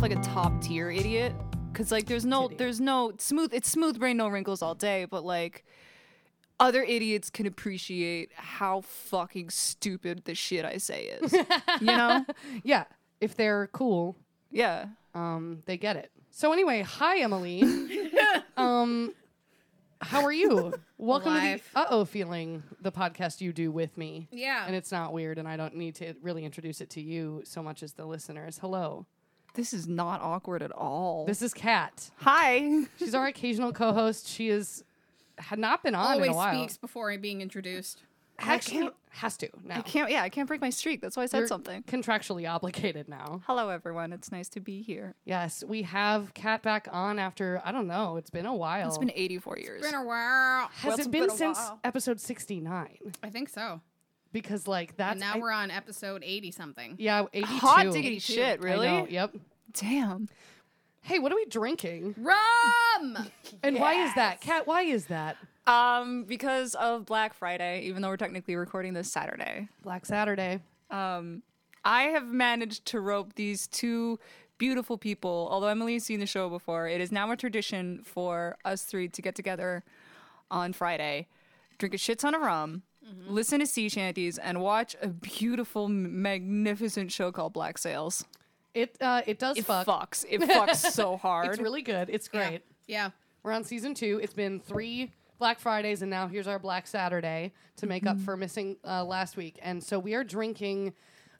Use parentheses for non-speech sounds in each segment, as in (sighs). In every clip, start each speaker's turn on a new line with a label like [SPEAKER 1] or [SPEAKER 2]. [SPEAKER 1] like a top tier idiot because like there's no there's no smooth it's smooth brain no wrinkles all day but like other idiots can appreciate how fucking stupid the shit i say is you (laughs) know
[SPEAKER 2] Yeah. If they're cool,
[SPEAKER 1] yeah
[SPEAKER 2] um, they get it. So anyway,
[SPEAKER 1] (laughs)
[SPEAKER 2] hi Emily. um, how
[SPEAKER 1] (laughs)
[SPEAKER 2] are you? Welcome
[SPEAKER 3] Alive.
[SPEAKER 2] to the Uh Oh Feeling, the podcast you do with me.
[SPEAKER 3] Yeah.
[SPEAKER 2] And it's not weird, and I don't need to really introduce it to you so much as the listeners. Hello.
[SPEAKER 1] this is not awkward at all
[SPEAKER 2] This is Kat.
[SPEAKER 1] hi
[SPEAKER 2] She's our occasional co host. She is had not been on in a
[SPEAKER 3] Always
[SPEAKER 2] while.
[SPEAKER 3] speaks before being introduced.
[SPEAKER 2] Actually,
[SPEAKER 1] can't-
[SPEAKER 2] has to now.
[SPEAKER 1] i can't yeah i can't break my streak that's why i said
[SPEAKER 2] You're
[SPEAKER 1] something
[SPEAKER 2] Contractually obligated now.
[SPEAKER 1] hello everyone it's nice to be here
[SPEAKER 2] Yes, we have Kat back on after I don't know. It's been a while.
[SPEAKER 1] Oh. it's been 84 years
[SPEAKER 3] Been a while.
[SPEAKER 2] Has
[SPEAKER 1] it's
[SPEAKER 2] it been,
[SPEAKER 1] been a
[SPEAKER 2] since
[SPEAKER 1] while.
[SPEAKER 2] episode sixty nine?
[SPEAKER 3] I think so.
[SPEAKER 2] Because like that's
[SPEAKER 3] And now
[SPEAKER 2] I-
[SPEAKER 3] we're on episode eighty something.
[SPEAKER 2] yeah eighty two.
[SPEAKER 1] hot diggity shit really
[SPEAKER 2] Yep.
[SPEAKER 1] damn
[SPEAKER 2] Hey, what are we drinking?
[SPEAKER 3] (laughs) Rum.
[SPEAKER 2] And why is that, Kat? Why is that?
[SPEAKER 1] um because of black friday even though we're technically recording this saturday
[SPEAKER 2] Black Saturday.
[SPEAKER 1] Um, I have managed to rope these two beautiful people. Although Emily has seen the show before, it is now a tradition for us three to get together on Friday, drink a shit ton of rum,
[SPEAKER 2] Mm-hmm.
[SPEAKER 1] listen to sea shanties, and watch a beautiful, m- magnificent show called Black Sails.
[SPEAKER 2] It uh, it does
[SPEAKER 1] It
[SPEAKER 2] fuck.
[SPEAKER 1] fucks.
[SPEAKER 2] (laughs)
[SPEAKER 1] It fucks so hard.
[SPEAKER 2] It's really good. It's great.
[SPEAKER 3] Yeah.
[SPEAKER 2] We're on season two. It's been three Black Fridays, and now here's our Black Saturday to make up for missing uh, last week. And so we are drinking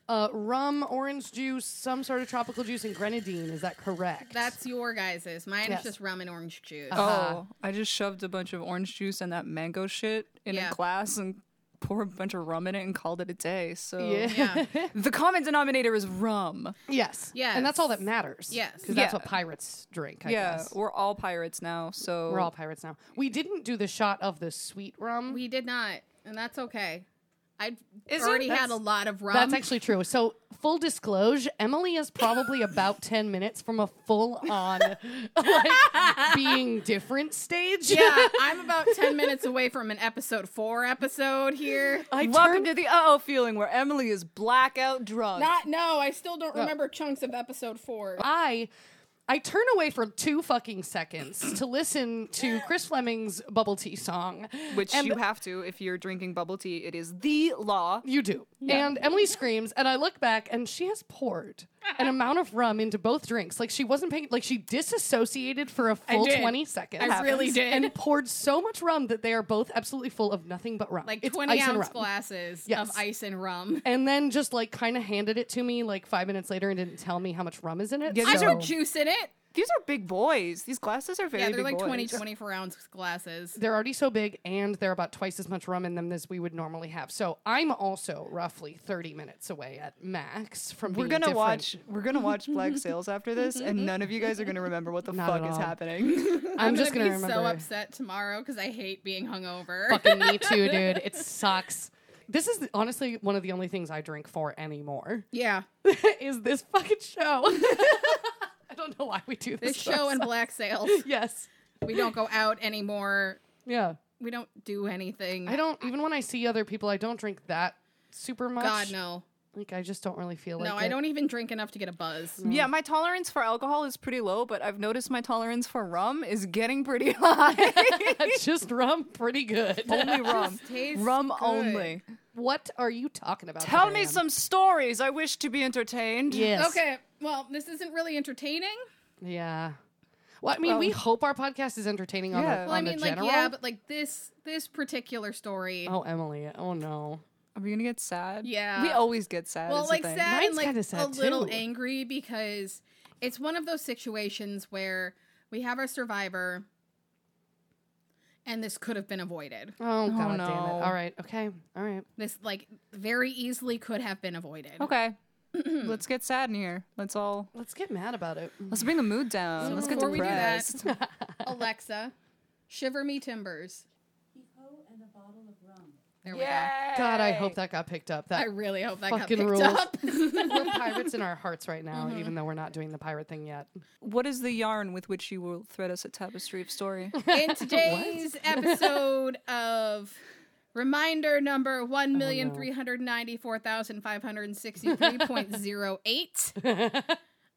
[SPEAKER 2] uh, rum, orange juice, some sort of tropical juice, and grenadine. Is that correct?
[SPEAKER 3] That's your guys's. Mine
[SPEAKER 2] Yes.
[SPEAKER 3] is just rum and orange juice.
[SPEAKER 1] oh, I just shoved a bunch of orange juice and that mango shit in
[SPEAKER 3] Yeah.
[SPEAKER 1] a glass and poured a bunch of rum in it and called it a day. So
[SPEAKER 2] yeah.
[SPEAKER 3] Yeah.
[SPEAKER 1] (laughs) the common denominator is rum.
[SPEAKER 2] yes.
[SPEAKER 3] Yes.
[SPEAKER 2] And that's all that matters.
[SPEAKER 3] Yes.
[SPEAKER 2] Because that's
[SPEAKER 1] Yeah.
[SPEAKER 2] what pirates drink. I
[SPEAKER 1] yeah,
[SPEAKER 2] guess.
[SPEAKER 1] we're all pirates now, so
[SPEAKER 2] We're all pirates now. We didn't do the shot of the sweet rum.
[SPEAKER 3] we did not, and that's okay. I
[SPEAKER 1] Is it?
[SPEAKER 3] already had
[SPEAKER 1] That's-
[SPEAKER 3] a lot of rum.
[SPEAKER 2] that's actually true. So, full disclosure, Emily is probably about (laughs) 10 minutes from a full on
[SPEAKER 3] (laughs)
[SPEAKER 2] like, being different stage. (laughs)
[SPEAKER 3] yeah, I'm about ten minutes away from an episode four
[SPEAKER 2] (laughs)
[SPEAKER 3] episode here.
[SPEAKER 2] I
[SPEAKER 1] Welcome to the uh oh feeling where Emily is blackout drunk.
[SPEAKER 3] Not no, I still
[SPEAKER 2] Oh.
[SPEAKER 3] don't remember chunks of episode four.
[SPEAKER 2] I I turn away for two fucking seconds to listen to Chris Fleming's bubble tea song,
[SPEAKER 1] which
[SPEAKER 2] and
[SPEAKER 1] you have to if you're drinking bubble tea. It is the law.
[SPEAKER 2] you do. And Emily screams, and I look back, and she has
[SPEAKER 3] (laughs)
[SPEAKER 2] poured an amount of rum into both drinks. Like she wasn't paying. Like she disassociated for a full
[SPEAKER 3] did.
[SPEAKER 2] twenty seconds.
[SPEAKER 3] I really did.
[SPEAKER 2] And poured so much rum that they are both absolutely full of nothing but rum.
[SPEAKER 3] like
[SPEAKER 2] It's
[SPEAKER 3] twenty
[SPEAKER 2] ice and
[SPEAKER 3] ounce
[SPEAKER 2] rum.
[SPEAKER 3] glasses
[SPEAKER 2] Yes.
[SPEAKER 3] of ice and
[SPEAKER 2] (laughs)
[SPEAKER 3] rum.
[SPEAKER 2] And then just like kind of handed it to me like five minutes later and didn't tell me how much rum is in it.
[SPEAKER 1] Yeah,
[SPEAKER 3] I
[SPEAKER 1] these
[SPEAKER 2] so-
[SPEAKER 1] are
[SPEAKER 3] put juice in it.
[SPEAKER 1] These are big boys. These glasses are very
[SPEAKER 3] Yeah, they're
[SPEAKER 1] big
[SPEAKER 3] like
[SPEAKER 1] boys.
[SPEAKER 3] 20, 24 ounce glasses.
[SPEAKER 2] they're already so big and they're about twice as much rum in them as we would normally have. So I'm also roughly 30 minutes away at max from
[SPEAKER 1] We're
[SPEAKER 2] being
[SPEAKER 1] gonna
[SPEAKER 2] different.
[SPEAKER 1] watch. We're gonna watch (laughs) Black Sails after this, and none of you guys are gonna remember what the
[SPEAKER 2] Not
[SPEAKER 1] fuck
[SPEAKER 2] at
[SPEAKER 1] is
[SPEAKER 2] all. (laughs)
[SPEAKER 1] happening.
[SPEAKER 2] I'm, just
[SPEAKER 3] gonna
[SPEAKER 2] going to
[SPEAKER 3] be
[SPEAKER 2] remember.
[SPEAKER 3] so upset tomorrow because I hate being hungover.
[SPEAKER 2] Fucking me too, dude. It sucks. This is honestly one of the only things I drink for anymore
[SPEAKER 3] (laughs)
[SPEAKER 2] (laughs)
[SPEAKER 3] Yeah,
[SPEAKER 2] is this fucking show. (laughs) I don't know why we do this.
[SPEAKER 3] this show and black sales.
[SPEAKER 2] yes.
[SPEAKER 3] We don't go out anymore.
[SPEAKER 2] Yeah.
[SPEAKER 3] We don't do anything.
[SPEAKER 2] I don't even when I see other people I don't drink that super much.
[SPEAKER 3] God no,
[SPEAKER 2] Like I just don't really feel like
[SPEAKER 3] no. I
[SPEAKER 2] it. (laughs)
[SPEAKER 3] don't even drink enough to get a buzz.
[SPEAKER 1] yeah, my tolerance for alcohol is pretty low, but I've noticed my tolerance for rum is getting pretty (laughs)
[SPEAKER 2] (laughs)
[SPEAKER 1] high.
[SPEAKER 2] just rum pretty good.
[SPEAKER 1] only rum.
[SPEAKER 3] tastes
[SPEAKER 1] Rum
[SPEAKER 3] good.
[SPEAKER 1] only.
[SPEAKER 2] What are you talking about?
[SPEAKER 1] Tell me
[SPEAKER 2] Diane?
[SPEAKER 1] some stories. I wish to be entertained.
[SPEAKER 2] Yes.
[SPEAKER 3] Okay, well, this isn't really entertaining.
[SPEAKER 2] Yeah. Well, I mean, we hope our podcast is entertaining on,
[SPEAKER 1] Yeah.
[SPEAKER 2] the,
[SPEAKER 1] Well,
[SPEAKER 3] Well, I
[SPEAKER 2] on the
[SPEAKER 3] mean, like,
[SPEAKER 2] general.
[SPEAKER 3] yeah, but like this this particular story.
[SPEAKER 2] oh, Emily. Oh no.
[SPEAKER 1] Are we gonna get sad?
[SPEAKER 3] Yeah.
[SPEAKER 1] We always get sad.
[SPEAKER 3] well,
[SPEAKER 1] is the
[SPEAKER 3] like
[SPEAKER 1] thing.
[SPEAKER 3] sad
[SPEAKER 2] Mine's
[SPEAKER 3] and like
[SPEAKER 2] kinda sad,
[SPEAKER 3] a little
[SPEAKER 2] too.
[SPEAKER 3] angry because it's one of those situations where we have our survivor, and this could have been avoided.
[SPEAKER 2] Oh, god damn
[SPEAKER 1] no.
[SPEAKER 2] it. All right. Okay. All right.
[SPEAKER 3] This like very easily could have been avoided.
[SPEAKER 1] (laughs)
[SPEAKER 3] (clears throat)
[SPEAKER 1] Okay. let's get sad in here. Let's all
[SPEAKER 2] Let's get mad about it.
[SPEAKER 1] let's bring the mood down. let's get
[SPEAKER 3] Before we do that-
[SPEAKER 1] depressed.
[SPEAKER 3] (laughs) Alexa, shiver me timbers.
[SPEAKER 4] and a bottle of rum.
[SPEAKER 3] There
[SPEAKER 2] God, I hope that got picked up.
[SPEAKER 3] we go. I
[SPEAKER 2] That
[SPEAKER 3] really hope that
[SPEAKER 2] fucking rules.
[SPEAKER 3] got picked up. (laughs)
[SPEAKER 2] we're pirates in our hearts right now, even though we're not doing the pirate thing yet.
[SPEAKER 1] What is the yarn with which you will thread us a tapestry of story?
[SPEAKER 3] In today's episode of reminder number one million three hundred ninety four thousand five hundred sixty three point zero eight,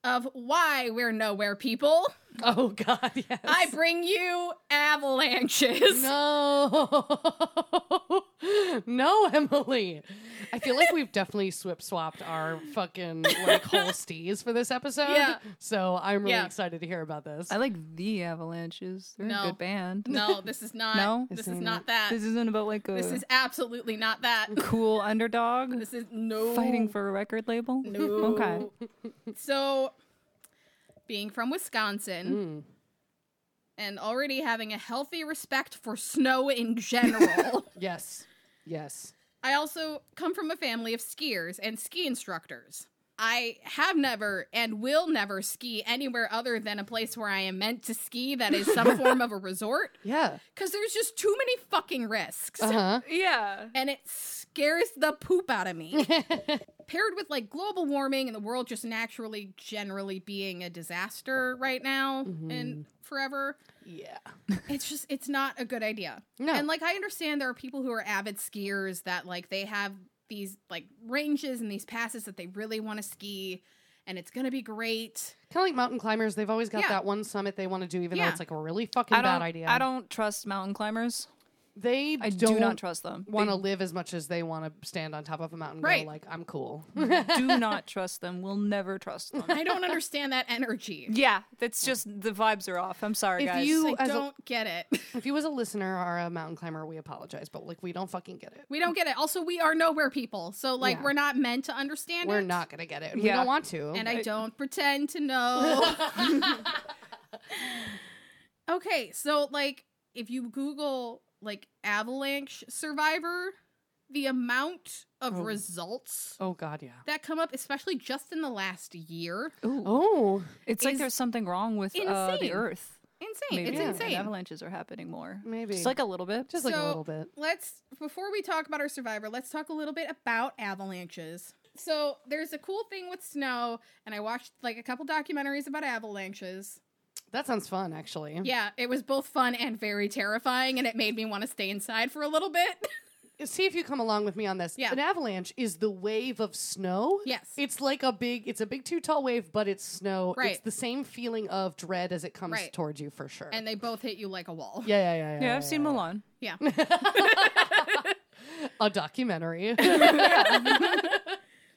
[SPEAKER 3] of why we're nowhere people,
[SPEAKER 2] Oh God, yes.
[SPEAKER 3] I bring you avalanches.
[SPEAKER 2] no, (laughs) no, Emily. I feel like we've definitely swip swapped our fucking like whole stees for this episode.
[SPEAKER 3] Yeah.
[SPEAKER 2] So I'm really
[SPEAKER 3] Yeah.
[SPEAKER 2] excited to hear about this.
[SPEAKER 1] I like the Avalanches. They're
[SPEAKER 3] No.
[SPEAKER 1] a good band.
[SPEAKER 3] (laughs) No, this is not.
[SPEAKER 1] No?
[SPEAKER 3] this
[SPEAKER 2] This
[SPEAKER 3] is
[SPEAKER 2] ain't
[SPEAKER 3] not
[SPEAKER 2] it.
[SPEAKER 3] that.
[SPEAKER 1] This uh, isn't about like a
[SPEAKER 3] This is absolutely not that.
[SPEAKER 1] cool underdog
[SPEAKER 3] This is no
[SPEAKER 1] fighting for a record label.
[SPEAKER 3] no.
[SPEAKER 1] Okay.
[SPEAKER 3] So, being from Wisconsin and already having a healthy respect for snow
[SPEAKER 2] (laughs)
[SPEAKER 3] in general,
[SPEAKER 2] yes. Yes.
[SPEAKER 3] I also come from a family of skiers and ski instructors. I have never and will never ski anywhere other than a place where I am meant to ski that is some form of a resort
[SPEAKER 2] Yeah.
[SPEAKER 3] because there's just too many fucking risks.
[SPEAKER 2] Uh huh. (laughs)
[SPEAKER 1] Yeah.
[SPEAKER 3] and it scares the poop out of me. Paired with like global warming and the world just naturally generally being a disaster right now
[SPEAKER 2] Mm-hmm.
[SPEAKER 3] and forever,
[SPEAKER 2] Yeah.
[SPEAKER 3] it's just it's not a good idea.
[SPEAKER 2] No.
[SPEAKER 3] And like I understand there are people who are avid skiers that like they have these like ranges and these passes that they really want to ski and it's going to be great.
[SPEAKER 2] Kind of like mountain climbers, they've always got
[SPEAKER 3] Yeah.
[SPEAKER 2] that one summit they want to do, even
[SPEAKER 3] Yeah.
[SPEAKER 2] though it's like a really fucking
[SPEAKER 1] I don't,
[SPEAKER 2] bad idea.
[SPEAKER 1] I don't trust mountain climbers.
[SPEAKER 2] They
[SPEAKER 1] I do
[SPEAKER 2] don't
[SPEAKER 1] not trust them.
[SPEAKER 2] want to
[SPEAKER 1] They
[SPEAKER 2] live as much as they want to stand on top of a mountain. and
[SPEAKER 3] Right.
[SPEAKER 2] Go, like I'm cool. (laughs)
[SPEAKER 1] (laughs) do not trust them. Will never trust them.
[SPEAKER 3] I don't understand that energy.
[SPEAKER 1] yeah, that's just the vibes are off. I'm sorry,
[SPEAKER 2] If
[SPEAKER 1] guys.
[SPEAKER 2] you-
[SPEAKER 3] I
[SPEAKER 2] as a-
[SPEAKER 3] don't get it.
[SPEAKER 2] if you as a listener are a mountain climber, we apologize, but like we don't fucking get it.
[SPEAKER 3] We don't get it. Also, we are nowhere people. So like
[SPEAKER 2] Yeah.
[SPEAKER 3] we're not meant to understand
[SPEAKER 2] We're
[SPEAKER 3] it.
[SPEAKER 2] not gonna get it. We
[SPEAKER 1] Yeah.
[SPEAKER 2] don't want to.
[SPEAKER 3] and I don't pretend to know.
[SPEAKER 2] (laughs)
[SPEAKER 3] okay, so like if you Google like avalanche survivor, the amount of results
[SPEAKER 2] oh god, yeah.
[SPEAKER 3] that come up, especially just in the last year,
[SPEAKER 1] Ooh,
[SPEAKER 2] Oh,
[SPEAKER 1] it's like
[SPEAKER 3] is
[SPEAKER 1] there's something wrong with uh,
[SPEAKER 3] insane.
[SPEAKER 1] the Earth.
[SPEAKER 3] insane.
[SPEAKER 1] Maybe
[SPEAKER 3] it's
[SPEAKER 2] Yeah.
[SPEAKER 1] and
[SPEAKER 3] insane.
[SPEAKER 1] Avalanches are happening more.
[SPEAKER 2] Maybe.
[SPEAKER 1] just like a little bit.
[SPEAKER 2] just like
[SPEAKER 3] So-
[SPEAKER 2] a little bit.
[SPEAKER 3] let's before we talk about our survivor, let's talk a little bit about avalanches. So there's a cool thing with snow, and I watched like a couple documentaries about avalanches.
[SPEAKER 2] That sounds fun, actually.
[SPEAKER 3] Yeah, it was both fun and very terrifying, and it made me want to stay inside for a little bit. (laughs)
[SPEAKER 2] See if you come along with me on this.
[SPEAKER 3] Yeah.
[SPEAKER 2] An avalanche is the wave of snow.
[SPEAKER 3] Yes.
[SPEAKER 2] It's like a big. It's a big too tall wave, but it's snow. It's
[SPEAKER 3] Right.
[SPEAKER 2] the same feeling of dread as it comes
[SPEAKER 3] Right.
[SPEAKER 2] towards you for sure.
[SPEAKER 3] and they both hit you like a wall.
[SPEAKER 2] yeah, yeah, yeah, yeah.
[SPEAKER 1] yeah, I've seen Milan.
[SPEAKER 3] Yeah.
[SPEAKER 2] a
[SPEAKER 3] (laughs)
[SPEAKER 2] documentary.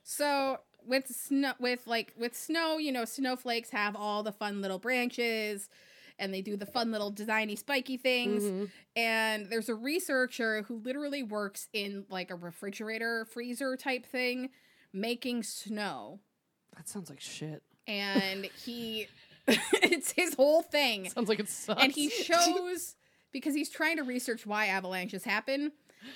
[SPEAKER 3] So with snow, with like with snow, you know, snowflakes have all the fun little branches, and they do the fun little designy spiky things. And there's a researcher who literally works in like a refrigerator freezer type thing, making snow,
[SPEAKER 2] that sounds like shit.
[SPEAKER 3] and he, (laughs) it's his whole thing.
[SPEAKER 2] Sounds like it sucks.
[SPEAKER 3] and he shows because he's trying to research why avalanches happen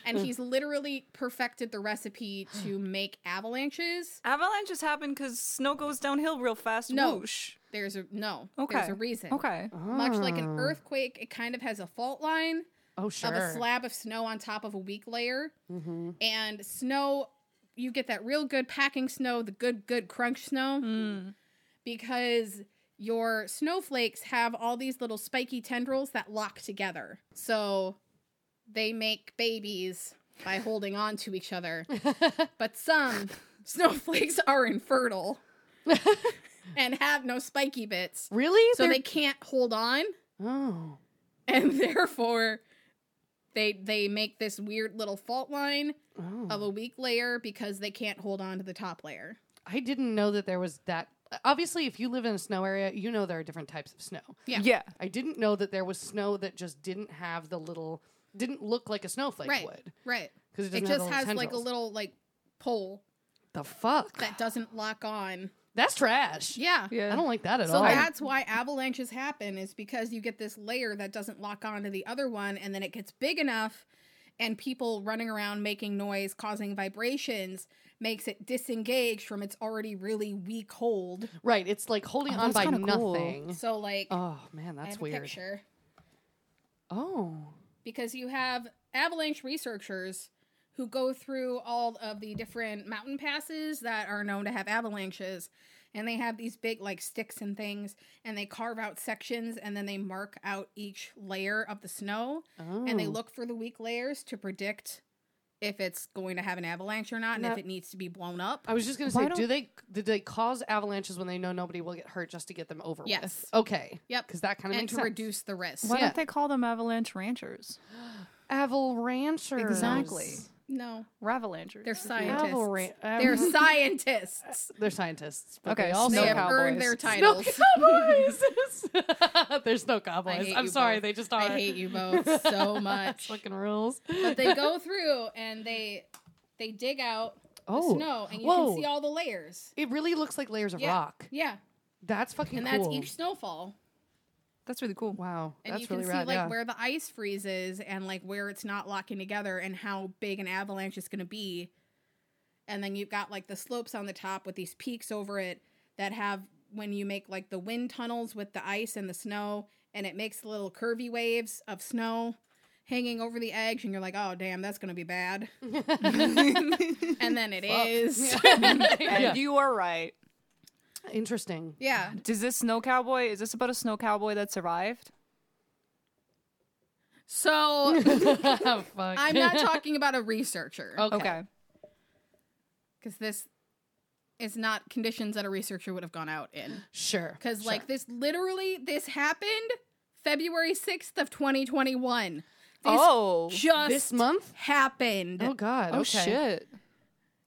[SPEAKER 3] and he's literally perfected the recipe to make avalanches
[SPEAKER 1] Avalanches happen because snow goes downhill real fast.
[SPEAKER 3] No.
[SPEAKER 1] Whoosh.
[SPEAKER 3] there's a no
[SPEAKER 1] Okay.
[SPEAKER 3] there's a reason Uh-huh.
[SPEAKER 1] Okay.
[SPEAKER 3] much like an
[SPEAKER 2] Ah.
[SPEAKER 3] earthquake it kind of has a fault line
[SPEAKER 2] Oh sure.
[SPEAKER 3] of a slab of snow on top of a weak layer
[SPEAKER 2] Mhm.
[SPEAKER 3] and snow you get that real good packing snow the good good crunch snow
[SPEAKER 1] Mm.
[SPEAKER 3] because your snowflakes have all these little spiky tendrils that lock together. So they make babies by holding on to each other. but some snowflakes are infertile and have no spiky bits.
[SPEAKER 2] Really?
[SPEAKER 3] So
[SPEAKER 2] They're-
[SPEAKER 3] they can't hold on
[SPEAKER 2] Oh.
[SPEAKER 3] and (laughs) therefore they they make this weird little fault line
[SPEAKER 2] Oh.
[SPEAKER 3] of a weak layer because they can't hold on to the top layer.
[SPEAKER 2] I didn't know that there was that. Obviously, if you live in a snow area, you know there are different types of snow.
[SPEAKER 3] Yeah.
[SPEAKER 1] Yeah.
[SPEAKER 2] I didn't know that there was snow that just didn't have the little, didn't look like a snowflake
[SPEAKER 3] Right.
[SPEAKER 2] would.
[SPEAKER 3] Right.
[SPEAKER 2] 'Cause it
[SPEAKER 3] It
[SPEAKER 2] doesn't have
[SPEAKER 3] just
[SPEAKER 2] all
[SPEAKER 3] has
[SPEAKER 2] those
[SPEAKER 3] like a
[SPEAKER 2] tendrils.
[SPEAKER 3] little like pole
[SPEAKER 2] The fuck?
[SPEAKER 3] that doesn't lock on.
[SPEAKER 2] That's trash.
[SPEAKER 3] Yeah.
[SPEAKER 1] Yeah.
[SPEAKER 2] I don't like that at
[SPEAKER 3] So
[SPEAKER 2] all.
[SPEAKER 3] that's why avalanches happen is because you get this layer that doesn't lock on to the other one and then it gets big enough and people running around making noise causing vibrations makes it disengage from its already really weak hold.
[SPEAKER 2] right. It's like holding
[SPEAKER 1] Oh,
[SPEAKER 2] on
[SPEAKER 1] that's
[SPEAKER 2] by
[SPEAKER 1] kinda cool.
[SPEAKER 2] nothing.
[SPEAKER 3] So like
[SPEAKER 2] Oh, man,
[SPEAKER 3] I
[SPEAKER 2] that's
[SPEAKER 3] have a
[SPEAKER 2] weird.
[SPEAKER 3] picture
[SPEAKER 2] Oh.
[SPEAKER 3] because you have avalanche researchers who go through all of the different mountain passes that are known to have avalanches and they have these big like sticks and things and they carve out sections and then they mark out each layer of the snow
[SPEAKER 2] oh.
[SPEAKER 3] and they look for the weak layers to predict if it's going to have an avalanche or not and
[SPEAKER 2] No.
[SPEAKER 3] if it needs to be blown up.
[SPEAKER 2] I was just gonna
[SPEAKER 1] Why
[SPEAKER 2] say,
[SPEAKER 1] don't-
[SPEAKER 2] do they did they cause avalanches when they know nobody will get hurt just to get them over
[SPEAKER 3] Yes.
[SPEAKER 2] with? Okay.
[SPEAKER 3] Yep.
[SPEAKER 2] Because that kind of
[SPEAKER 3] and
[SPEAKER 2] makes
[SPEAKER 3] to
[SPEAKER 2] sense.
[SPEAKER 3] reduce the risk.
[SPEAKER 1] Why
[SPEAKER 2] Yeah.
[SPEAKER 1] don't they call them avalanche ranchers?
[SPEAKER 2] Aval ranchers.
[SPEAKER 1] Exactly.
[SPEAKER 3] No,
[SPEAKER 1] Ravalanchers.
[SPEAKER 3] they're scientists.
[SPEAKER 2] Aval ran-
[SPEAKER 3] They're
[SPEAKER 2] Aval-
[SPEAKER 3] scientists.
[SPEAKER 2] they're scientists. But
[SPEAKER 1] Okay,
[SPEAKER 2] They also
[SPEAKER 3] They
[SPEAKER 1] Snow
[SPEAKER 3] have
[SPEAKER 1] cowboys.
[SPEAKER 3] earned their
[SPEAKER 2] No
[SPEAKER 3] titles.
[SPEAKER 2] cowboys.
[SPEAKER 3] (laughs)
[SPEAKER 2] (laughs) There's no cowboys.
[SPEAKER 3] hate
[SPEAKER 2] I'm
[SPEAKER 3] you
[SPEAKER 2] sorry,
[SPEAKER 3] both.
[SPEAKER 2] they just are.
[SPEAKER 3] I hate
[SPEAKER 2] (laughs)
[SPEAKER 3] you both so much.
[SPEAKER 2] fucking rules.
[SPEAKER 3] but
[SPEAKER 2] (laughs)
[SPEAKER 3] they go through and they they dig out
[SPEAKER 2] Oh,
[SPEAKER 3] the snow and you
[SPEAKER 2] whoa.
[SPEAKER 3] can see all the layers.
[SPEAKER 2] It really looks like layers of
[SPEAKER 3] Yeah.
[SPEAKER 2] rock.
[SPEAKER 3] Yeah.
[SPEAKER 2] That's fucking
[SPEAKER 3] And
[SPEAKER 2] cool.
[SPEAKER 3] that's each snowfall.
[SPEAKER 1] That's really cool.
[SPEAKER 2] Wow,
[SPEAKER 3] And
[SPEAKER 2] that's
[SPEAKER 3] you can
[SPEAKER 2] really
[SPEAKER 3] see
[SPEAKER 2] rad.
[SPEAKER 3] like
[SPEAKER 2] yeah.
[SPEAKER 3] where the ice freezes and like where it's not locking together and how big an avalanche is gonna be. And then you've got like the slopes on the top with these peaks over it that have when you make like the wind tunnels with the ice and the snow and it makes little curvy waves of snow hanging over the edge and you're like, oh damn, that's gonna be bad. and then it is.
[SPEAKER 1] And
[SPEAKER 2] (laughs) Yeah.
[SPEAKER 1] you are right.
[SPEAKER 3] (laughs)
[SPEAKER 2] Interesting. (laughs)
[SPEAKER 3] yeah.
[SPEAKER 1] Does this snow cowboy? Is this about a snow cowboy that survived?
[SPEAKER 3] So
[SPEAKER 2] Fuck.
[SPEAKER 3] I'm not talking about a researcher
[SPEAKER 2] Okay.
[SPEAKER 1] Okay.
[SPEAKER 3] because this is not conditions that a researcher would have gone out in.
[SPEAKER 2] Sure.
[SPEAKER 3] Because
[SPEAKER 2] sure.
[SPEAKER 3] like this, literally, this happened February 6th of 2021. This
[SPEAKER 1] oh.
[SPEAKER 3] just
[SPEAKER 2] this month.
[SPEAKER 3] happened
[SPEAKER 2] Oh God.
[SPEAKER 1] Oh
[SPEAKER 2] okay.
[SPEAKER 1] shit.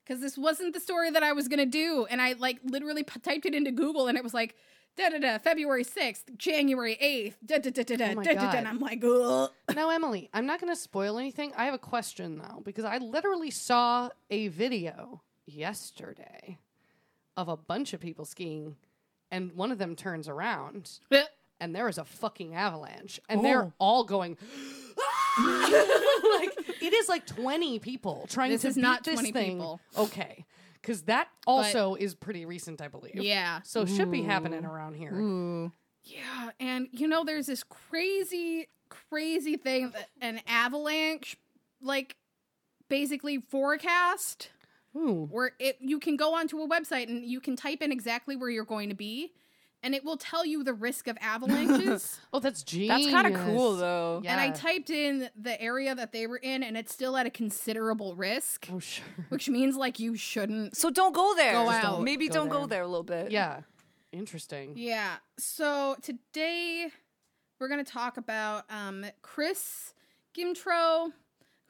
[SPEAKER 3] because this wasn't the story that I was gonna do, and I like literally p- typed it into Google, and it was like. Da da da, February 6th, January 8th, da da da da da,
[SPEAKER 2] Oh my
[SPEAKER 3] da da da,
[SPEAKER 2] God.
[SPEAKER 3] and I'm like, ugh.
[SPEAKER 2] Now, Emily, I'm not going to spoil anything. I have a question though, because I literally saw a video yesterday of a bunch of people skiing, and one of them turns around, and there is a fucking avalanche, and
[SPEAKER 3] Oh.
[SPEAKER 2] they're all going. (laughs) like it is like 20 people trying
[SPEAKER 3] This
[SPEAKER 2] to
[SPEAKER 3] is
[SPEAKER 2] beat
[SPEAKER 3] not
[SPEAKER 2] this
[SPEAKER 3] 20
[SPEAKER 2] thing.
[SPEAKER 3] people.
[SPEAKER 2] Okay, because that also is pretty recent, I believe.
[SPEAKER 3] yeah.
[SPEAKER 2] So it should be happening around here.
[SPEAKER 3] Yeah, and you know, there's this crazy, crazy thing that an avalanche, like, basically forecast
[SPEAKER 2] Ooh.
[SPEAKER 3] where it you can go onto a website and you can type in exactly where you're going to be, and it will tell you the risk of
[SPEAKER 2] (laughs)
[SPEAKER 3] avalanches.
[SPEAKER 2] Oh, that's genius.
[SPEAKER 1] That's kind of cool though.
[SPEAKER 2] Yeah.
[SPEAKER 3] And I typed in the area that they were in, and it's still at a considerable risk,
[SPEAKER 2] Oh, sure. (laughs)
[SPEAKER 3] which means like you shouldn't.
[SPEAKER 1] So don't go there.
[SPEAKER 3] Go out.
[SPEAKER 1] Maybe
[SPEAKER 2] Go
[SPEAKER 1] don't
[SPEAKER 2] there.
[SPEAKER 1] go there a little bit.
[SPEAKER 2] Yeah. Interesting.
[SPEAKER 3] Yeah. So today we're going to talk about um, Chris Gimtro,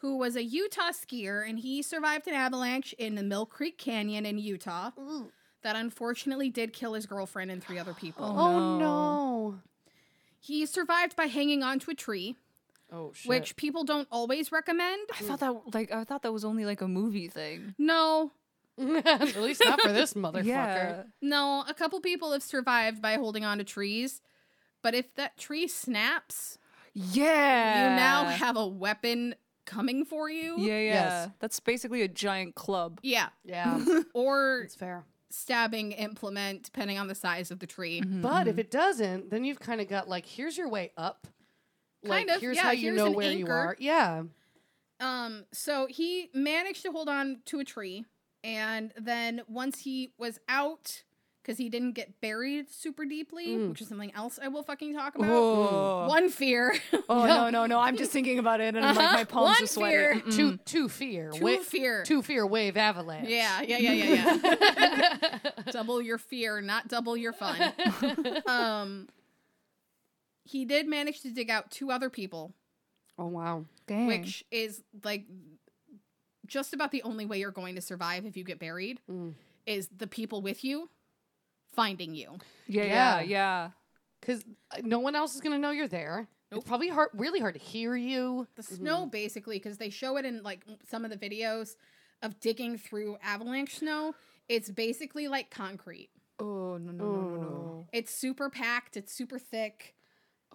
[SPEAKER 3] who was a Utah skier, and he survived an avalanche in the Mill Creek Canyon in Utah that unfortunately did kill his girlfriend and three other people.
[SPEAKER 2] Oh,
[SPEAKER 1] Oh,
[SPEAKER 2] no.
[SPEAKER 3] He survived by hanging onto a tree,
[SPEAKER 2] Oh, shit.
[SPEAKER 3] which people don't always recommend.
[SPEAKER 1] I thought that like I thought that was only like a movie thing.
[SPEAKER 3] No,
[SPEAKER 2] (laughs) At least not for this motherfucker.
[SPEAKER 1] Yeah.
[SPEAKER 3] no, a couple people have survived by holding onto trees. But if that tree snaps,
[SPEAKER 1] Yeah.
[SPEAKER 3] you now have a weapon coming for you.
[SPEAKER 1] Yeah, yeah.
[SPEAKER 2] Yes.
[SPEAKER 1] That's basically a giant club. (laughs)
[SPEAKER 3] Yeah.
[SPEAKER 2] Yeah. (laughs)
[SPEAKER 3] Or
[SPEAKER 2] It's fair.
[SPEAKER 3] stabbing implement, depending on the size of the tree.
[SPEAKER 2] But if it doesn't, then you've kind of got like, here's your way up. Like,
[SPEAKER 3] Kind of,
[SPEAKER 2] here's
[SPEAKER 3] yeah,
[SPEAKER 2] how you
[SPEAKER 3] here's
[SPEAKER 2] know
[SPEAKER 3] an
[SPEAKER 2] where you
[SPEAKER 3] anchor.
[SPEAKER 2] are. Yeah.
[SPEAKER 3] Um, so he managed to hold on to a tree, and then once he was out, because he didn't get buried super deeply, which is something else I will fucking talk about.
[SPEAKER 1] Oh.
[SPEAKER 3] One fear,
[SPEAKER 1] Oh no, no, no. I'm just thinking about it and I'm like my palms
[SPEAKER 3] One
[SPEAKER 1] are
[SPEAKER 2] (laughs)
[SPEAKER 1] sweating.
[SPEAKER 3] fear.
[SPEAKER 2] Two, two fear.
[SPEAKER 3] Two fear.
[SPEAKER 2] Two fear wave avalanche.
[SPEAKER 3] Yeah, yeah, yeah, yeah, yeah. double your fear, not double your fun. um, he did manage to dig out two other people,
[SPEAKER 2] Oh, wow.
[SPEAKER 1] Dang.
[SPEAKER 3] which is like just about the only way you're going to survive if you get buried
[SPEAKER 2] Hmm.
[SPEAKER 3] is the people with you finding you.
[SPEAKER 1] yeah,
[SPEAKER 2] Yeah.
[SPEAKER 1] yeah, yeah.
[SPEAKER 2] Because uh, no one else is going to know you're there. It's probably hard, really hard to hear you.
[SPEAKER 3] The snow basically because they show it in like some of the videos of digging through avalanche snow, it's basically like concrete.
[SPEAKER 1] Oh no no no no no.
[SPEAKER 3] It's super packed, it's super thick,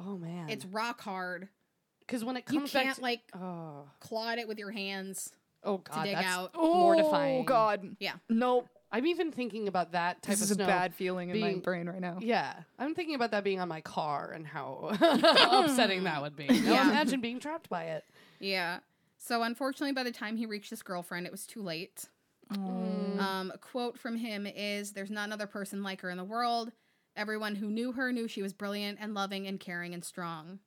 [SPEAKER 2] Oh, man.
[SPEAKER 3] it's rock hard.
[SPEAKER 2] Because when it
[SPEAKER 3] You
[SPEAKER 2] comes back
[SPEAKER 3] can't
[SPEAKER 2] to,
[SPEAKER 3] like
[SPEAKER 2] oh,
[SPEAKER 3] claw at it with your hands.
[SPEAKER 2] oh god,
[SPEAKER 3] dig
[SPEAKER 2] that's
[SPEAKER 3] out.
[SPEAKER 2] mortifying.
[SPEAKER 1] Oh god.
[SPEAKER 3] Yeah.
[SPEAKER 1] Nope.
[SPEAKER 2] I'm even thinking about that type
[SPEAKER 1] This
[SPEAKER 2] of
[SPEAKER 1] is a
[SPEAKER 2] snow.
[SPEAKER 1] bad feeling in my
[SPEAKER 2] being-
[SPEAKER 1] brain right now.
[SPEAKER 2] Yeah, I'm thinking about that being on my car
[SPEAKER 1] (laughs)
[SPEAKER 2] and how upsetting that (laughs) would be. Now
[SPEAKER 3] Yeah.
[SPEAKER 2] imagine being trapped by it.
[SPEAKER 3] Yeah. So unfortunately by the time he reached his girlfriend, it was too late. Um, a quote from him is There's not another person like her in the
[SPEAKER 2] Mm.
[SPEAKER 3] world. Everyone who knew her knew she was brilliant and loving and caring and strong.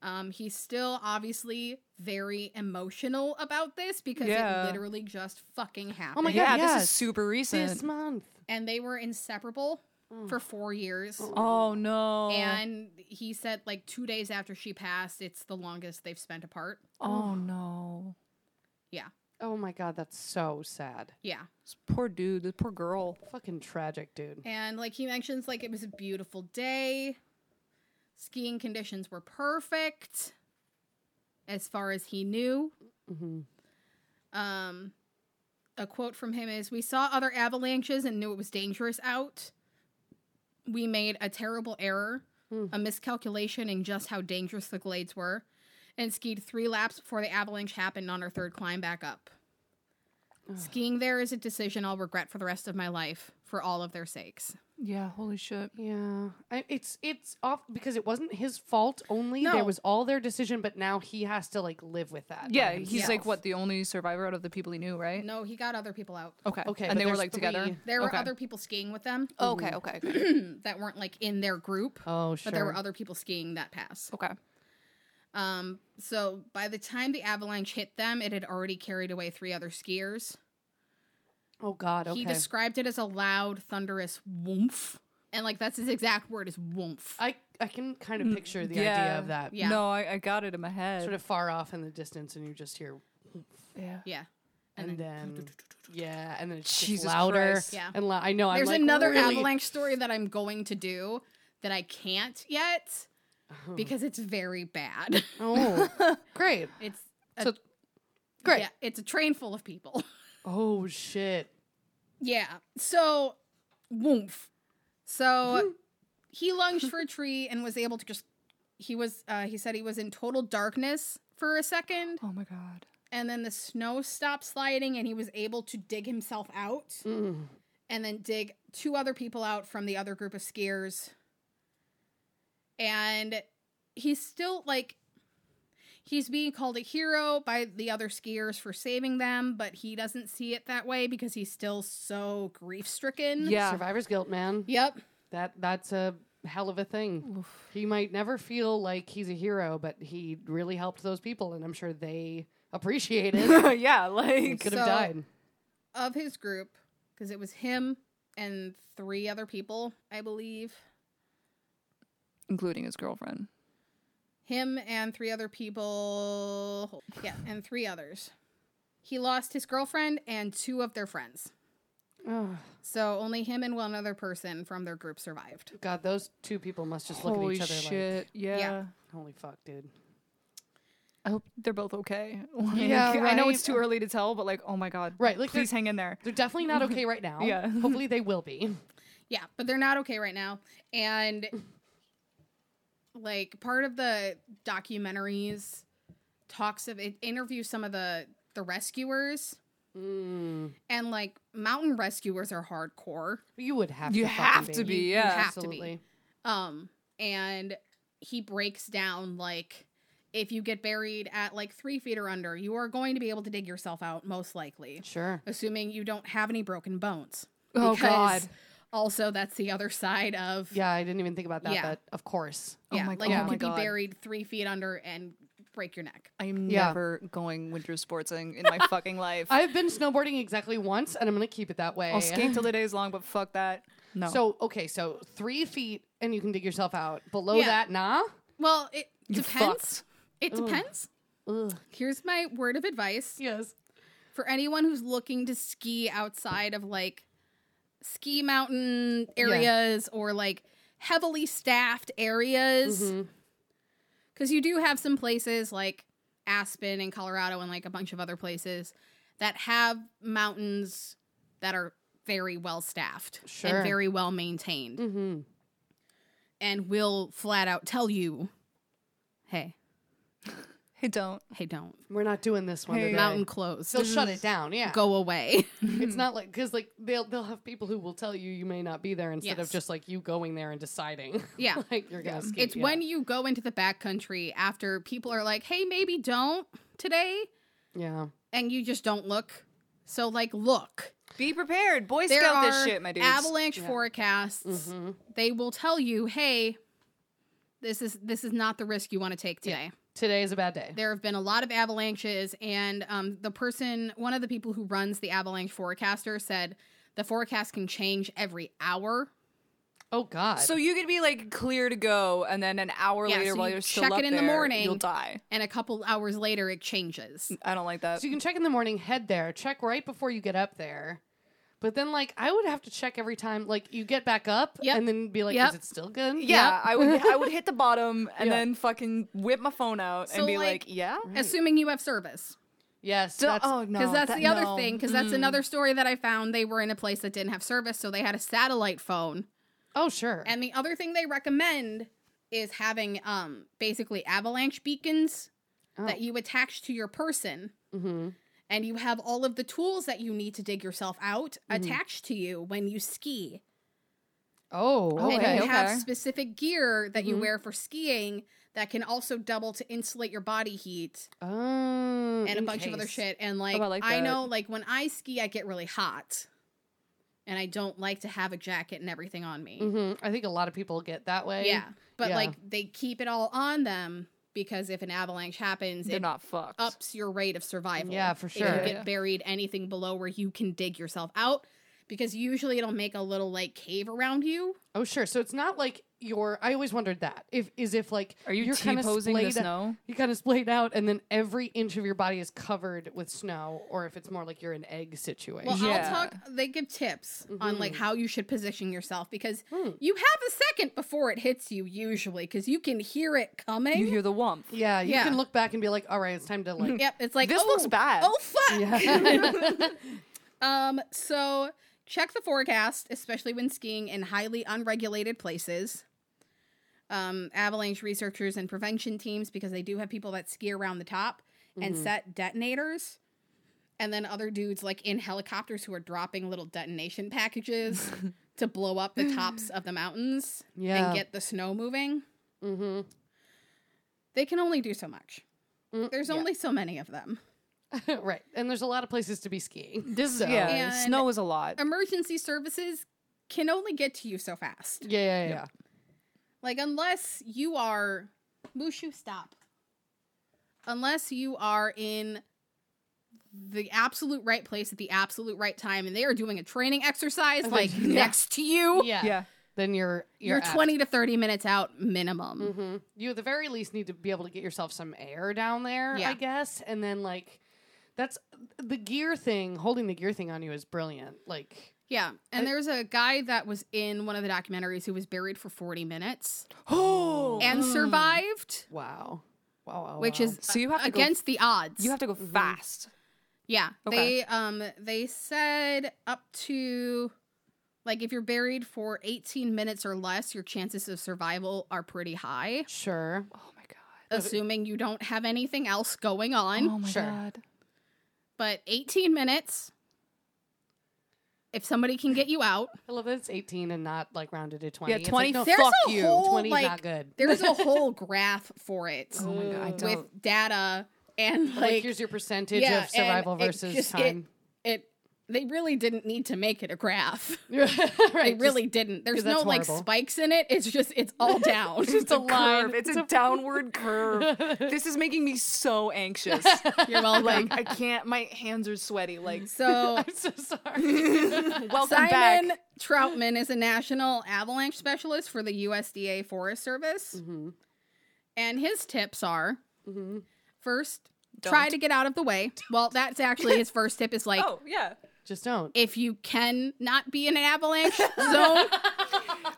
[SPEAKER 3] Um, he's still obviously very emotional about this because
[SPEAKER 1] Yeah.
[SPEAKER 3] it literally just fucking happened.
[SPEAKER 2] Oh my
[SPEAKER 1] yeah,
[SPEAKER 2] god,
[SPEAKER 1] this
[SPEAKER 2] yes.
[SPEAKER 1] is super recent.
[SPEAKER 2] This month.
[SPEAKER 3] And they were inseparable for four years.
[SPEAKER 1] oh no.
[SPEAKER 3] And he said, like, two days after she passed, it's the longest they've spent apart.
[SPEAKER 1] oh no.
[SPEAKER 3] Yeah.
[SPEAKER 2] Oh my god, that's so sad.
[SPEAKER 3] Yeah.
[SPEAKER 1] This poor dude. This poor girl.
[SPEAKER 2] Fucking tragic, dude.
[SPEAKER 3] And like he mentions, like it was a beautiful day. Skiing conditions were perfect, as far as he knew.
[SPEAKER 2] Mhm.
[SPEAKER 3] Um, a quote from him is, "We saw other avalanches and knew it was dangerous out. We made a terrible error, a miscalculation in just how dangerous the glades were, and skied three laps before the avalanche happened on our third climb back up." Skiing there is a decision I'll regret for the rest of my life, for all of their sakes.
[SPEAKER 1] Yeah. Holy shit.
[SPEAKER 2] Yeah, I, it's it's off because it wasn't his fault only. There
[SPEAKER 3] No.
[SPEAKER 2] was all their decision, but now he has to like live with that. by
[SPEAKER 1] Yeah. He's like
[SPEAKER 2] himself.
[SPEAKER 1] what the only survivor out of the people he knew, right?
[SPEAKER 3] No, he got other people out.
[SPEAKER 1] Okay.
[SPEAKER 2] Okay, but
[SPEAKER 1] And they were
[SPEAKER 2] there's
[SPEAKER 1] like together.
[SPEAKER 2] three.
[SPEAKER 3] There were
[SPEAKER 1] Okay.
[SPEAKER 3] other people skiing with them
[SPEAKER 1] Okay. Okay. Okay.
[SPEAKER 3] (clears throat) that weren't like in their group,
[SPEAKER 2] Oh sure. Oh.
[SPEAKER 3] but there were other people skiing that pass.
[SPEAKER 1] okay.
[SPEAKER 3] Um, so by the time the avalanche hit them, it had already carried away three other skiers.
[SPEAKER 2] oh god. Okay.
[SPEAKER 3] He described it as a loud, thunderous woomph, and like that's his exact word is woomph.
[SPEAKER 2] I I can kind of picture the idea
[SPEAKER 1] Mm, yeah.
[SPEAKER 2] of that.
[SPEAKER 3] Yeah.
[SPEAKER 1] No, I, I got it in my head.
[SPEAKER 2] Sort of far off in the distance, and you just hear,
[SPEAKER 1] yeah.
[SPEAKER 3] yeah.
[SPEAKER 2] and, then, yeah, and then it's just
[SPEAKER 1] Jesus
[SPEAKER 2] louder.
[SPEAKER 1] Christ.
[SPEAKER 3] Yeah.
[SPEAKER 2] And lou- I know.
[SPEAKER 3] There's
[SPEAKER 2] I'm like,
[SPEAKER 3] another
[SPEAKER 2] really?
[SPEAKER 3] avalanche story that I'm going to do that I can't yet
[SPEAKER 2] Uh-huh.
[SPEAKER 3] because it's very
[SPEAKER 2] (laughs)
[SPEAKER 3] bad.
[SPEAKER 2] (laughs) Oh, great.
[SPEAKER 3] It's
[SPEAKER 2] So great.
[SPEAKER 3] yeah, it's a train full of people.
[SPEAKER 2] Oh shit.
[SPEAKER 3] Yeah. So, woomph. So he lunged for a tree and was able to just. He was. Uh, he said he was in total darkness for a second,
[SPEAKER 1] Oh my god.
[SPEAKER 3] and then the snow stopped sliding, and he was able to dig himself out,
[SPEAKER 2] Mm.
[SPEAKER 3] and then dig two other people out from the other group of skiers. And he's still like. He's being called a hero by the other skiers for saving them, but he doesn't see it that way because he's still so grief stricken.
[SPEAKER 1] Yeah.
[SPEAKER 2] Survivor's guilt, man.
[SPEAKER 3] Yep.
[SPEAKER 2] That that's a hell of a thing. He might never feel like he's a hero, but he really helped those people, and I'm sure they appreciate
[SPEAKER 1] (laughs)
[SPEAKER 2] it.
[SPEAKER 1] yeah.
[SPEAKER 2] he
[SPEAKER 1] Like.
[SPEAKER 2] could have
[SPEAKER 3] So-
[SPEAKER 2] died.
[SPEAKER 3] Of his group, because it was him and three other people, I believe.
[SPEAKER 1] Including his girlfriend.
[SPEAKER 3] Him and three other people. Yeah, and three others. He lost his girlfriend and two of their friends.
[SPEAKER 2] Oh,
[SPEAKER 3] So only him and one other person from their group survived.
[SPEAKER 2] God, those two people must just look
[SPEAKER 1] Holy
[SPEAKER 2] at each other
[SPEAKER 1] shit. yeah.
[SPEAKER 3] Yeah.
[SPEAKER 2] like, "Holy fuck, dude."
[SPEAKER 1] I hope they're both okay. (laughs) Like,
[SPEAKER 2] Yeah,
[SPEAKER 1] I know it's
[SPEAKER 2] right.
[SPEAKER 1] too early to tell, but like, oh my god.
[SPEAKER 2] Right, like
[SPEAKER 1] Please
[SPEAKER 2] they're,
[SPEAKER 1] hang in there.
[SPEAKER 2] they're definitely not okay right now.
[SPEAKER 1] Yeah.
[SPEAKER 2] Hopefully they will be.
[SPEAKER 3] Yeah, but they're not okay right now. And like part of the documentaries talks of it interviews some of the the rescuers
[SPEAKER 2] Mm.
[SPEAKER 3] and like mountain rescuers are hardcore.
[SPEAKER 2] You would have
[SPEAKER 1] You
[SPEAKER 2] to. fucking
[SPEAKER 1] have to be, yeah.
[SPEAKER 3] have to be.
[SPEAKER 2] Absolutely.
[SPEAKER 3] Um, and he breaks down like if you get buried at like three feet or under, you are going to be able to dig yourself out, most likely, (laughs)
[SPEAKER 2] Sure.
[SPEAKER 3] assuming you don't have any broken bones.
[SPEAKER 1] Oh,
[SPEAKER 3] Because
[SPEAKER 1] God.
[SPEAKER 3] Also, that's the other side of
[SPEAKER 2] Yeah, I didn't even think about that,
[SPEAKER 3] Yeah.
[SPEAKER 2] but of course.
[SPEAKER 3] yeah,
[SPEAKER 1] oh my
[SPEAKER 3] like
[SPEAKER 1] god.
[SPEAKER 3] you
[SPEAKER 1] Oh my
[SPEAKER 3] could
[SPEAKER 1] god.
[SPEAKER 3] be buried three feet under and break your neck.
[SPEAKER 1] I'm
[SPEAKER 2] Yeah.
[SPEAKER 1] never going winter sportsing in
[SPEAKER 2] (laughs)
[SPEAKER 1] my fucking life.
[SPEAKER 2] I've been snowboarding exactly once, and I'm going to keep it that way.
[SPEAKER 1] I'll skate till the day is long, but fuck that. No.
[SPEAKER 2] (laughs) So okay, so three feet and you can dig yourself out. Below
[SPEAKER 3] Yeah.
[SPEAKER 2] that, nah.
[SPEAKER 3] Well, it
[SPEAKER 1] You
[SPEAKER 3] depends.
[SPEAKER 1] fucked.
[SPEAKER 3] It depends. Here's my word of advice.
[SPEAKER 2] Yes.
[SPEAKER 3] for anyone who's looking to ski outside of like ski mountain areas or like heavily staffed areas
[SPEAKER 2] Mm-hmm.
[SPEAKER 3] because you do have some places like aspen and colorado and like a bunch of other places that have mountains that are very well staffed
[SPEAKER 2] Sure.
[SPEAKER 3] and very well maintained
[SPEAKER 2] Mm-hmm.
[SPEAKER 3] and will flat out tell you hey
[SPEAKER 1] hey, don't.
[SPEAKER 3] hey don't
[SPEAKER 2] We're not doing this one.
[SPEAKER 1] Hey.
[SPEAKER 2] today.
[SPEAKER 3] (laughs) mountain close
[SPEAKER 2] They'll shut it down. Yeah. (laughs)
[SPEAKER 3] go away (laughs)
[SPEAKER 2] It's not like because like they'll they'll have people who will tell you you may not be there instead of
[SPEAKER 3] Yes.
[SPEAKER 2] just like you going there and deciding. (laughs)
[SPEAKER 3] Yeah.
[SPEAKER 2] like you're gonna skate.
[SPEAKER 3] It's
[SPEAKER 2] yeah.
[SPEAKER 3] when you go into the backcountry after people are like, hey, maybe don't today,
[SPEAKER 2] yeah.
[SPEAKER 3] and you just don't look. So, like, look.
[SPEAKER 1] Be prepared. Boy
[SPEAKER 3] There
[SPEAKER 1] Scout
[SPEAKER 3] are
[SPEAKER 1] this shit, my dudes. Mm-hmm.
[SPEAKER 3] avalanche forecasts. They will tell you, hey, This is this is not the risk you want to take today.
[SPEAKER 2] Today is a bad day.
[SPEAKER 3] There have been a lot of avalanches, and um, the person, one of the people who runs the avalanche forecaster, said the forecast can change every hour.
[SPEAKER 2] Oh God.
[SPEAKER 1] So you could be like clear to go, and then an hour
[SPEAKER 3] Yeah,
[SPEAKER 1] later,
[SPEAKER 3] so
[SPEAKER 1] while
[SPEAKER 3] you
[SPEAKER 1] you're still
[SPEAKER 3] check
[SPEAKER 1] up
[SPEAKER 3] it in the
[SPEAKER 1] there,
[SPEAKER 3] morning.
[SPEAKER 1] you'll die.
[SPEAKER 3] and a couple hours later it changes.
[SPEAKER 1] I don't like that.
[SPEAKER 2] So you can check in the morning, head there, check right before you get up there. But then, like, I would have to check every time, like, you get back up
[SPEAKER 3] Yep.
[SPEAKER 2] and then be like,
[SPEAKER 3] Yep.
[SPEAKER 2] is it still good?
[SPEAKER 1] yeah,
[SPEAKER 2] Yep.
[SPEAKER 1] I would. I
[SPEAKER 3] (laughs)
[SPEAKER 1] would hit the bottom and
[SPEAKER 2] Yeah.
[SPEAKER 1] then fucking whip my phone out
[SPEAKER 3] So,
[SPEAKER 1] and be
[SPEAKER 3] like,
[SPEAKER 1] like, "Yeah."
[SPEAKER 3] Assuming you have service.
[SPEAKER 2] Yes.
[SPEAKER 1] So-
[SPEAKER 2] That's,
[SPEAKER 1] oh no,
[SPEAKER 3] Because that's
[SPEAKER 1] that-
[SPEAKER 3] the other
[SPEAKER 1] no.
[SPEAKER 3] thing, because that's another story that I found. They were in a place that didn't have service, so they had a satellite phone.
[SPEAKER 2] oh, sure.
[SPEAKER 3] And the other thing they recommend is having um basically avalanche beacons
[SPEAKER 2] Oh.
[SPEAKER 3] that you attach to your person.
[SPEAKER 2] hmm
[SPEAKER 3] And you have all of the tools that you need to dig yourself out
[SPEAKER 1] Mm-hmm.
[SPEAKER 3] attached to you when you ski.
[SPEAKER 2] Oh,
[SPEAKER 1] Oh,
[SPEAKER 2] okay.
[SPEAKER 3] and you
[SPEAKER 1] okay. Mm-hmm.
[SPEAKER 3] have specific gear that you wear for skiing that can also double to insulate your body heat.
[SPEAKER 2] Oh,
[SPEAKER 3] and a
[SPEAKER 2] in
[SPEAKER 3] bunch of other
[SPEAKER 2] case.
[SPEAKER 3] shit. And like,
[SPEAKER 1] I like
[SPEAKER 3] I
[SPEAKER 1] that.
[SPEAKER 3] know, like when I ski, I get really hot, and I don't like to have a jacket and everything on me.
[SPEAKER 2] Mhm. I think a lot of people get that way.
[SPEAKER 3] Yeah, but
[SPEAKER 2] Yeah.
[SPEAKER 3] like they keep it all on them because if an avalanche happens,
[SPEAKER 1] They're
[SPEAKER 3] it
[SPEAKER 1] not fucked.
[SPEAKER 3] ups your rate of survival.
[SPEAKER 2] Yeah, for
[SPEAKER 3] If
[SPEAKER 2] sure.
[SPEAKER 3] you
[SPEAKER 1] Yeah.
[SPEAKER 3] get buried anything below where you can dig yourself out, because usually it'll make a little like cave around you.
[SPEAKER 2] Oh, sure. So it's not like you're. I always wondered that. If is if like
[SPEAKER 1] Are you
[SPEAKER 2] you're kinda
[SPEAKER 1] T-posing the
[SPEAKER 2] splayed-
[SPEAKER 1] snow?
[SPEAKER 2] You kind of splayed out, and then every inch of your body is covered with snow, or if it's more like you're an egg situation.
[SPEAKER 3] Well,
[SPEAKER 1] Yeah.
[SPEAKER 3] I'll talk. They give tips on like how you should position yourself because
[SPEAKER 2] Mm-hmm. Hmm.
[SPEAKER 3] you have a second before it hits you usually because you can hear it coming.
[SPEAKER 1] You hear the whomp.
[SPEAKER 2] yeah, you
[SPEAKER 3] yeah.
[SPEAKER 2] can look back and be like, all right, it's time to like.
[SPEAKER 3] Yep, it's like
[SPEAKER 1] This
[SPEAKER 3] oh,
[SPEAKER 1] looks bad.
[SPEAKER 3] Oh fuck.
[SPEAKER 2] Yeah.
[SPEAKER 3] (laughs)
[SPEAKER 2] (laughs)
[SPEAKER 3] Um, so check the forecast, especially when skiing in highly unregulated places. Um, avalanche researchers and prevention teams, because they do have people that ski around the top and
[SPEAKER 2] Mm-hmm.
[SPEAKER 3] set detonators, and then other dudes like in helicopters who are dropping little
[SPEAKER 2] (laughs)
[SPEAKER 3] detonation packages to blow up the tops of the mountains
[SPEAKER 2] Yeah.
[SPEAKER 3] and get the snow moving.
[SPEAKER 2] mm-hmm.
[SPEAKER 3] They can only do so much.
[SPEAKER 2] Mm,
[SPEAKER 3] There's
[SPEAKER 2] yeah.
[SPEAKER 3] only so many of them.
[SPEAKER 2] right, and there's a lot of places to be skiing.
[SPEAKER 1] This is
[SPEAKER 2] So-
[SPEAKER 1] yeah.
[SPEAKER 3] And-
[SPEAKER 1] snow is a lot.
[SPEAKER 3] Emergency services can only get to you so fast.
[SPEAKER 2] Yeah, yeah, yeah.
[SPEAKER 3] Like unless you are Mushu stop. Unless you are in the absolute right place at the absolute right time and they are doing a training exercise like
[SPEAKER 2] Yeah.
[SPEAKER 3] next to you,
[SPEAKER 2] yeah. yeah.
[SPEAKER 1] Yeah.
[SPEAKER 2] Then you're
[SPEAKER 3] you're,
[SPEAKER 2] you're,
[SPEAKER 3] 20 to 30 minutes out minimum.
[SPEAKER 2] Mm-hmm. You at the very least need to be able to get yourself some air down there, I
[SPEAKER 3] Yeah.
[SPEAKER 2] guess, and then like. That's the gear thing. Holding the gear thing on you is brilliant. Like,
[SPEAKER 3] Yeah. And there's a guy that was in one of the documentaries who was buried for
[SPEAKER 1] (gasps)
[SPEAKER 3] 40 minutes
[SPEAKER 1] Oh.
[SPEAKER 3] and survived,
[SPEAKER 2] wow, wow, wow
[SPEAKER 3] which
[SPEAKER 2] wow.
[SPEAKER 3] is
[SPEAKER 1] So you have to go-
[SPEAKER 3] against the odds.
[SPEAKER 1] you have to go fast.
[SPEAKER 3] Yeah.
[SPEAKER 1] Okay.
[SPEAKER 3] They um they said up to like if you're buried for 18 minutes or less, your chances of survival are pretty high,
[SPEAKER 2] sure.
[SPEAKER 1] Oh my god.
[SPEAKER 3] assuming you don't have anything else going on.
[SPEAKER 1] Oh my
[SPEAKER 2] Sure.
[SPEAKER 1] god.
[SPEAKER 3] But 18 minutes if somebody can get you out.
[SPEAKER 2] I love that it's 18 and not like rounded to 20. It's
[SPEAKER 1] 20
[SPEAKER 2] like, no,
[SPEAKER 3] There's
[SPEAKER 2] fuck
[SPEAKER 3] a
[SPEAKER 2] you.
[SPEAKER 3] whole,
[SPEAKER 2] 20
[SPEAKER 3] like-
[SPEAKER 2] not good. (laughs)
[SPEAKER 3] There's a whole graph for it
[SPEAKER 1] Oh my god. I don't.
[SPEAKER 3] (laughs) with data and
[SPEAKER 2] Like,
[SPEAKER 3] like,
[SPEAKER 2] here's your percentage
[SPEAKER 3] yeah,
[SPEAKER 2] of survival
[SPEAKER 3] and it
[SPEAKER 2] versus
[SPEAKER 3] just- it-
[SPEAKER 2] time.
[SPEAKER 3] it they really didn't need to make it a graph.
[SPEAKER 2] (laughs) right,
[SPEAKER 3] They really didn't. There's no
[SPEAKER 2] that's
[SPEAKER 3] like
[SPEAKER 2] horrible.
[SPEAKER 3] spikes in it. It's just it's all down.
[SPEAKER 1] It's a
[SPEAKER 2] line.
[SPEAKER 1] curve. It's a
[SPEAKER 3] (laughs)
[SPEAKER 1] downward curve. This is making me so anxious.
[SPEAKER 3] You're welcome.
[SPEAKER 1] (laughs) like I can't. My hands are sweaty. Like (laughs)
[SPEAKER 3] So
[SPEAKER 2] just- (laughs) I'm so
[SPEAKER 3] (laughs)
[SPEAKER 2] sorry.
[SPEAKER 1] welcome back.
[SPEAKER 3] Simon Troutman is a national avalanche specialist for the USDA Forest Service.
[SPEAKER 1] Mm-hmm.
[SPEAKER 2] Mhm.
[SPEAKER 3] And his tips are
[SPEAKER 2] Mhm.
[SPEAKER 3] 1st try to get out of the way. Well, that's
[SPEAKER 1] (laughs)
[SPEAKER 3] actually his first tip is like,
[SPEAKER 1] Oh yeah.
[SPEAKER 2] Just don't.
[SPEAKER 3] if you can not be in an
[SPEAKER 1] (laughs)
[SPEAKER 3] avalanche zone,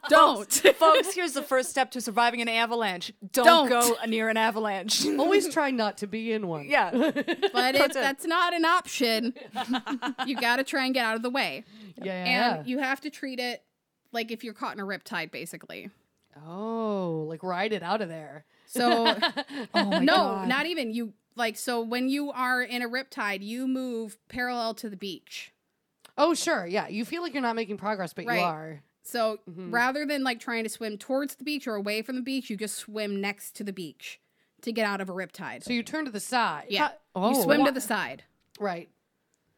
[SPEAKER 3] don't.
[SPEAKER 1] Oh, Folks, here's the first step to surviving an avalanche. Don't,
[SPEAKER 3] Don't.
[SPEAKER 1] go near an avalanche.
[SPEAKER 3] (laughs)
[SPEAKER 2] Always try not to be in one.
[SPEAKER 1] (laughs) yeah.
[SPEAKER 3] But if
[SPEAKER 1] That's it.
[SPEAKER 3] that's not
[SPEAKER 1] (laughs)
[SPEAKER 3] an option, you got to try and get out of the way.
[SPEAKER 2] Yeah, yeah.
[SPEAKER 3] And you have to treat it like if you're caught in a riptide, basically.
[SPEAKER 2] yeah. oh, like ride it out of there. (laughs)
[SPEAKER 3] So
[SPEAKER 1] Oh my
[SPEAKER 3] no,
[SPEAKER 1] god.
[SPEAKER 3] not even you. Like so, when you are in a riptide, you move parallel to the beach.
[SPEAKER 2] Oh, sure. Yeah. You feel like you're not making progress, but
[SPEAKER 3] Right.
[SPEAKER 2] you are.
[SPEAKER 3] So
[SPEAKER 2] Mm-hmm.
[SPEAKER 3] rather than like trying to swim towards the beach or away from the beach, you just swim next to the beach to get out of a riptide.
[SPEAKER 2] So you turn to the side.
[SPEAKER 3] yeah,
[SPEAKER 2] Oh,
[SPEAKER 3] you swim
[SPEAKER 2] wow.
[SPEAKER 3] to the side.
[SPEAKER 2] Right.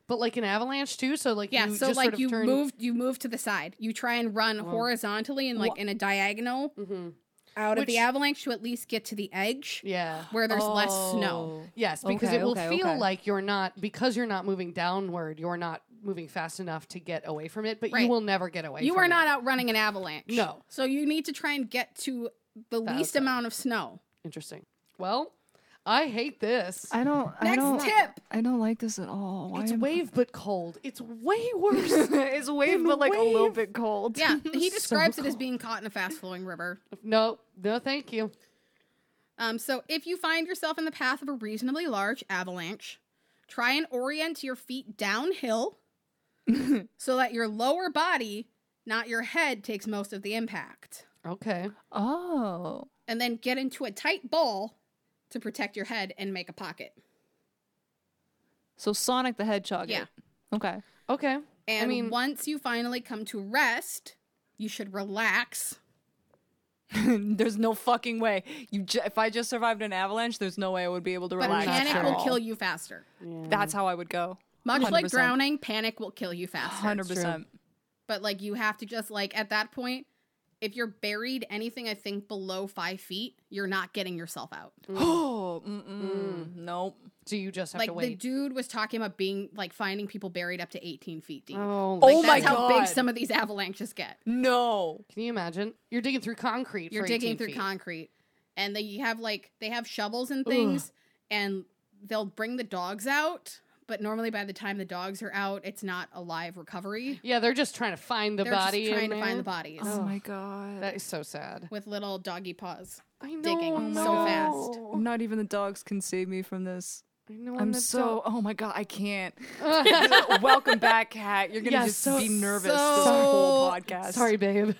[SPEAKER 2] But like an avalanche too. So like
[SPEAKER 3] Yeah,
[SPEAKER 2] you
[SPEAKER 3] so
[SPEAKER 2] just
[SPEAKER 3] like
[SPEAKER 2] sort of
[SPEAKER 3] you
[SPEAKER 2] turn-
[SPEAKER 3] move, you move to the side. You try and run horizontally and like in a diagonal. out of the
[SPEAKER 2] Mm-hmm. Which-
[SPEAKER 3] avalanche to at least get to the edge
[SPEAKER 2] Yeah. Oh.
[SPEAKER 3] where there's less snow.
[SPEAKER 2] Yes, because
[SPEAKER 1] Okay,
[SPEAKER 2] it will
[SPEAKER 1] okay,
[SPEAKER 2] feel
[SPEAKER 1] okay.
[SPEAKER 2] like you're not because you're not moving downward. You're not moving fast enough to get away from it, but
[SPEAKER 3] Right.
[SPEAKER 2] you will never get away.
[SPEAKER 3] You
[SPEAKER 2] from
[SPEAKER 3] are
[SPEAKER 2] it.
[SPEAKER 3] not out running an avalanche.
[SPEAKER 2] No.
[SPEAKER 3] So you need to try and get to the least
[SPEAKER 2] outside.
[SPEAKER 3] amount of snow.
[SPEAKER 2] interesting. Well, I hate this.
[SPEAKER 1] I don't. I
[SPEAKER 3] Next
[SPEAKER 1] don't,
[SPEAKER 3] tip.
[SPEAKER 1] I don't like this at all. Why
[SPEAKER 2] it's
[SPEAKER 1] am-
[SPEAKER 2] wave but cold. It's way
[SPEAKER 1] (laughs)
[SPEAKER 2] worse.
[SPEAKER 1] it's wave, but like a little bit cold.
[SPEAKER 2] (laughs)
[SPEAKER 3] Yeah, he
[SPEAKER 1] So
[SPEAKER 3] describes it as
[SPEAKER 1] cold.
[SPEAKER 3] being caught in a fast flowing river.
[SPEAKER 2] no, no, thank you.
[SPEAKER 3] Um, so if you find yourself in the path of a reasonably large avalanche, try and orient your
[SPEAKER 2] (laughs)
[SPEAKER 3] feet downhill so that your lower body, not your head, takes most of the impact.
[SPEAKER 2] Okay.
[SPEAKER 1] Oh.
[SPEAKER 3] And then get into a tight ball to protect your head and make a pocket.
[SPEAKER 1] So Sonic the Hedgehog.
[SPEAKER 3] Yeah.
[SPEAKER 1] it. Okay.
[SPEAKER 2] Okay.
[SPEAKER 3] And
[SPEAKER 2] I mean,
[SPEAKER 3] once you finally come to rest, you should relax.
[SPEAKER 1] (laughs) there's no fucking way. You. Ju- if I just survived an avalanche, there's no way I would be able to
[SPEAKER 3] But
[SPEAKER 1] relax.
[SPEAKER 3] panic
[SPEAKER 1] at
[SPEAKER 3] will
[SPEAKER 1] all.
[SPEAKER 3] kill you faster.
[SPEAKER 1] That's how I would go.
[SPEAKER 3] Much like
[SPEAKER 1] 100%.
[SPEAKER 3] drowning, panic will kill you faster.
[SPEAKER 1] Hundred percent.
[SPEAKER 3] But like you have to just like at that point, if you're buried anything I think below five feet, you're not getting yourself out.
[SPEAKER 1] (gasps) Oh. Mm-mm. Nope.
[SPEAKER 2] so you just have to
[SPEAKER 3] Like the
[SPEAKER 2] wait.
[SPEAKER 3] dude was talking about being like finding people buried up to 18 feet deep.
[SPEAKER 2] oh,
[SPEAKER 1] Oh
[SPEAKER 2] like,
[SPEAKER 1] my
[SPEAKER 3] That's how big
[SPEAKER 1] God.
[SPEAKER 3] some of these avalanches get.
[SPEAKER 1] No.
[SPEAKER 2] Can you imagine? You're digging through concrete.
[SPEAKER 3] You're
[SPEAKER 2] for
[SPEAKER 3] digging
[SPEAKER 2] 18
[SPEAKER 3] through
[SPEAKER 2] feet.
[SPEAKER 3] concrete, and they have like they have shovels and things, and they'll bring the dogs out. But normally, by the time the dogs are out, it's not a live recovery.
[SPEAKER 2] Yeah, they're just trying to find the
[SPEAKER 3] They're just
[SPEAKER 2] body. in
[SPEAKER 3] trying to find
[SPEAKER 2] there.
[SPEAKER 3] the bodies
[SPEAKER 1] Oh my god.
[SPEAKER 2] That is so sad.
[SPEAKER 3] with little doggy paws.
[SPEAKER 2] I know.
[SPEAKER 3] digging
[SPEAKER 1] so
[SPEAKER 2] no.
[SPEAKER 3] fast.
[SPEAKER 1] Not even the dogs can save me from this.
[SPEAKER 2] I know.
[SPEAKER 1] I'm
[SPEAKER 2] that's
[SPEAKER 1] so. Oh my god, I
[SPEAKER 2] (laughs)
[SPEAKER 1] can't. Welcome back, Kat. You're gonna
[SPEAKER 2] Yeah,
[SPEAKER 1] just
[SPEAKER 2] so-
[SPEAKER 1] be nervous this
[SPEAKER 2] so-
[SPEAKER 1] whole podcast.
[SPEAKER 2] Sorry, babe.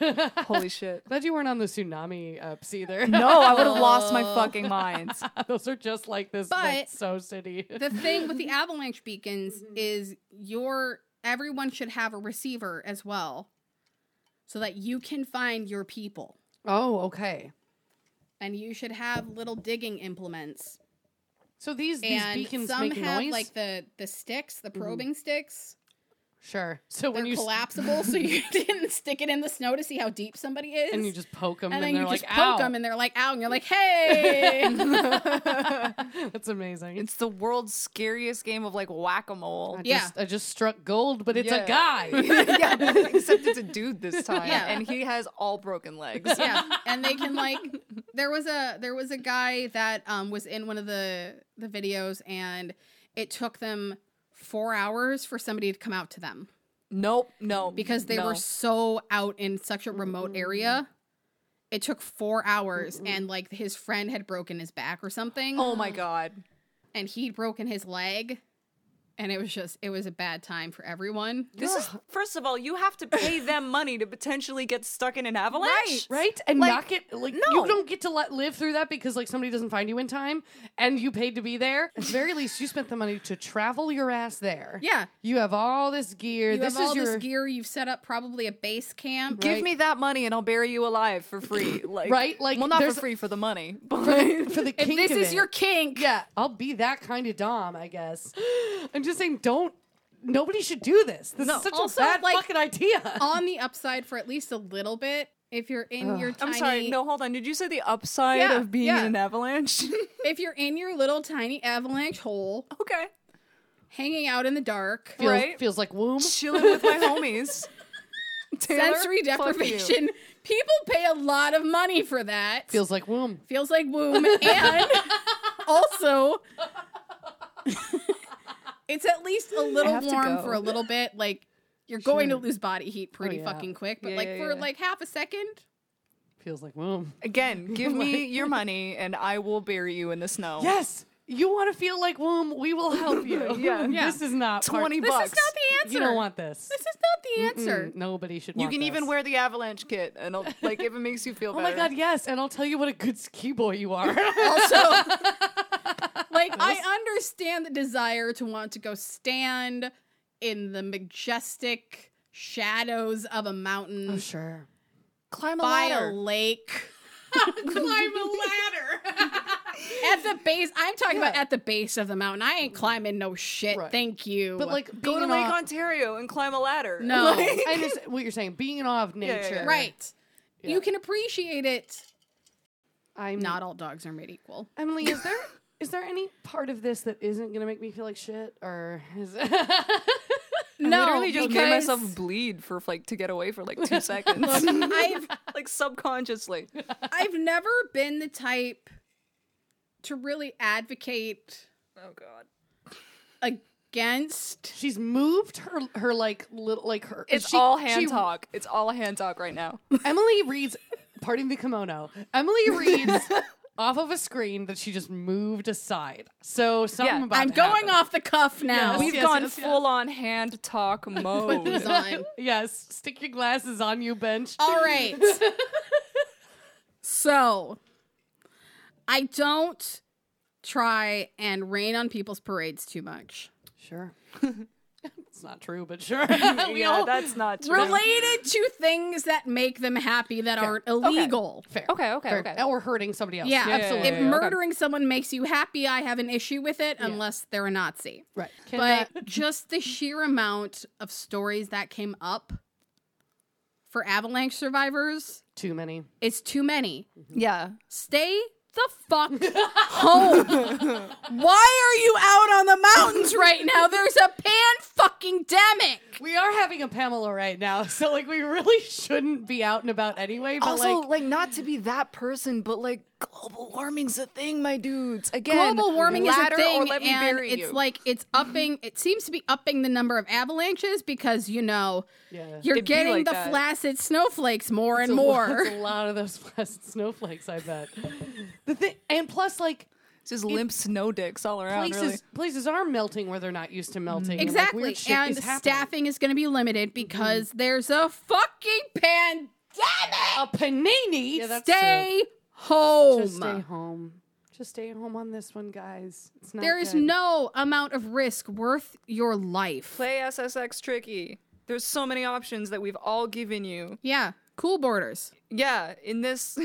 [SPEAKER 1] Holy shit.
[SPEAKER 2] (laughs) Glad you weren't on the tsunami ups
[SPEAKER 3] (laughs)
[SPEAKER 1] (laughs)
[SPEAKER 2] either. (laughs)
[SPEAKER 1] No, I would have lost
[SPEAKER 2] Oh.
[SPEAKER 1] my fucking mind.
[SPEAKER 2] Those are just like this.
[SPEAKER 3] But-
[SPEAKER 2] like, so city.
[SPEAKER 3] The thing with the avalanche beacons
[SPEAKER 2] Mm-hmm.
[SPEAKER 3] is your everyone should have a receiver as well, so that you can find your people.
[SPEAKER 2] (laughs) oh, okay.
[SPEAKER 3] And you should have little digging implements.
[SPEAKER 2] So these these
[SPEAKER 3] And
[SPEAKER 2] beacons
[SPEAKER 3] some
[SPEAKER 2] make
[SPEAKER 3] have
[SPEAKER 2] noise.
[SPEAKER 3] like the the sticks, the probing sticks.
[SPEAKER 2] sure. So
[SPEAKER 3] They're
[SPEAKER 2] when you s-
[SPEAKER 3] collapsible,
[SPEAKER 2] (laughs)
[SPEAKER 3] so you didn't stick it in the snow to see how deep somebody is.
[SPEAKER 2] and you just poke them
[SPEAKER 3] and
[SPEAKER 2] and,
[SPEAKER 3] then
[SPEAKER 2] they're
[SPEAKER 3] you
[SPEAKER 2] like
[SPEAKER 3] just poke
[SPEAKER 2] Ow.
[SPEAKER 3] them, and they're like, "Ow!" And you're
[SPEAKER 2] (laughs)
[SPEAKER 3] like, "Hey!"
[SPEAKER 2] That's amazing.
[SPEAKER 1] It's the world's scariest game of like whack a mole.
[SPEAKER 2] I
[SPEAKER 3] Yeah.
[SPEAKER 2] just, I just struck gold, but it's
[SPEAKER 1] Yeah.
[SPEAKER 2] a (laughs) guy.
[SPEAKER 1] (laughs) yeah, except it's a dude this time,
[SPEAKER 3] Yeah.
[SPEAKER 1] and he has all broken legs.
[SPEAKER 2] (laughs)
[SPEAKER 3] (laughs) yeah and they can (laughs) like there was a there was a guy that um was in one of the the videos and it took them four hours for somebody to come out to them
[SPEAKER 1] Nope, no,
[SPEAKER 3] because they
[SPEAKER 1] no.
[SPEAKER 3] were so out in such a remote area it took four hours and like his friend had broken his back or something
[SPEAKER 1] Oh my god.
[SPEAKER 3] and he'd broken his leg and it was just it was a bad time for everyone
[SPEAKER 1] This is first of all, you have to pay them money to potentially get stuck in an avalanche.
[SPEAKER 2] Right? And
[SPEAKER 1] Like,
[SPEAKER 2] not get like
[SPEAKER 1] no.
[SPEAKER 2] you don't get to let live through that because like somebody doesn't find you in time and you paid to be there. At the very least you spent the money to travel your ass there.
[SPEAKER 3] yeah
[SPEAKER 2] You have all this gear.
[SPEAKER 3] you
[SPEAKER 2] this
[SPEAKER 3] have all
[SPEAKER 2] is your
[SPEAKER 3] this gear you've set up probably a base camp
[SPEAKER 1] Give
[SPEAKER 2] Right.
[SPEAKER 1] me that money and I'll bury you alive for free. Like,
[SPEAKER 2] Right? Like,
[SPEAKER 1] well, not for
[SPEAKER 2] there's-
[SPEAKER 1] free for the
[SPEAKER 2] (laughs)
[SPEAKER 1] money, but
[SPEAKER 2] for the
[SPEAKER 3] if
[SPEAKER 2] kink
[SPEAKER 3] this
[SPEAKER 2] of
[SPEAKER 3] is
[SPEAKER 2] it.
[SPEAKER 3] your kink
[SPEAKER 2] Yeah, I'll be that kind of dom, I guess. I'm just saying don't nobody should do this. This
[SPEAKER 1] No.
[SPEAKER 2] is such
[SPEAKER 3] Also,
[SPEAKER 2] a bad
[SPEAKER 3] like,
[SPEAKER 2] fucking
[SPEAKER 3] (laughs)
[SPEAKER 2] idea.
[SPEAKER 3] on the upside for at least a little bit if you're in your tiny
[SPEAKER 1] I'm sorry. No, hold on. Did you say the upside
[SPEAKER 3] Yeah,
[SPEAKER 1] of being
[SPEAKER 3] yeah.
[SPEAKER 1] in an (laughs) avalanche?
[SPEAKER 3] if you're in your little tiny avalanche hole
[SPEAKER 1] okay.
[SPEAKER 3] hanging out in the dark
[SPEAKER 2] feels,
[SPEAKER 1] right?
[SPEAKER 2] feels like womb.
[SPEAKER 1] Chilling with (laughs) my homies. Taylor,
[SPEAKER 3] sensory
[SPEAKER 1] fuck you.
[SPEAKER 3] deprivation people pay a lot of money for that
[SPEAKER 2] Feels like womb.
[SPEAKER 3] Feels like womb and
[SPEAKER 1] (laughs)
[SPEAKER 3] also it's at least a
[SPEAKER 1] I
[SPEAKER 3] little
[SPEAKER 1] have to
[SPEAKER 3] warm
[SPEAKER 1] go. Oh,
[SPEAKER 3] for a little bit like you're going to lose body heat pretty
[SPEAKER 2] yeah.
[SPEAKER 3] fucking quick but
[SPEAKER 1] Yeah,
[SPEAKER 3] like
[SPEAKER 1] yeah,
[SPEAKER 3] for
[SPEAKER 1] yeah.
[SPEAKER 3] like half a second
[SPEAKER 2] Feels like womb.
[SPEAKER 1] Again, give (laughs) me your money and I will bury you in the snow.
[SPEAKER 2] Yes. You want to feel like womb? We will help
[SPEAKER 3] (laughs)
[SPEAKER 2] you. (laughs)
[SPEAKER 1] Yeah. Yeah.
[SPEAKER 2] This is not part-
[SPEAKER 1] 20
[SPEAKER 3] this
[SPEAKER 1] bucks.
[SPEAKER 3] is not the answer
[SPEAKER 2] You don't want this.
[SPEAKER 3] this is not the answer
[SPEAKER 2] Mm, Nobody should.
[SPEAKER 1] You
[SPEAKER 2] want
[SPEAKER 1] can even
[SPEAKER 2] this.
[SPEAKER 1] wear the avalanche kit, and I'll, like if it makes you feel (laughs)
[SPEAKER 2] Oh
[SPEAKER 1] better.
[SPEAKER 2] my god, yes! And I'll tell you what a good ski boy
[SPEAKER 1] (laughs)
[SPEAKER 2] you are.
[SPEAKER 3] also like i understand the desire to want to go stand in the majestic shadows of a
[SPEAKER 2] (laughs)
[SPEAKER 3] mountain
[SPEAKER 2] sure.
[SPEAKER 1] Climb a
[SPEAKER 3] by
[SPEAKER 1] ladder.
[SPEAKER 3] a lake climb a ladder (laughs) at the base i'm talking about at the base of the mountain i ain't climbing no shit
[SPEAKER 2] Right.
[SPEAKER 3] thank you
[SPEAKER 2] But like,
[SPEAKER 1] Go
[SPEAKER 2] being
[SPEAKER 1] to
[SPEAKER 2] in
[SPEAKER 1] Lake
[SPEAKER 2] awe-
[SPEAKER 1] (laughs) Ontario and climb a ladder.
[SPEAKER 3] No.
[SPEAKER 1] Like-
[SPEAKER 2] I understand what you're saying. Being in awe of
[SPEAKER 1] yeah,
[SPEAKER 2] nature,
[SPEAKER 1] yeah.
[SPEAKER 3] right
[SPEAKER 2] Yeah. Mm.
[SPEAKER 3] you can appreciate it
[SPEAKER 2] I'm
[SPEAKER 3] Not all dogs are made equal.
[SPEAKER 2] Emily,
[SPEAKER 1] (laughs)
[SPEAKER 2] is there is there any part of this that isn't gonna make me feel like shit, or is (laughs)
[SPEAKER 1] I
[SPEAKER 3] No,
[SPEAKER 1] literally just made
[SPEAKER 3] because-
[SPEAKER 1] myself bleed for like to get away for (laughs) like two seconds,
[SPEAKER 3] I've
[SPEAKER 1] (laughs) like subconsciously.
[SPEAKER 3] I've never been the type to really advocate
[SPEAKER 1] Oh god.
[SPEAKER 3] against
[SPEAKER 2] she's moved her her like little like her?
[SPEAKER 1] It's
[SPEAKER 2] she-
[SPEAKER 1] all hand (laughs)
[SPEAKER 2] she-
[SPEAKER 1] talk. It's all hand talk right now.
[SPEAKER 2] Emily reads, pardon the kimono.
[SPEAKER 1] (laughs)
[SPEAKER 2] Emily reads off of a screen that she just moved aside. So something
[SPEAKER 1] Yeah,
[SPEAKER 2] about
[SPEAKER 3] I'm
[SPEAKER 2] to
[SPEAKER 3] going
[SPEAKER 2] happen.
[SPEAKER 3] off the cuff now.
[SPEAKER 1] We've
[SPEAKER 2] yes,
[SPEAKER 1] gone
[SPEAKER 2] yes, yes.
[SPEAKER 1] full on hand (laughs) talk
[SPEAKER 3] These
[SPEAKER 1] mode.
[SPEAKER 3] on.
[SPEAKER 2] Yes, stick your glasses on you, bench.
[SPEAKER 3] All right. so, I don't try and rain on people's parades too much.
[SPEAKER 2] Sure. (laughs) it's not true, but (laughs) sure. we
[SPEAKER 1] yeah,
[SPEAKER 2] all
[SPEAKER 1] that's not true.
[SPEAKER 3] Related to things that make them happy that aren't illegal.
[SPEAKER 2] fair. (laughs)
[SPEAKER 1] Okay, okay, Oh.
[SPEAKER 2] fair.
[SPEAKER 1] okay.
[SPEAKER 2] Or hurting somebody else.
[SPEAKER 3] Yeah,
[SPEAKER 1] Yeah,
[SPEAKER 3] absolutely.
[SPEAKER 1] yeah,
[SPEAKER 3] if
[SPEAKER 1] yeah, okay.
[SPEAKER 3] murdering someone makes you happy, I have an issue with it unless they're a Nazi.
[SPEAKER 2] Right. Can
[SPEAKER 3] but
[SPEAKER 1] (laughs)
[SPEAKER 2] that-
[SPEAKER 3] just the sheer amount of stories that came up for avalanche survivors
[SPEAKER 2] too many.
[SPEAKER 3] is too many.
[SPEAKER 1] Yeah.
[SPEAKER 3] Stay the fuck
[SPEAKER 1] (laughs)
[SPEAKER 3] home. Why are you out on the mountains right now? There's a pan fucking demic.
[SPEAKER 2] We are having a Pamela right now, (laughs) so like we really shouldn't be out and about anyway. But
[SPEAKER 1] also,
[SPEAKER 2] like,
[SPEAKER 1] like, not to be that person, but like global warming's a thing, my dudes. Again,
[SPEAKER 3] Global warming is a
[SPEAKER 1] ladder
[SPEAKER 3] thing,
[SPEAKER 1] Or let me
[SPEAKER 3] and
[SPEAKER 1] bury
[SPEAKER 3] it's
[SPEAKER 1] you.
[SPEAKER 3] like it's upping. It seems to be upping the number of avalanches because you know
[SPEAKER 2] yeah.
[SPEAKER 3] you're
[SPEAKER 1] It'd be
[SPEAKER 3] getting
[SPEAKER 1] like
[SPEAKER 3] the
[SPEAKER 1] that.
[SPEAKER 3] flaccid snowflakes more
[SPEAKER 1] (laughs)
[SPEAKER 2] It's
[SPEAKER 3] and
[SPEAKER 2] a lo-
[SPEAKER 3] more.
[SPEAKER 2] it's a lot of those (laughs) plastic snowflakes, I (laughs) bet. The thing, and plus, like
[SPEAKER 1] It's just limp snow dicks all around.
[SPEAKER 2] places,
[SPEAKER 1] really.
[SPEAKER 2] places are melting where they're not used to melting. and, like,
[SPEAKER 3] Exactly.
[SPEAKER 2] weird shit
[SPEAKER 3] and
[SPEAKER 2] is happening. Mm-hmm.
[SPEAKER 3] staffing is going to be limited because there's a fucking pandemic.
[SPEAKER 2] a panini.
[SPEAKER 3] Stay home.
[SPEAKER 2] Just stay home. Just stay home on this one, guys. It's not.
[SPEAKER 3] There is
[SPEAKER 2] good.
[SPEAKER 3] no amount of risk worth your life.
[SPEAKER 1] Play SSX Tricky. There's so many options that we've all given you.
[SPEAKER 3] Yeah. Cool borders.
[SPEAKER 1] Yeah, in (laughs) this.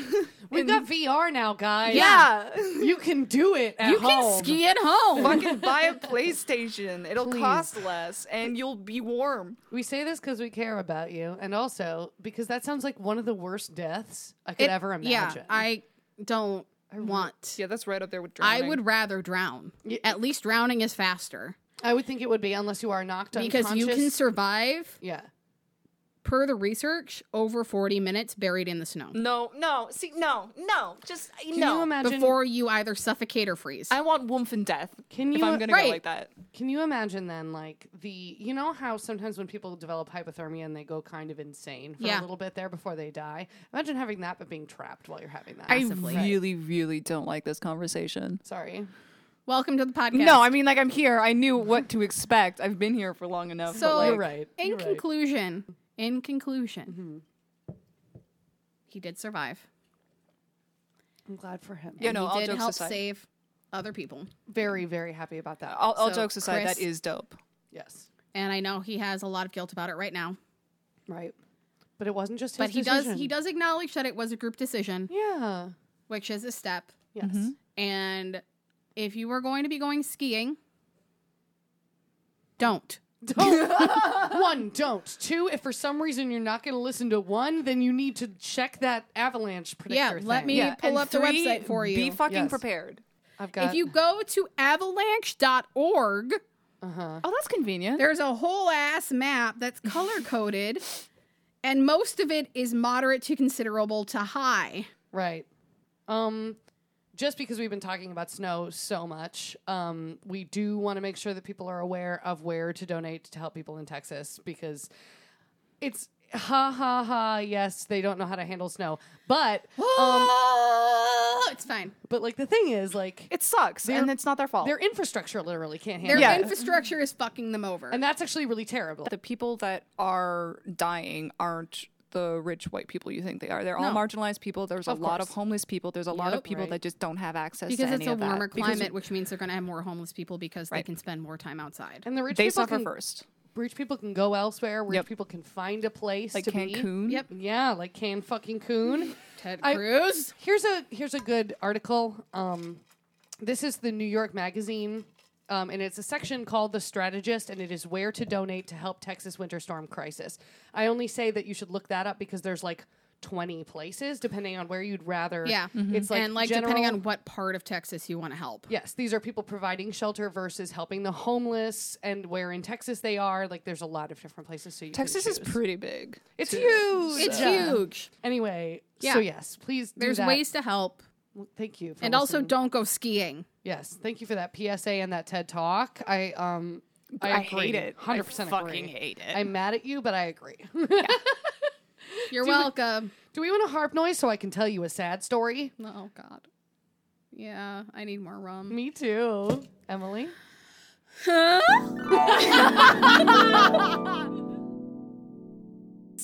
[SPEAKER 2] We've got VR now, guys.
[SPEAKER 1] yeah.
[SPEAKER 2] (laughs) you can do it at
[SPEAKER 3] You
[SPEAKER 2] home.
[SPEAKER 3] can ski at home.
[SPEAKER 1] Fucking buy a PlayStation. It'll cost less and you'll be warm.
[SPEAKER 2] We say this because we care about you, and also because that sounds like one of the worst deaths I could
[SPEAKER 3] It-
[SPEAKER 2] ever
[SPEAKER 3] Yeah.
[SPEAKER 2] imagine.
[SPEAKER 3] I don't want.
[SPEAKER 1] Yeah, that's right up there with
[SPEAKER 3] I
[SPEAKER 1] drowning.
[SPEAKER 3] would rather drown. At least drowning is faster
[SPEAKER 2] I would think it would be unless you are knocked
[SPEAKER 3] because you
[SPEAKER 2] unconscious.
[SPEAKER 3] can survive,
[SPEAKER 2] yeah.
[SPEAKER 3] per the research, over 40 minutes buried in the snow
[SPEAKER 1] No, no. See, no, no. Just,
[SPEAKER 2] Can
[SPEAKER 1] no.
[SPEAKER 2] you imagine?
[SPEAKER 3] before you either suffocate or freeze.
[SPEAKER 1] I want Woomph and Death.
[SPEAKER 2] Can
[SPEAKER 1] if
[SPEAKER 2] you-
[SPEAKER 1] I'm gonna
[SPEAKER 3] right.
[SPEAKER 1] go like that.
[SPEAKER 2] Can you imagine then, like the you know how sometimes when people develop hypothermia and they go kind of insane for
[SPEAKER 3] Yeah.
[SPEAKER 2] a little bit there before they die? Imagine having that, but being trapped while you're having that.
[SPEAKER 1] I really, really don't like this conversation.
[SPEAKER 2] Sorry.
[SPEAKER 3] Welcome to the podcast.
[SPEAKER 1] No, I mean like I'm here. I knew what to expect. I've been here for long enough.
[SPEAKER 3] So-
[SPEAKER 1] but, like,
[SPEAKER 2] You're right.
[SPEAKER 3] In
[SPEAKER 2] You're right.
[SPEAKER 3] conclusion, in conclusion,
[SPEAKER 1] Mm-hmm.
[SPEAKER 3] he did survive.
[SPEAKER 2] I'm glad for him.
[SPEAKER 1] you
[SPEAKER 3] And
[SPEAKER 1] know,
[SPEAKER 3] he
[SPEAKER 1] all
[SPEAKER 3] did
[SPEAKER 1] jokes
[SPEAKER 3] help
[SPEAKER 1] aside,
[SPEAKER 3] save other people.
[SPEAKER 2] Very, very happy about that.
[SPEAKER 1] all, all
[SPEAKER 3] So,
[SPEAKER 1] jokes aside,
[SPEAKER 3] Chris-
[SPEAKER 1] that is dope.
[SPEAKER 2] yes.
[SPEAKER 3] And I know he has a lot of guilt about it right now,
[SPEAKER 2] Right. But it wasn't just his
[SPEAKER 3] but he
[SPEAKER 2] decision.
[SPEAKER 3] does he does acknowledge that it was a group decision,
[SPEAKER 2] Yeah.
[SPEAKER 3] which is a step. Mm-hmm.
[SPEAKER 2] Yes.
[SPEAKER 3] And if you were going to be going skiing, don't.
[SPEAKER 2] Don't (laughs) one, don't. Two, if for some reason you're not gonna listen to one, then you need to check that avalanche predictor.
[SPEAKER 3] Yeah, let
[SPEAKER 2] thing.
[SPEAKER 3] me- Yeah, pull
[SPEAKER 1] and
[SPEAKER 3] up the
[SPEAKER 1] three,
[SPEAKER 3] website for
[SPEAKER 1] Be
[SPEAKER 3] you.
[SPEAKER 1] fucking
[SPEAKER 2] Yes.
[SPEAKER 1] prepared.
[SPEAKER 2] I've got
[SPEAKER 3] if you go to avalanche.org,
[SPEAKER 2] uh huh.
[SPEAKER 1] Oh, that's convenient.
[SPEAKER 3] there's a whole ass map that's color coded, and most of it is moderate to considerable to high.
[SPEAKER 2] Right. Um just because we've been talking about snow so much, um, we do want to make sure that people are aware of where to donate to help people in Texas because it's ha ha ha. Yes, they don't know how to handle snow, but (gasps) um,
[SPEAKER 3] Oh, it's fine.
[SPEAKER 2] but like the thing is, like
[SPEAKER 1] it sucks, and it's not their fault.
[SPEAKER 2] their infrastructure literally can't
[SPEAKER 3] Their
[SPEAKER 2] handle
[SPEAKER 1] Yeah.
[SPEAKER 2] it,
[SPEAKER 3] infrastructure is fucking them over.
[SPEAKER 2] and that's actually really terrible.
[SPEAKER 1] the people that are dying aren't the rich white people you think they are. They're all
[SPEAKER 3] No.
[SPEAKER 1] marginalized people. There's a lot of
[SPEAKER 2] course.
[SPEAKER 1] homeless people. There's a lot
[SPEAKER 2] Yep,
[SPEAKER 1] of people
[SPEAKER 2] right.
[SPEAKER 1] that just don't have access
[SPEAKER 3] because
[SPEAKER 1] to
[SPEAKER 3] it's
[SPEAKER 1] any
[SPEAKER 3] a
[SPEAKER 1] of that.
[SPEAKER 3] warmer
[SPEAKER 1] Because
[SPEAKER 3] climate, which means they're going to have more homeless people because they can spend more time outside.
[SPEAKER 2] And the rich
[SPEAKER 1] They
[SPEAKER 2] people
[SPEAKER 1] suffer
[SPEAKER 2] can,
[SPEAKER 1] first,
[SPEAKER 2] Rich people can go elsewhere. Rich
[SPEAKER 1] Yep.
[SPEAKER 2] people can find a place
[SPEAKER 1] like
[SPEAKER 2] to
[SPEAKER 1] Cancun.
[SPEAKER 3] Yep.
[SPEAKER 2] Be. Yeah, like can
[SPEAKER 1] (laughs)
[SPEAKER 2] fucking coon.
[SPEAKER 3] Ted
[SPEAKER 2] I-
[SPEAKER 3] Cruz.
[SPEAKER 2] Here's a here's a good article. Um, this is the New York Magazine, um, and it's a section called "The Strategist," and it is where to donate to help Texas winter storm crisis. I only say that you should look that up because there's like 20 places, depending on where you'd rather.
[SPEAKER 3] Yeah.
[SPEAKER 1] Mm-hmm.
[SPEAKER 2] It's like
[SPEAKER 3] and like depending
[SPEAKER 2] general-
[SPEAKER 3] on what part of Texas you want to help.
[SPEAKER 2] Yes, these are people providing shelter versus helping the homeless, and where in Texas they are. Like, there's a lot of different places. So you can
[SPEAKER 1] Texas is
[SPEAKER 2] choose.
[SPEAKER 1] pretty big.
[SPEAKER 2] it's
[SPEAKER 1] too.
[SPEAKER 2] huge.
[SPEAKER 3] It's
[SPEAKER 2] Yeah.
[SPEAKER 3] huge.
[SPEAKER 2] Anyway,
[SPEAKER 3] Yeah.
[SPEAKER 2] so yes, please. do
[SPEAKER 3] There's
[SPEAKER 2] that.
[SPEAKER 3] ways to help.
[SPEAKER 2] Well, Thank you. for
[SPEAKER 3] And also
[SPEAKER 2] listening.
[SPEAKER 3] don't go skiing.
[SPEAKER 2] Yes, thank you for that PSA and that TED talk. I um I,
[SPEAKER 1] I
[SPEAKER 2] agree.
[SPEAKER 1] hate it. I
[SPEAKER 2] Hundred percent
[SPEAKER 1] fucking
[SPEAKER 2] agree.
[SPEAKER 1] hate it.
[SPEAKER 2] I'm mad at you, but I agree. (laughs)
[SPEAKER 3] You're welcome.
[SPEAKER 2] Do we want a harp noise so I can tell you a sad story?
[SPEAKER 3] oh god. Yeah, I need more rum.
[SPEAKER 2] Me too, Emily.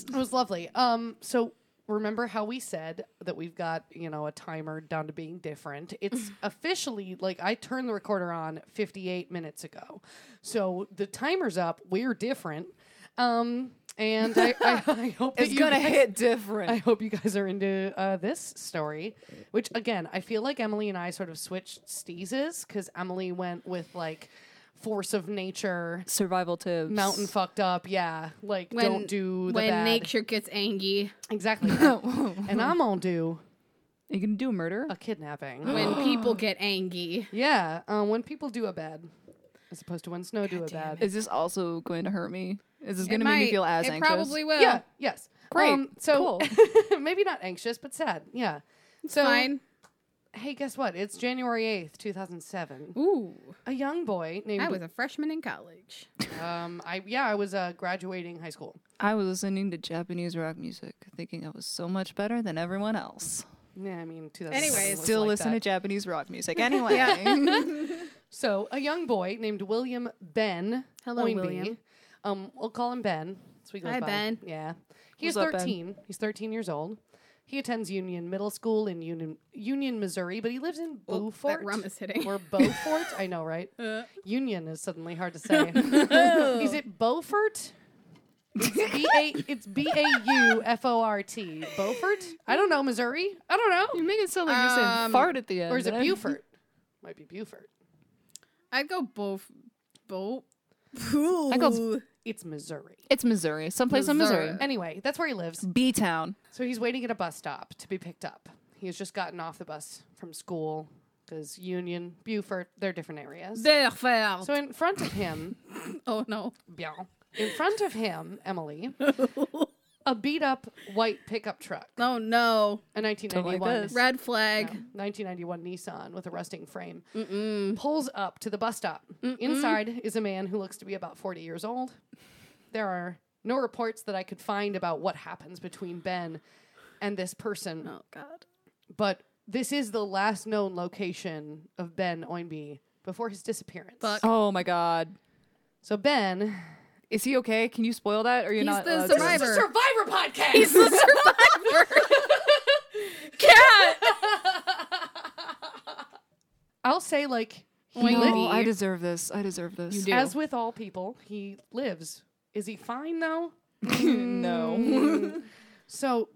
[SPEAKER 2] It was lovely. Um, so remember how we said that we've got you know a timer down to being different. (laughs) It's officially like I turned the recorder on 58 minutes ago, so the timer's up. We're different, um, and I, I, (laughs) I hope that
[SPEAKER 1] it's
[SPEAKER 2] you
[SPEAKER 1] gonna
[SPEAKER 2] guys-
[SPEAKER 1] hit different.
[SPEAKER 2] I hope you guys are into uh, this story, which again, I feel like Emily and I sort of switched steezes because Emily went with like force of nature,
[SPEAKER 1] Survival tips.
[SPEAKER 2] mountain fucked up, yeah, like
[SPEAKER 3] When-
[SPEAKER 2] don't do the
[SPEAKER 3] when Oh.
[SPEAKER 2] bad.
[SPEAKER 3] nature gets angry, (laughs)
[SPEAKER 2] exactly. and I'm gonna do
[SPEAKER 1] you can do murder.
[SPEAKER 2] a kidnapping.
[SPEAKER 3] (gasps) when
[SPEAKER 2] (gasps)
[SPEAKER 3] people get angry.
[SPEAKER 2] yeah, um, when people do a bad, as opposed to when snow do a bad.
[SPEAKER 1] Is this also going to hurt me? Is this going
[SPEAKER 3] It
[SPEAKER 1] to make me
[SPEAKER 3] might-
[SPEAKER 1] feel as
[SPEAKER 3] it
[SPEAKER 1] anxious?
[SPEAKER 3] probably will.
[SPEAKER 2] Yeah. Yes. Um,
[SPEAKER 1] Great.
[SPEAKER 2] so (laughs) maybe not anxious, but sad. Yeah. So
[SPEAKER 3] Fine.
[SPEAKER 2] hey, guess what? It's January eighth, two thousand seven.
[SPEAKER 3] Ooh.
[SPEAKER 2] A young boy named
[SPEAKER 3] I was a freshman
[SPEAKER 2] (laughs)
[SPEAKER 3] in college.
[SPEAKER 2] Um, I yeah, I was uh, graduating high school.
[SPEAKER 1] I was listening to Japanese rock music, thinking I was so much better than everyone else.
[SPEAKER 2] Yeah, I mean, 2000
[SPEAKER 3] Anyways.
[SPEAKER 2] was
[SPEAKER 1] Still
[SPEAKER 2] like
[SPEAKER 1] listen to
[SPEAKER 2] that.
[SPEAKER 1] Japanese rock music anyway. (laughs)
[SPEAKER 2] so a young boy named William Ben.
[SPEAKER 3] Hello,
[SPEAKER 2] Oinby.
[SPEAKER 3] William.
[SPEAKER 2] Um, we'll call him Ben. That's what he goes
[SPEAKER 3] Hi,
[SPEAKER 2] by.
[SPEAKER 3] Ben.
[SPEAKER 2] Yeah, he's
[SPEAKER 1] What's up, Ben?
[SPEAKER 2] thirteen. He's thirteen years old. He attends Union Middle School in Union, Union, Missouri, but he lives in Beaufort.
[SPEAKER 3] that rum is hitting.
[SPEAKER 2] Or Beaufort, I
[SPEAKER 1] (laughs)
[SPEAKER 2] know, right?
[SPEAKER 1] Uh.
[SPEAKER 2] Union is suddenly hard to say.
[SPEAKER 1] Oh.
[SPEAKER 2] is it Beaufort? It's B A U F O R T. Beaufort? I don't know, Missouri. I don't know.
[SPEAKER 1] you make it sound like
[SPEAKER 5] Uh,
[SPEAKER 1] you're saying
[SPEAKER 3] Um,
[SPEAKER 1] fart at the end.
[SPEAKER 2] Or is it
[SPEAKER 1] and I-
[SPEAKER 2] Beaufort? Might be Beaufort.
[SPEAKER 3] I'd go both. Both.
[SPEAKER 1] I go,
[SPEAKER 2] It's Missouri.
[SPEAKER 1] it's Missouri. Someplace in Missouri.
[SPEAKER 3] Missouri.
[SPEAKER 2] Anyway, that's where he lives.
[SPEAKER 1] B Town.
[SPEAKER 2] So he's waiting at a bus stop to be picked up. He has just gotten off the bus from school because Union, Beaufort, they're different areas.
[SPEAKER 3] There, fair.
[SPEAKER 2] So in front of him,
[SPEAKER 3] oh no.
[SPEAKER 2] bien, in front of him, Emily, a beat up white pickup truck,
[SPEAKER 3] Oh no.
[SPEAKER 2] a 1991
[SPEAKER 1] this.
[SPEAKER 3] Red flag.
[SPEAKER 2] 1991 Nissan with a rusting frame pulls up to the bus stop. Inside is a man who looks to be about 40 years old. There are no reports that I could find about what happens between Ben and this person,
[SPEAKER 3] Oh god.
[SPEAKER 2] but this is the last known location of Ben Oinby before his disappearance.
[SPEAKER 3] Fuck.
[SPEAKER 1] Oh my God.
[SPEAKER 2] So Ben,
[SPEAKER 1] Is he okay? Can you spoil that? Or you're
[SPEAKER 3] He's
[SPEAKER 1] not
[SPEAKER 3] the
[SPEAKER 1] allowed to?
[SPEAKER 3] survivor.
[SPEAKER 2] Survivor podcast. (laughs)
[SPEAKER 3] Cat.
[SPEAKER 2] I'll say like he
[SPEAKER 3] Oinby.
[SPEAKER 2] lived-
[SPEAKER 1] No, I deserve this. I deserve this.
[SPEAKER 3] You do.
[SPEAKER 2] as with all people, he lives. Is he fine though?
[SPEAKER 1] no.
[SPEAKER 2] So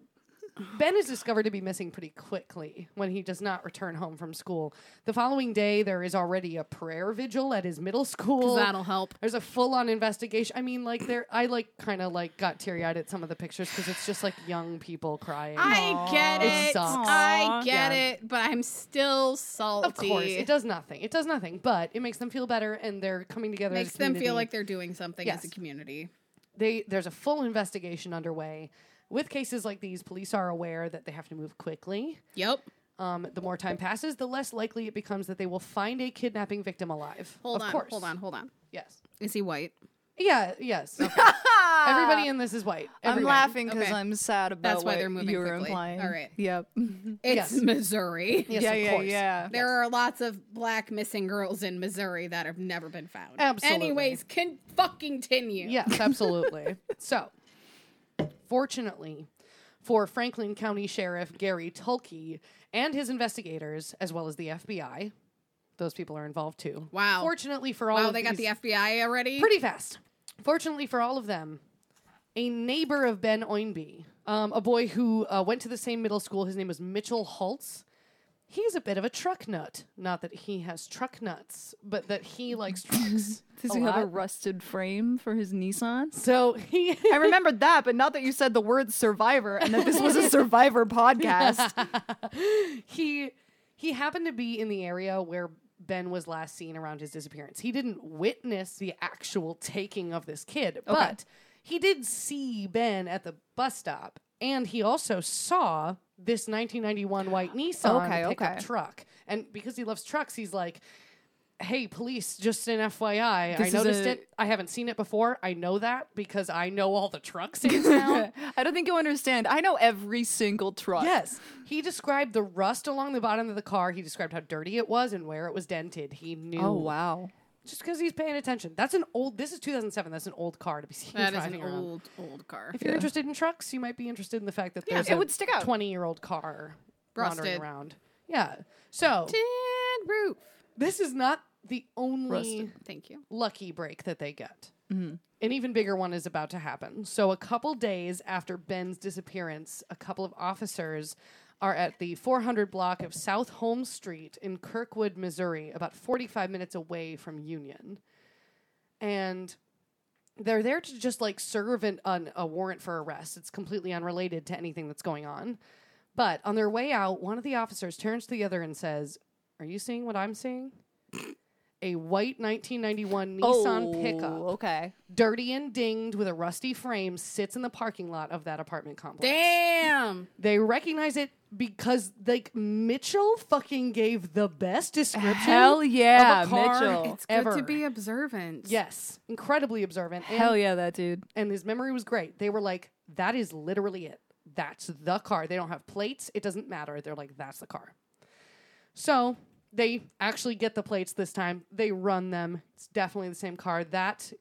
[SPEAKER 2] Ben is discovered to be missing pretty quickly when he does not return home from school. The following day, there is already a prayer vigil at his middle school.
[SPEAKER 3] That'll help.
[SPEAKER 2] There's a full-on investigation. I mean, like there, I like kind of like got teary-eyed at some of the pictures because it's just like young people crying.
[SPEAKER 3] I get
[SPEAKER 2] It
[SPEAKER 3] it.
[SPEAKER 2] sucks.
[SPEAKER 1] Aw.
[SPEAKER 3] I get
[SPEAKER 2] Yeah.
[SPEAKER 3] it, but I'm still salty.
[SPEAKER 2] of course, it does nothing. It does nothing, but it makes them feel better, and they're coming together. as
[SPEAKER 3] Makes
[SPEAKER 2] a
[SPEAKER 3] them feel
[SPEAKER 2] community.
[SPEAKER 3] like they're doing something
[SPEAKER 2] Yes.
[SPEAKER 3] as a community.
[SPEAKER 2] they there's a full investigation underway. With cases like these, police are aware that they have to move quickly.
[SPEAKER 3] Yep.
[SPEAKER 2] Um, the more time passes, the less likely it becomes that they will find a kidnapping victim alive.
[SPEAKER 3] Hold
[SPEAKER 2] Of
[SPEAKER 3] on.
[SPEAKER 2] course.
[SPEAKER 3] Hold on. Hold on.
[SPEAKER 2] Yes.
[SPEAKER 3] Is he white?
[SPEAKER 2] Yeah. Yes.
[SPEAKER 3] (laughs)
[SPEAKER 2] Okay. Everybody in this is white.
[SPEAKER 1] I'm
[SPEAKER 2] Everyone.
[SPEAKER 1] laughing because
[SPEAKER 3] Okay.
[SPEAKER 1] I'm sad about
[SPEAKER 3] That's why
[SPEAKER 1] what
[SPEAKER 3] they're moving
[SPEAKER 1] you were
[SPEAKER 3] quickly.
[SPEAKER 1] implying.
[SPEAKER 3] All right.
[SPEAKER 1] Yep.
[SPEAKER 3] It's
[SPEAKER 2] Yes.
[SPEAKER 3] Missouri.
[SPEAKER 2] Yes,
[SPEAKER 1] yeah,
[SPEAKER 2] of
[SPEAKER 1] yeah,
[SPEAKER 2] course.
[SPEAKER 1] yeah.
[SPEAKER 3] There are lots of black missing girls in Missouri that have never been found.
[SPEAKER 2] Absolutely.
[SPEAKER 3] Anyways, can fucking continue.
[SPEAKER 2] Yes, absolutely. so, fortunately, for Franklin County Sheriff Gary Tulkey and his investigators, as well as the FBI, those people are involved too.
[SPEAKER 3] Wow.
[SPEAKER 2] Fortunately for all,
[SPEAKER 3] Wow,
[SPEAKER 2] of
[SPEAKER 3] they got
[SPEAKER 2] these-
[SPEAKER 3] the FBI already.
[SPEAKER 2] pretty fast. Fortunately for all of them, a neighbor of Ben Oinby, um, a boy who uh, went to the same middle school, his name was Mitchell Holtz. he's a bit of a truck nut. Not that he has truck nuts, but that he likes
[SPEAKER 3] (laughs)
[SPEAKER 2] trucks.
[SPEAKER 1] Does
[SPEAKER 2] a
[SPEAKER 1] he have a
[SPEAKER 2] lot.
[SPEAKER 1] rusted frame for his Nissan?
[SPEAKER 2] so he
[SPEAKER 1] (laughs)
[SPEAKER 2] (laughs)
[SPEAKER 1] I remembered that, but now that you said the word survivor and that this was a survivor podcast,
[SPEAKER 2] he he happened to be in the area where Ben was last seen around his disappearance. He didn't witness the actual taking of this kid, but he did see Ben at the bus stop, and he also saw this 1991 white Nissan
[SPEAKER 1] Okay,
[SPEAKER 2] pickup
[SPEAKER 1] okay.
[SPEAKER 2] truck. And because he loves trucks, he's like. Hey, police, just an FYI.
[SPEAKER 1] This is
[SPEAKER 2] I noticed
[SPEAKER 1] a-
[SPEAKER 2] it. I haven't seen it before. I know that because I know all the trucks in town.
[SPEAKER 1] I don't think you understand. I know every single truck.
[SPEAKER 2] Yes. He described the rust along the bottom of the car. He described how dirty it was and where it was dented. He knew.
[SPEAKER 1] Oh wow.
[SPEAKER 2] Just because he's paying attention. That's an old. This is 2007. That's an old car to be (laughs) seen
[SPEAKER 3] That is
[SPEAKER 2] driving
[SPEAKER 3] an
[SPEAKER 2] around.
[SPEAKER 3] old, old car.
[SPEAKER 2] If you're interested in trucks, you might be interested in the fact that
[SPEAKER 1] Yeah,
[SPEAKER 2] there's
[SPEAKER 1] it
[SPEAKER 2] a
[SPEAKER 1] would stick out.
[SPEAKER 2] 20 year old car wandering
[SPEAKER 3] Rusted.
[SPEAKER 2] around. Yeah. So
[SPEAKER 3] Tin roof.
[SPEAKER 2] this is not the only
[SPEAKER 1] Rusted.
[SPEAKER 3] Thank you.
[SPEAKER 2] lucky break that they get. An even bigger one is about to happen. So, a couple days after Ben's disappearance, a couple of officers are at the 400 block of South Holmes Street in Kirkwood, Missouri, about 45 minutes away from Union. And they're there to just like serve an, an, a warrant for arrest. It's completely unrelated to anything that's going on. But on their way out, one of the officers turns to the other and says, Are you seeing what I'm seeing? (laughs) A white 1991 Nissan pickup
[SPEAKER 1] Oh, Okay.
[SPEAKER 2] dirty and dinged with a rusty frame, sits in the parking lot of that apartment complex.
[SPEAKER 3] Damn.
[SPEAKER 2] They recognize it because like Mitchell fucking gave the best description.
[SPEAKER 1] Hell yeah,
[SPEAKER 2] of a car
[SPEAKER 1] Mitchell.
[SPEAKER 3] It's
[SPEAKER 2] ever.
[SPEAKER 3] good to be observant.
[SPEAKER 2] yes, incredibly observant. And,
[SPEAKER 1] Hell yeah, that dude.
[SPEAKER 2] and his memory was great. They were like, "That is literally it. That's the car." They don't have plates. It doesn't matter. They're like, "That's the car." So they actually get the plates this time. They run them. It's definitely the same car. That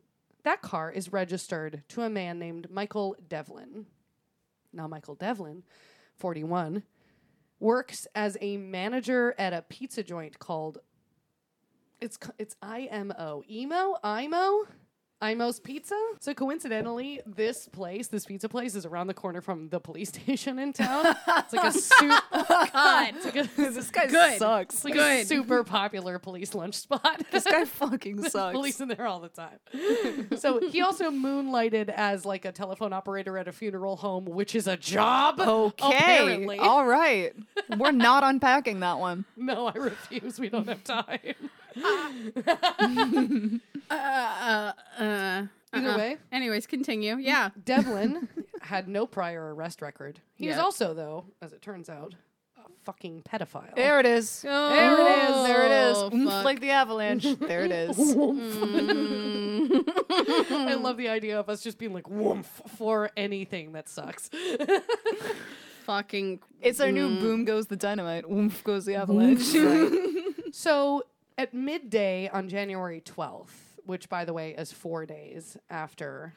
[SPEAKER 2] that car is registered to a man named Michael Devlin. Now Michael Devlin, 41, works as a manager at a pizza joint called it's c- it's IMO. Emo? IMO? IMO's Pizza? So coincidentally, this place, this pizza place is around the corner from the police (laughs) station in town. it's like a (laughs) soup
[SPEAKER 3] God.
[SPEAKER 2] it's like a-
[SPEAKER 1] This guy
[SPEAKER 3] Good.
[SPEAKER 1] sucks.
[SPEAKER 2] it's like a
[SPEAKER 3] Good.
[SPEAKER 2] super popular police lunch (laughs) spot.
[SPEAKER 1] this guy fucking
[SPEAKER 2] There's
[SPEAKER 1] sucks.
[SPEAKER 2] police in there all the time. so he also moonlighted as like a telephone operator at a funeral home, which is a job.
[SPEAKER 1] Okay.
[SPEAKER 2] Apparently.
[SPEAKER 1] All right. We're not unpacking that one.
[SPEAKER 2] (laughs) No, I refuse. We don't have time.
[SPEAKER 3] Uh, uh, uh,
[SPEAKER 2] Either way.
[SPEAKER 3] Anyways, continue. Yeah.
[SPEAKER 2] (laughs) Devlin had no prior arrest record. He was
[SPEAKER 1] Yeah.
[SPEAKER 2] also, though, as it turns out, a fucking pedophile.
[SPEAKER 1] There it is.
[SPEAKER 3] Oh,
[SPEAKER 1] There it is. There it is.
[SPEAKER 5] Mm,
[SPEAKER 1] Oomph, like the avalanche. There it is.
[SPEAKER 2] I
[SPEAKER 1] Mm-hmm.
[SPEAKER 2] love the idea of us just being like, woomph for anything that sucks. (laughs)
[SPEAKER 3] Fucking.
[SPEAKER 1] It's our new boom goes the dynamite. Oomph goes the avalanche.
[SPEAKER 2] So at midday on January 12th, which by the way is four days after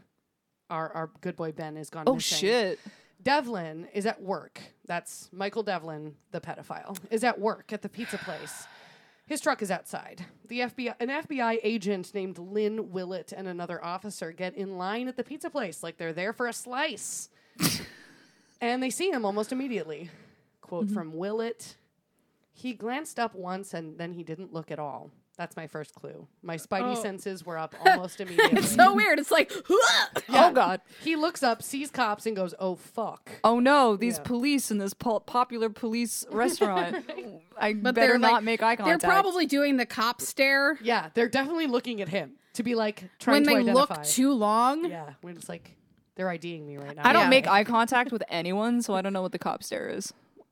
[SPEAKER 2] our, our good boy Ben is gone.
[SPEAKER 1] oh
[SPEAKER 2] missing,
[SPEAKER 1] shit.
[SPEAKER 2] Devlin is at work. That's Michael Devlin, the pedophile, is at work at the pizza place. His truck is outside. The FBI, an FBI agent named Lynn Willett and another officer get in line at the pizza place like they're there for
[SPEAKER 1] (laughs)
[SPEAKER 2] a slice. and they see him almost immediately. Quote
[SPEAKER 1] Mm-hmm.
[SPEAKER 2] from Willett He glanced up once and then he didn't look at all. That's my first clue. My spidey senses
[SPEAKER 1] (laughs)
[SPEAKER 2] were up almost immediately.
[SPEAKER 3] (laughs) So weird. It's like.
[SPEAKER 1] Oh god.
[SPEAKER 2] he looks up, sees cops, and goes, Oh, fuck.
[SPEAKER 1] Oh no, these police in this po- popular
[SPEAKER 3] (laughs)
[SPEAKER 1] police restaurant. I better
[SPEAKER 3] they're,
[SPEAKER 1] not
[SPEAKER 3] like-
[SPEAKER 1] make eye contact.
[SPEAKER 3] They're probably doing the cop stare
[SPEAKER 2] Yeah, they're definitely looking at him to be like trying
[SPEAKER 3] when
[SPEAKER 2] to
[SPEAKER 3] they
[SPEAKER 2] identify.
[SPEAKER 3] look too long.
[SPEAKER 2] yeah, when it's like they're IDing me right now.
[SPEAKER 1] I don't
[SPEAKER 3] Yeah.
[SPEAKER 1] make eye contact with anyone, so I don't know what the cop stare is.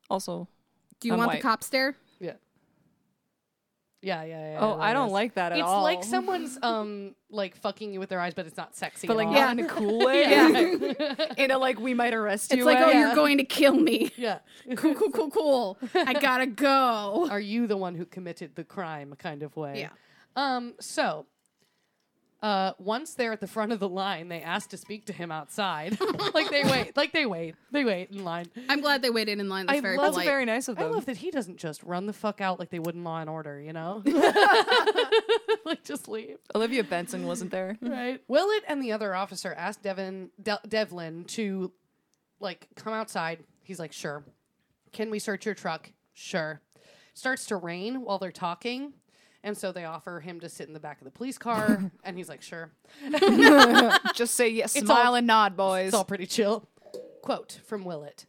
[SPEAKER 1] Also,
[SPEAKER 3] Do you
[SPEAKER 1] I'm
[SPEAKER 3] want
[SPEAKER 1] white.
[SPEAKER 3] the cop stare?
[SPEAKER 2] Yeah. Yeah, yeah, yeah.
[SPEAKER 1] oh,
[SPEAKER 2] yeah,
[SPEAKER 1] I
[SPEAKER 2] it
[SPEAKER 1] don't
[SPEAKER 2] is.
[SPEAKER 1] like that at
[SPEAKER 2] It's
[SPEAKER 1] all.
[SPEAKER 2] like someone's um like fucking you with their eyes, but it's not sexy.
[SPEAKER 1] but
[SPEAKER 2] at
[SPEAKER 1] like
[SPEAKER 2] all.
[SPEAKER 1] not in a
[SPEAKER 3] (laughs)
[SPEAKER 1] cool way.
[SPEAKER 3] Yeah.
[SPEAKER 1] (laughs)
[SPEAKER 3] (laughs)
[SPEAKER 1] in a like we might arrest you.
[SPEAKER 3] It's like,
[SPEAKER 1] way.
[SPEAKER 3] oh, you're going to kill me.
[SPEAKER 2] (laughs)
[SPEAKER 3] (laughs)
[SPEAKER 2] yeah. (laughs)
[SPEAKER 3] Cool, cool, cool, cool. I gotta go.
[SPEAKER 2] Are you the one who committed the crime? Kind of way.
[SPEAKER 3] Yeah.
[SPEAKER 2] Um. So. Uh, once they're at the front of the line, they ask to speak to him outside. (laughs) like they wait, like they wait, they wait in line.
[SPEAKER 3] I'm glad they waited in line. That's
[SPEAKER 2] I
[SPEAKER 3] very
[SPEAKER 2] love
[SPEAKER 1] That's
[SPEAKER 3] polite.
[SPEAKER 1] very nice of
[SPEAKER 2] I
[SPEAKER 1] them.
[SPEAKER 2] love that he doesn't just run the fuck out like they would in Law and Order, you know? (laughs) like just leave,
[SPEAKER 1] Olivia Benson wasn't
[SPEAKER 3] (laughs)
[SPEAKER 1] there.
[SPEAKER 2] right? Willett and the other officer asked Devin De- Devlin to like come outside. He's like, "Sure. Can we search your truck?" Sure. starts to rain while they're talking. And so they offer him to sit in the back of the police car. and he's like, sure.
[SPEAKER 1] Just say yes,
[SPEAKER 2] It's
[SPEAKER 1] smile
[SPEAKER 2] all-
[SPEAKER 1] and nod, boys.
[SPEAKER 2] It's all pretty chill. Quote from Willett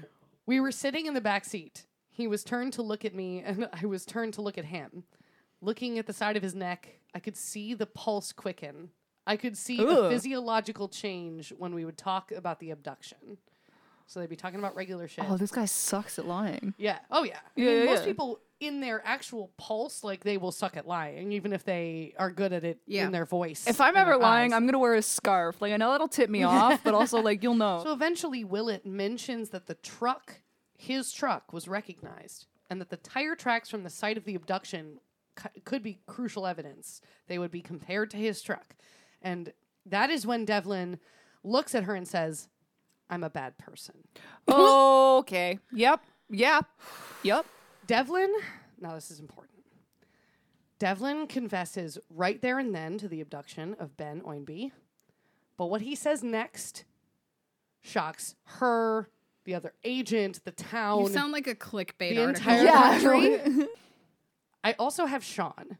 [SPEAKER 2] We were sitting in the back seat. He was turned to look at me, and (laughs) I was turned to look at him. Looking at the side of his neck, I could see the pulse quicken. I could see
[SPEAKER 1] Ooh.
[SPEAKER 2] a physiological change when we would talk about the abduction. So they'd be talking about regular shit.
[SPEAKER 1] oh, this guy sucks at lying.
[SPEAKER 2] Yeah. Oh yeah. I
[SPEAKER 1] Yeah,
[SPEAKER 2] mean,
[SPEAKER 1] yeah,
[SPEAKER 2] most
[SPEAKER 1] yeah.
[SPEAKER 2] people in their actual pulse, like they will suck at lying, even if they are good at it
[SPEAKER 3] Yeah.
[SPEAKER 2] in their voice.
[SPEAKER 1] If I'm
[SPEAKER 2] and their
[SPEAKER 1] ever lying,
[SPEAKER 2] eyes.
[SPEAKER 1] I'm gonna wear a scarf. Like I know that'll
[SPEAKER 3] (laughs)
[SPEAKER 1] tip me off, but also like you'll know.
[SPEAKER 2] So eventually, Willett mentions that the truck, his truck, was recognized, and that the tire tracks from the site of the abduction cu- could be crucial evidence. They would be compared to his truck, and that is when Devlin looks at her and says, "I'm a bad person."
[SPEAKER 1] okay. Yep. Yeah.
[SPEAKER 3] (sighs)
[SPEAKER 1] Yep.
[SPEAKER 2] Devlin, now this is important. Devlin confesses right there and then to the abduction of Ben Oinby. But what he says next shocks her, the other agent, the town,
[SPEAKER 3] You sound like a clickbait
[SPEAKER 2] the
[SPEAKER 3] article.
[SPEAKER 2] entire
[SPEAKER 1] Yeah.
[SPEAKER 2] country. (laughs) I also have Sean,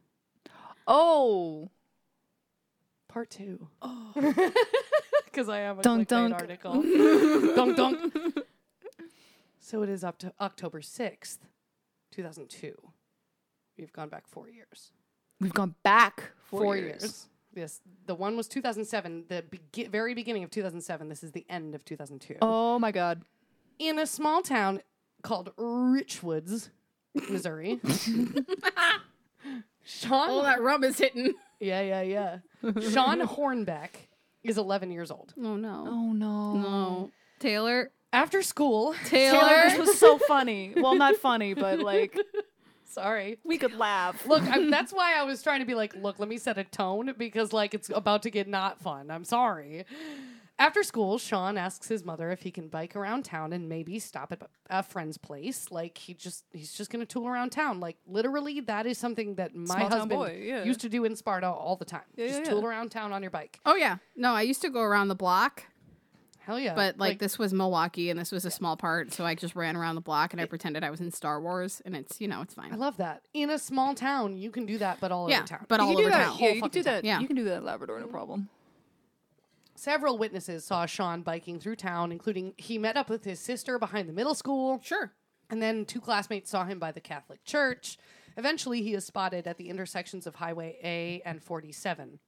[SPEAKER 1] Oh.
[SPEAKER 2] part two. Oh. (laughs) Because I have a
[SPEAKER 1] Dunk,
[SPEAKER 2] clickbait
[SPEAKER 1] dunk.
[SPEAKER 2] article. dunk, dunk. So it is up to October 6th, 2002. We've gone back four years.
[SPEAKER 1] We've gone back
[SPEAKER 2] four, years. Yes, the one was 2007, the begi- very beginning of 2007. This is the end of 2002.
[SPEAKER 1] Oh my god.
[SPEAKER 2] In a small town called Richwoods, (laughs) Missouri. Sean,
[SPEAKER 3] All that rum is hitting.
[SPEAKER 2] yeah, yeah,
[SPEAKER 1] (laughs)
[SPEAKER 2] yeah. Sean Hornbeck is 11 years old.
[SPEAKER 3] Oh no.
[SPEAKER 1] Oh no.
[SPEAKER 3] No. Taylor.
[SPEAKER 2] After school,
[SPEAKER 3] Taylor.
[SPEAKER 1] Taylor, this was so funny. Well, not funny, but like
[SPEAKER 2] sorry.
[SPEAKER 1] we could laugh.
[SPEAKER 2] Look, I'm, that's why I was trying to be like, look, let me set a tone because like it's about to get not fun. I'm sorry. After school, Sean asks his mother if he can bike around town and maybe stop at a friend's place. Like he just he's just going to tool around town. Like literally, that is something that my
[SPEAKER 1] Small town
[SPEAKER 2] husband
[SPEAKER 1] boy, yeah.
[SPEAKER 2] used to do in Sparta all the time.
[SPEAKER 1] Yeah,
[SPEAKER 2] just
[SPEAKER 1] yeah,
[SPEAKER 2] tool
[SPEAKER 1] yeah.
[SPEAKER 2] around town on your bike.
[SPEAKER 3] Oh yeah. No, I used to go around the block,
[SPEAKER 2] Hell yeah!
[SPEAKER 3] but like, this was Milwaukee and this was a small part, so I just ran around the block and I pretended I was in Star Wars, and it's you know it's
[SPEAKER 2] I
[SPEAKER 3] fine.
[SPEAKER 2] love that in a small town you can do that, but all
[SPEAKER 3] Yeah,
[SPEAKER 2] over town.
[SPEAKER 3] but all
[SPEAKER 1] you can do
[SPEAKER 3] over
[SPEAKER 1] that. Yeah, Mm.
[SPEAKER 3] town.
[SPEAKER 2] Whole
[SPEAKER 1] you can
[SPEAKER 2] fucking
[SPEAKER 1] do that.
[SPEAKER 3] town. Yeah.
[SPEAKER 1] You can do that in Labrador, no problem.
[SPEAKER 2] Several witnesses saw Sean biking through town, including he met up with his sister behind the middle school.
[SPEAKER 3] Sure.
[SPEAKER 2] And then two classmates saw him by the Catholic Church. Eventually, he is spotted at the intersections of Highway A and 47.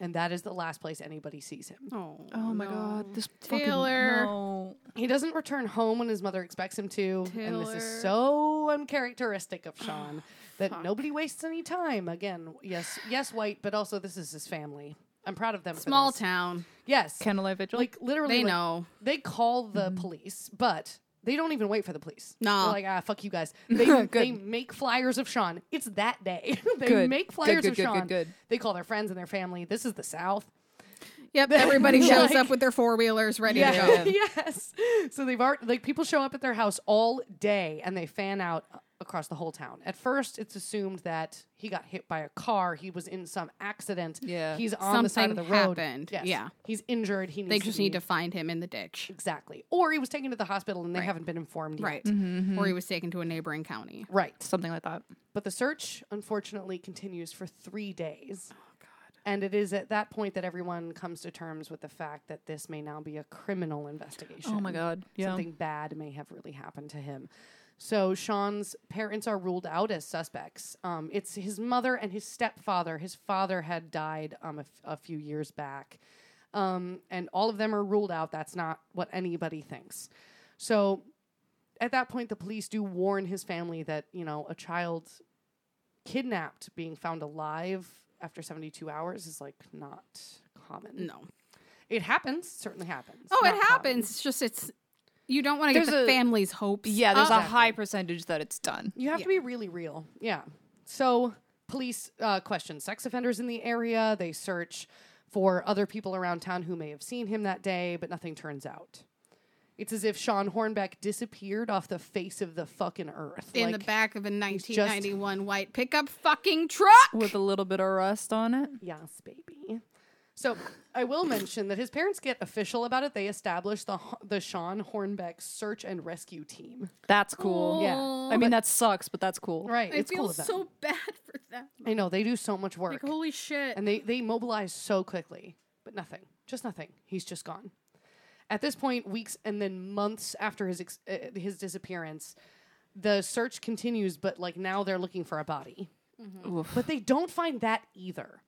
[SPEAKER 2] And that is the last place anybody sees him.
[SPEAKER 3] Oh.
[SPEAKER 1] Oh my god, this fucking-
[SPEAKER 3] Taylor.
[SPEAKER 1] no.
[SPEAKER 2] He doesn't return home when his mother expects him to. And this is so uncharacteristic of
[SPEAKER 3] (sighs)
[SPEAKER 2] Sean that nobody wastes any time. Again, yes, yes, white, but also this is his family. I'm proud of them. for
[SPEAKER 3] Small
[SPEAKER 2] this.
[SPEAKER 3] town.
[SPEAKER 2] Yes.
[SPEAKER 1] Candlelight vigil.
[SPEAKER 2] like literally
[SPEAKER 3] They
[SPEAKER 2] like,
[SPEAKER 3] know.
[SPEAKER 2] they call the police, but they don't even wait for the police.
[SPEAKER 3] Nah.
[SPEAKER 2] They're like, ah, fuck you guys. They, they make flyers of Sean. It's that day. (laughs) they
[SPEAKER 1] Good.
[SPEAKER 2] make
[SPEAKER 1] Good,
[SPEAKER 2] flyers
[SPEAKER 1] good,
[SPEAKER 2] of
[SPEAKER 1] good,
[SPEAKER 2] Sean.
[SPEAKER 1] good, good.
[SPEAKER 2] They call their friends and their family. This is the South. (laughs)
[SPEAKER 3] Yep. Everybody shows
[SPEAKER 2] Like-
[SPEAKER 3] up with their four wheelers ready to go.
[SPEAKER 2] Yeah. (laughs) yes. So they've already, like people show up at their house all day and they fan out across the whole town. At first, it's assumed that he got hit by a car. He was in some accident.
[SPEAKER 1] Yeah.
[SPEAKER 2] He's on the side of the
[SPEAKER 3] Something
[SPEAKER 2] road.
[SPEAKER 3] happened.
[SPEAKER 2] Yes.
[SPEAKER 3] Yeah.
[SPEAKER 2] He's injured. He needs
[SPEAKER 3] They
[SPEAKER 2] to
[SPEAKER 3] just
[SPEAKER 2] be-
[SPEAKER 3] need to find him in the ditch.
[SPEAKER 2] Exactly. Or he was taken to the hospital and they haven't been informed yet.
[SPEAKER 3] Right.
[SPEAKER 2] Mm-hmm,
[SPEAKER 3] Or he was taken to a neighboring county.
[SPEAKER 2] Right.
[SPEAKER 1] something like that.
[SPEAKER 2] But the search, unfortunately, continues for three days.
[SPEAKER 1] Oh,
[SPEAKER 2] And it is at that point that everyone comes to terms with the fact that this may now be a criminal investigation.
[SPEAKER 1] Oh my god. Yeah.
[SPEAKER 2] Something bad may have really happened to him. So Sean's parents are ruled out as suspects. Um, it's his mother and his stepfather. His father had died um, a, f- a few years back. Um, and all of them are ruled out. That's not what anybody thinks. So at that point, the police do warn his family that, you know, a child kidnapped being found alive after 72 hours is like not common.
[SPEAKER 3] No.
[SPEAKER 2] It happens, certainly happens.
[SPEAKER 3] Oh,
[SPEAKER 2] Not
[SPEAKER 3] it happens.
[SPEAKER 2] common.
[SPEAKER 3] It's just it's you don't want to get
[SPEAKER 1] There's
[SPEAKER 3] the
[SPEAKER 1] a-
[SPEAKER 3] family's hopes.
[SPEAKER 1] Yeah, there's
[SPEAKER 3] up.
[SPEAKER 1] a high percentage that it's done.
[SPEAKER 2] You have to be really real. Yeah. So police uh, question sex offenders in the area. They search for other people around town who may have seen him that day, but nothing turns out. It's as if Sean Hornbeck disappeared off the face of the fucking earth.
[SPEAKER 3] in the
[SPEAKER 2] Like,
[SPEAKER 3] back of a
[SPEAKER 2] just-
[SPEAKER 3] 1991 white pickup fucking truck.
[SPEAKER 1] With a little bit of rust on it.
[SPEAKER 2] Yes, baby. So I will mention that his parents get official about it. They establish the ho- the Sean Hornbeck Search and Rescue Team.
[SPEAKER 1] That's cool.
[SPEAKER 2] Yeah.
[SPEAKER 1] I mean, that sucks, but that's cool.
[SPEAKER 2] Right,
[SPEAKER 3] I
[SPEAKER 2] it's
[SPEAKER 3] feel
[SPEAKER 2] cool of them.
[SPEAKER 3] so bad for them.
[SPEAKER 2] I know they do so much work.
[SPEAKER 3] Like holy shit.
[SPEAKER 2] And they, they mobilize so quickly, but nothing, just nothing. He's just gone. At this point, weeks and then months after his ex- uh, his disappearance, the search continues, but like now they're looking for a body.
[SPEAKER 3] Mm-hmm.
[SPEAKER 1] Oof.
[SPEAKER 2] But they don't find that either.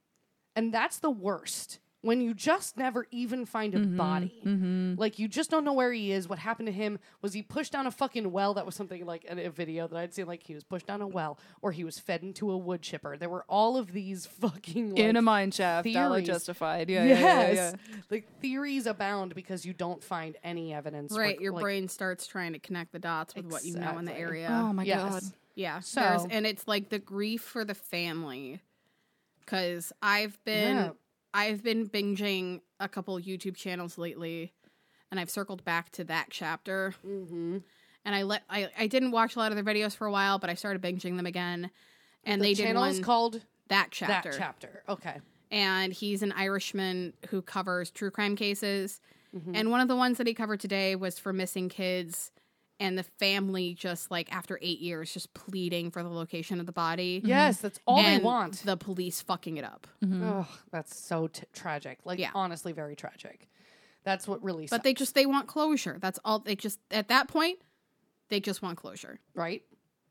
[SPEAKER 2] And that's the worst. When you just never even find a
[SPEAKER 1] Mm-hmm.
[SPEAKER 2] body. Like you just don't know where he is, what happened to him. Was he pushed down a fucking well? That was something like in a video that I'd seen like he was pushed down a well or he was fed into a wood chipper. There were all of these (laughs) fucking like,
[SPEAKER 1] In a mine shaft, Dalla
[SPEAKER 2] theories.
[SPEAKER 1] justified. Yeah, yeah, yeah,
[SPEAKER 2] Yes.
[SPEAKER 1] yeah,
[SPEAKER 2] Like theories abound because you don't find any evidence.
[SPEAKER 3] right,
[SPEAKER 2] Like-
[SPEAKER 3] your
[SPEAKER 2] like-
[SPEAKER 3] brain starts trying to connect the dots with what you know in the
[SPEAKER 2] Exactly.
[SPEAKER 3] area.
[SPEAKER 1] Oh my god.
[SPEAKER 2] Yes.
[SPEAKER 3] Yeah.
[SPEAKER 2] So-
[SPEAKER 3] there's- and it's like the grief for the family. Cause I've been
[SPEAKER 2] Yeah.
[SPEAKER 3] I've been binging a couple YouTube channels lately and I've circled back to that chapter.
[SPEAKER 2] Mm-hmm.
[SPEAKER 3] And I let I, I didn't watch a lot of their videos for a while, but I started binging them again. And
[SPEAKER 2] The
[SPEAKER 3] they did
[SPEAKER 2] channel
[SPEAKER 3] one
[SPEAKER 2] is called
[SPEAKER 3] that chapter.
[SPEAKER 2] that chapter. Okay.
[SPEAKER 3] and he's an Irishman who covers true crime cases.
[SPEAKER 2] Mm-hmm.
[SPEAKER 3] And one of the ones that he covered today was for missing kids and the family just like after 8 years just pleading for the location of the body.
[SPEAKER 2] Yes, that's all
[SPEAKER 3] Mm-hmm. and
[SPEAKER 2] they want.
[SPEAKER 3] The police fucking it up.
[SPEAKER 1] Mm-hmm.
[SPEAKER 2] Ugh, that's so t- tragic. Like
[SPEAKER 3] Yeah.
[SPEAKER 2] honestly, very tragic. That's what really.
[SPEAKER 3] But they just they want closure. That's all they just at that point they just want closure.
[SPEAKER 2] right?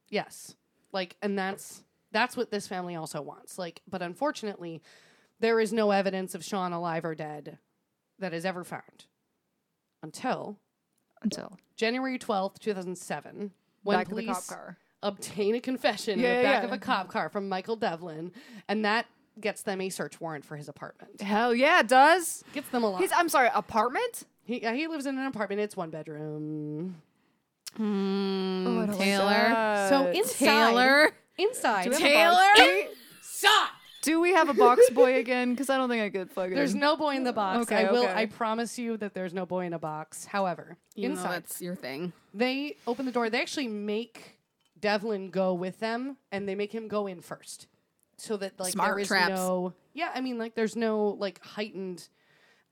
[SPEAKER 2] Yes. Like and that's that's what this family also wants. Like but unfortunately there is no evidence of Sean alive or dead that is ever found until
[SPEAKER 1] Until
[SPEAKER 2] January 12th, 2007 when
[SPEAKER 1] back
[SPEAKER 2] police
[SPEAKER 1] in the cop car.
[SPEAKER 2] obtain a confession in
[SPEAKER 1] Yeah,
[SPEAKER 2] the
[SPEAKER 1] yeah,
[SPEAKER 2] back
[SPEAKER 1] yeah.
[SPEAKER 2] of a cop car from Michael Devlin and that gets them a search warrant for his apartment.
[SPEAKER 1] Hell yeah, it does.
[SPEAKER 2] Gets them a lot.
[SPEAKER 1] His, I'm sorry, apartment?
[SPEAKER 2] He, uh, he lives in an apartment. It's one bedroom. Oh,
[SPEAKER 3] Taylor.
[SPEAKER 2] So inside,
[SPEAKER 3] Taylor.
[SPEAKER 2] inside,
[SPEAKER 1] Taylor? Do we have a box boy again? Because I don't think I could fucking.
[SPEAKER 2] There's no boy in the box.
[SPEAKER 1] Okay,
[SPEAKER 2] I will.
[SPEAKER 1] okay.
[SPEAKER 2] I promise you that there's no boy in a box. However,
[SPEAKER 3] You know
[SPEAKER 2] inside
[SPEAKER 3] that's your thing.
[SPEAKER 2] they open the door. They actually make Devlin go with them, and they make him go in first, so that like
[SPEAKER 3] Smart
[SPEAKER 2] there is
[SPEAKER 3] traps.
[SPEAKER 2] no. Yeah, I mean, like there's no like heightened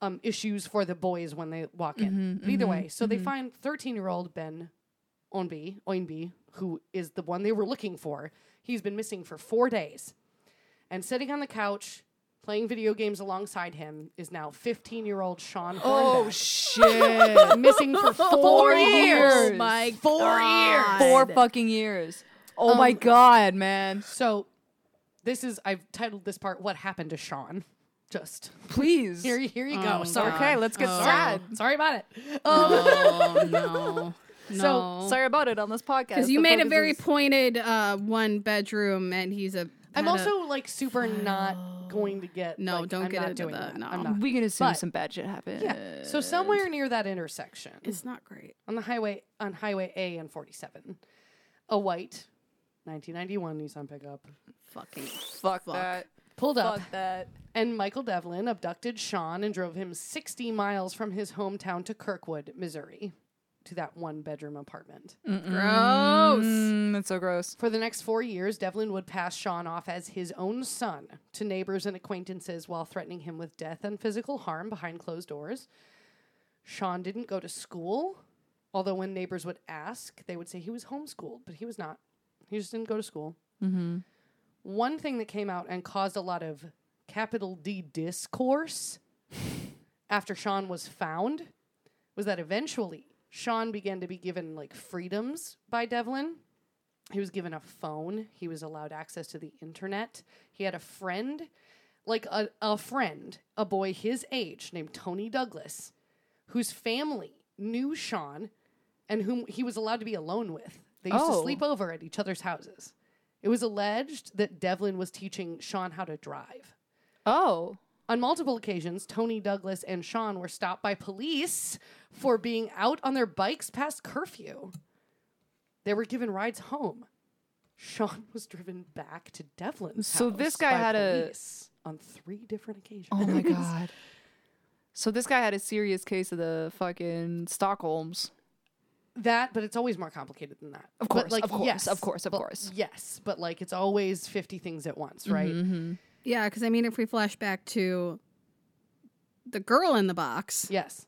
[SPEAKER 2] um, issues for the boys when they walk in. but either way, so they find 13 year old Ben Oinby, Oinby, who is the one they were looking for. He's been missing for four days, and sitting on the couch. Playing video games alongside him is now 15 year old Sean
[SPEAKER 1] Oh
[SPEAKER 2] Hornbeck,
[SPEAKER 1] shit!
[SPEAKER 2] (laughs) missing for four, years.
[SPEAKER 1] years.
[SPEAKER 3] Oh my
[SPEAKER 2] Four
[SPEAKER 3] God.
[SPEAKER 1] Four fucking years. Oh my god, man!
[SPEAKER 2] So this is I've titled this part "What Happened to Sean." Just (laughs)
[SPEAKER 1] Please.
[SPEAKER 2] here, here you
[SPEAKER 3] Oh,
[SPEAKER 2] go. Sorry,
[SPEAKER 1] okay, let's get
[SPEAKER 3] Oh.
[SPEAKER 1] sad.
[SPEAKER 2] sorry about it. Um,
[SPEAKER 3] Oh (laughs)
[SPEAKER 2] (laughs)
[SPEAKER 3] no. No.
[SPEAKER 1] Sorry about it on this podcast.
[SPEAKER 3] Because you
[SPEAKER 1] The
[SPEAKER 3] made a
[SPEAKER 1] focus
[SPEAKER 3] very
[SPEAKER 1] is-
[SPEAKER 3] pointed uh, one bedroom, and he's a.
[SPEAKER 2] I'm
[SPEAKER 3] had a-
[SPEAKER 2] also like super not going to get.
[SPEAKER 3] No,
[SPEAKER 2] like,
[SPEAKER 3] don't
[SPEAKER 2] I'm
[SPEAKER 3] get
[SPEAKER 2] not
[SPEAKER 3] into
[SPEAKER 2] doing
[SPEAKER 3] that, no.
[SPEAKER 2] I'm not.
[SPEAKER 1] we can assume
[SPEAKER 2] But-
[SPEAKER 1] some bad shit happened.
[SPEAKER 2] yeah. So somewhere near that intersection
[SPEAKER 3] it's not great.
[SPEAKER 2] on the highway on Highway A and 47, a white 1991 Nissan pickup
[SPEAKER 3] Fucking
[SPEAKER 1] Fuck, that.
[SPEAKER 2] pulled up.
[SPEAKER 1] Fuck that.
[SPEAKER 2] And Michael Devlin abducted Sean and drove him 60 miles from his hometown to Kirkwood, Missouri, to that one bedroom apartment.
[SPEAKER 3] gross.
[SPEAKER 1] Mm, that's so gross.
[SPEAKER 2] For the next four years, Devlin would pass Sean off as his own son to neighbors and acquaintances while threatening him with death and physical harm behind closed doors. Sean didn't go to school, although when neighbors would ask, they would say he was homeschooled, but he was not. He just didn't go to school. Mm-hmm. One thing that came out and caused a lot of capital D discourse after Sean was found was that eventually Sean began to be given like freedoms by Devlin. He was given a phone. He was allowed access to the internet. He had a friend, like a, a friend, a boy his age named Tony Douglas, whose family knew Sean and whom he was allowed to be alone with. They used
[SPEAKER 1] Oh.
[SPEAKER 2] to sleep over at each other's houses. It was alleged that Devlin was teaching Sean how to drive.
[SPEAKER 1] Oh.
[SPEAKER 2] On multiple occasions, Tony Douglas and Sean were stopped by police for being out on their bikes past curfew. They were given rides home. Sean was driven back to Devlin's.
[SPEAKER 1] So
[SPEAKER 2] house
[SPEAKER 1] this guy
[SPEAKER 2] by
[SPEAKER 1] had a-
[SPEAKER 2] police on three different occasions.
[SPEAKER 1] Oh my god. So this guy had a serious case of the fucking Stockholms.
[SPEAKER 2] that, but it's always more complicated than that.
[SPEAKER 1] Of
[SPEAKER 2] But,
[SPEAKER 1] course,
[SPEAKER 2] like,
[SPEAKER 1] of course,
[SPEAKER 2] yes,
[SPEAKER 1] of course, of
[SPEAKER 2] but-
[SPEAKER 1] course.
[SPEAKER 2] yes, but like it's always fifty things at once, right?
[SPEAKER 1] Mm-hmm.
[SPEAKER 3] Yeah, because I mean, if we flash back to the girl in the box,
[SPEAKER 2] Yes,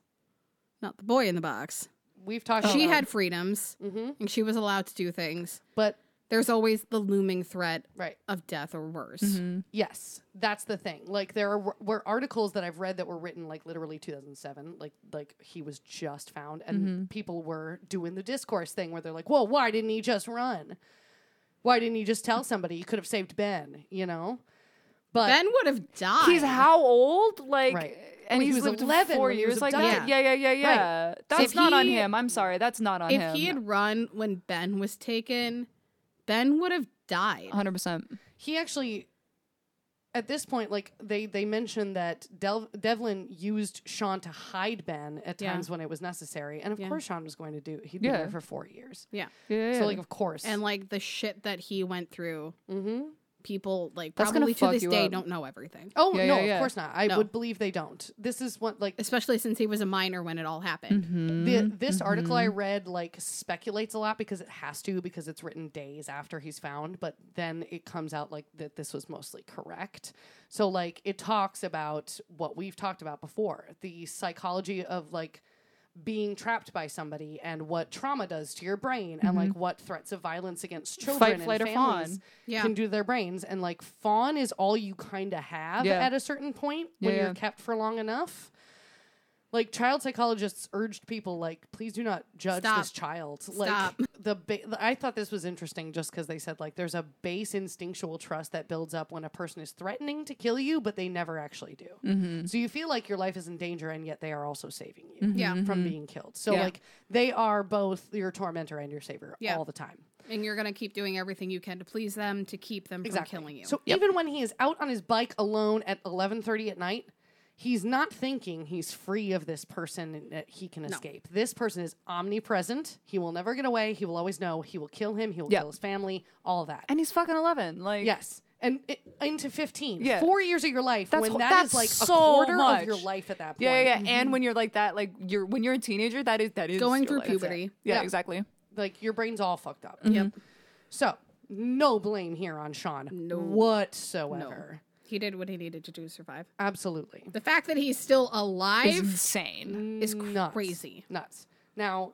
[SPEAKER 3] not the boy in the box.
[SPEAKER 2] We've talked.
[SPEAKER 3] She
[SPEAKER 2] about
[SPEAKER 3] had freedoms
[SPEAKER 1] Mm-hmm.
[SPEAKER 3] and she was allowed to do things.
[SPEAKER 2] but
[SPEAKER 3] There's always the looming threat
[SPEAKER 2] right.
[SPEAKER 3] of death or worse.
[SPEAKER 1] Mm-hmm.
[SPEAKER 2] Yes, that's the thing. Like there are, were articles that I've read that were written like literally 2007. Like like he was just found, and
[SPEAKER 3] Mm-hmm.
[SPEAKER 2] people were doing the discourse thing where they're like, "Well, why didn't he just run? Why didn't he just tell somebody? You could have saved Ben, you know." But
[SPEAKER 3] Ben would have died.
[SPEAKER 1] He's how old? Like,
[SPEAKER 2] Right.
[SPEAKER 1] and
[SPEAKER 2] Well, he
[SPEAKER 1] he's
[SPEAKER 2] was
[SPEAKER 1] lived
[SPEAKER 2] 11
[SPEAKER 1] four
[SPEAKER 2] when he was
[SPEAKER 1] years. Like, that.
[SPEAKER 2] abducted.
[SPEAKER 1] yeah, yeah, yeah, yeah. That's
[SPEAKER 3] If
[SPEAKER 1] not on
[SPEAKER 3] he-
[SPEAKER 1] him. I'm sorry. That's not on
[SPEAKER 3] if
[SPEAKER 1] him.
[SPEAKER 3] he had run when Ben was taken, Ben would have died.
[SPEAKER 1] 100. percent
[SPEAKER 2] he actually at this point like they they mentioned that Del- devlin used sean to hide ben at
[SPEAKER 3] Yeah.
[SPEAKER 2] times when it was necessary and of course sean was going to do he'd been
[SPEAKER 1] Yeah.
[SPEAKER 2] there for four years
[SPEAKER 3] Yeah.
[SPEAKER 1] Yeah.
[SPEAKER 2] so like of course
[SPEAKER 3] And like the shit that he went through,
[SPEAKER 2] mm-hmm.
[SPEAKER 3] people like
[SPEAKER 1] That's gonna
[SPEAKER 3] probably to
[SPEAKER 1] fuck
[SPEAKER 3] this
[SPEAKER 1] you
[SPEAKER 3] day
[SPEAKER 1] up.
[SPEAKER 3] don't know everything.
[SPEAKER 2] oh
[SPEAKER 1] Yeah,
[SPEAKER 2] no
[SPEAKER 1] yeah,
[SPEAKER 2] of
[SPEAKER 1] yeah.
[SPEAKER 2] course not i
[SPEAKER 3] No.
[SPEAKER 2] would believe they don't this is what like
[SPEAKER 3] Especially since he was a minor when it all happened.
[SPEAKER 1] Mhm.
[SPEAKER 2] the, this article
[SPEAKER 1] Mm-hmm.
[SPEAKER 2] i read like speculates a lot because it has to because it's written days after he's found but then it comes out like that this was mostly correct so like it talks about what we've talked about before the psychology of like being trapped by somebody and what trauma does to your brain and like what threats of violence against children and
[SPEAKER 1] Mm-hmm. flight, or fawn.
[SPEAKER 2] families
[SPEAKER 3] Yeah.
[SPEAKER 2] can do to their brains and like fawn is all you kind of have
[SPEAKER 1] Yeah.
[SPEAKER 2] at a certain point when
[SPEAKER 1] Yeah,
[SPEAKER 2] you're
[SPEAKER 1] yeah.
[SPEAKER 2] kept for long enough like child psychologists urged people like please do not judge
[SPEAKER 3] Stop.
[SPEAKER 2] this child like
[SPEAKER 3] Stop.
[SPEAKER 2] the ba- i thought this was interesting just because they said like there's a base instinctual trust that builds up when a person is threatening to kill you but they never actually do
[SPEAKER 3] Mm-hmm.
[SPEAKER 2] so you feel like your life is in danger and yet they are also saving you
[SPEAKER 3] Yeah.
[SPEAKER 2] from being killed so
[SPEAKER 1] Yeah.
[SPEAKER 2] like they are both your tormentor and your savior
[SPEAKER 3] Yeah.
[SPEAKER 2] all the time
[SPEAKER 3] And you're gonna keep doing everything you can to please them to keep them from killing you.
[SPEAKER 2] so even when he is out on his bike alone at 11:30 at night, he's not thinking he's free of this person and that he can escape. This person is omnipresent. He will never get away. He will always know. He will kill him. He will
[SPEAKER 1] Yeah.
[SPEAKER 2] kill his family. All of that.
[SPEAKER 1] And he's fucking 11. Like,
[SPEAKER 2] yes. And it, into 15.
[SPEAKER 1] Yeah.
[SPEAKER 2] Four years of your life
[SPEAKER 1] That's
[SPEAKER 2] when
[SPEAKER 1] ho-
[SPEAKER 2] that is
[SPEAKER 1] that's
[SPEAKER 2] like
[SPEAKER 1] so
[SPEAKER 2] a quarter
[SPEAKER 1] much.
[SPEAKER 2] of your life at that point.
[SPEAKER 1] Yeah, yeah, yeah. And when you're like that, like you're when you're a teenager, that is that is
[SPEAKER 3] Going
[SPEAKER 1] your
[SPEAKER 3] through
[SPEAKER 1] life. That's it.
[SPEAKER 3] puberty.
[SPEAKER 1] Yeah, Mm-hmm.
[SPEAKER 2] Yeah.
[SPEAKER 1] exactly.
[SPEAKER 2] Like your brain's all fucked up. Yep. So, no blame here on Sean whatsoever.
[SPEAKER 3] He did what he needed to do to survive.
[SPEAKER 2] Absolutely.
[SPEAKER 3] The fact that he's still (laughs) alive
[SPEAKER 1] Insane.
[SPEAKER 3] is
[SPEAKER 2] nuts.
[SPEAKER 3] crazy.
[SPEAKER 2] Nuts. Now,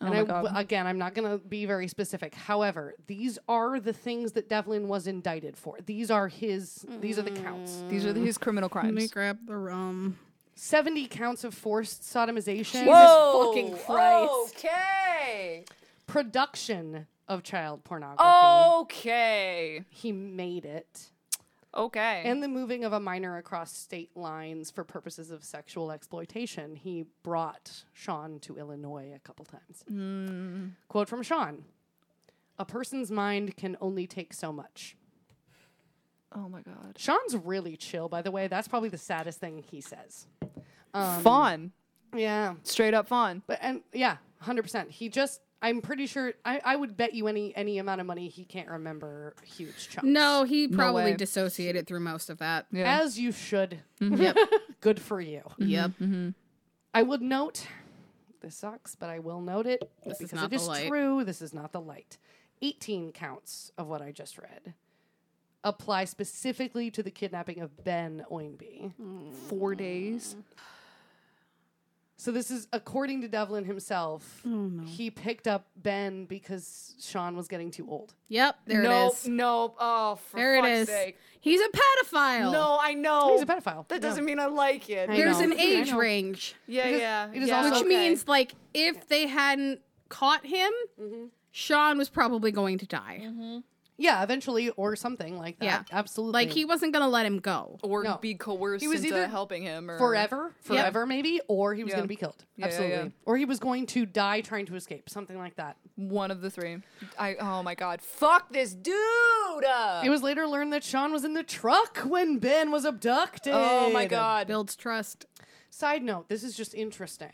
[SPEAKER 1] Oh
[SPEAKER 2] and
[SPEAKER 1] my
[SPEAKER 2] I-
[SPEAKER 1] God.
[SPEAKER 2] w- again, I'm not going to be very specific. However, these are the things that Devlin was indicted for. These are his. These are the counts.
[SPEAKER 1] These are his criminal crimes.
[SPEAKER 3] grab the rum.
[SPEAKER 2] Seventy counts of forced sodomization,
[SPEAKER 3] Whoa, fucking Christ.
[SPEAKER 1] Okay.
[SPEAKER 2] production of child pornography.
[SPEAKER 1] Oh! Okay.
[SPEAKER 2] He made it.
[SPEAKER 1] Okay.
[SPEAKER 2] And the moving of a minor across state lines for purposes of sexual exploitation. He brought Sean to Illinois a couple times. Quote from Sean A person's mind can only take so much.
[SPEAKER 1] oh my god.
[SPEAKER 2] Sean's really chill, by the way. That's probably the saddest thing he says.
[SPEAKER 5] Um,
[SPEAKER 1] fawn.
[SPEAKER 2] Yeah.
[SPEAKER 1] Straight up fawn.
[SPEAKER 2] But and yeah, hundred percent. He just I'm pretty sure I, I would bet you any any amount of money he can't remember huge chunks.
[SPEAKER 3] No, he probably
[SPEAKER 1] way.
[SPEAKER 3] dissociated through most of that.
[SPEAKER 1] Yeah.
[SPEAKER 2] As you should.
[SPEAKER 3] Hmm.
[SPEAKER 2] Good for you.
[SPEAKER 3] Yep.
[SPEAKER 2] I would note this sucks, but I will note it
[SPEAKER 3] This is
[SPEAKER 2] because
[SPEAKER 3] not
[SPEAKER 2] it
[SPEAKER 3] the
[SPEAKER 2] is
[SPEAKER 3] light.
[SPEAKER 2] true. This is not the light. 18 counts of what I just read apply specifically to the kidnapping of Ben Oinby.
[SPEAKER 1] Four
[SPEAKER 3] Hmm.
[SPEAKER 1] days.
[SPEAKER 2] So this is according to Devlin himself.
[SPEAKER 3] Oh,
[SPEAKER 2] He picked up Ben because Sean was getting too old.
[SPEAKER 3] Yep. There
[SPEAKER 1] nope.
[SPEAKER 3] it is.
[SPEAKER 1] Nope. Oh, for
[SPEAKER 3] There
[SPEAKER 1] fuck's
[SPEAKER 3] it is.
[SPEAKER 1] sake.
[SPEAKER 3] He's a pedophile.
[SPEAKER 1] No, I
[SPEAKER 3] Oh,
[SPEAKER 1] know.
[SPEAKER 2] He's a pedophile.
[SPEAKER 1] That
[SPEAKER 2] No.
[SPEAKER 1] doesn't mean I like it.
[SPEAKER 2] I
[SPEAKER 3] There's
[SPEAKER 2] know.
[SPEAKER 3] an
[SPEAKER 2] I
[SPEAKER 3] age
[SPEAKER 2] know.
[SPEAKER 3] range,
[SPEAKER 1] Yeah,
[SPEAKER 2] It is-
[SPEAKER 1] yeah.
[SPEAKER 2] it is
[SPEAKER 1] yeah.
[SPEAKER 2] also-
[SPEAKER 3] which
[SPEAKER 1] okay.
[SPEAKER 3] means like if they hadn't caught him, Sean was probably going to die.
[SPEAKER 2] Yeah, eventually or something like that.
[SPEAKER 3] Yeah.
[SPEAKER 2] absolutely.
[SPEAKER 3] Like he wasn't going to let him go.
[SPEAKER 1] or
[SPEAKER 2] No.
[SPEAKER 1] be coerced
[SPEAKER 2] He was
[SPEAKER 1] into
[SPEAKER 2] either
[SPEAKER 1] helping him or
[SPEAKER 2] forever, forever maybe, or he was
[SPEAKER 1] Yeah.
[SPEAKER 2] going to be killed.
[SPEAKER 1] Yeah, yeah,
[SPEAKER 2] absolutely.
[SPEAKER 1] yeah.
[SPEAKER 2] Or he was going to die trying to escape, something like that.
[SPEAKER 1] One of the three. I oh my god. Fuck this dude.
[SPEAKER 2] It was later learned that Sean was in the truck when Ben was abducted.
[SPEAKER 1] oh my
[SPEAKER 3] (laughs)
[SPEAKER 1] god.
[SPEAKER 3] Builds trust.
[SPEAKER 2] Side note, this is just interesting.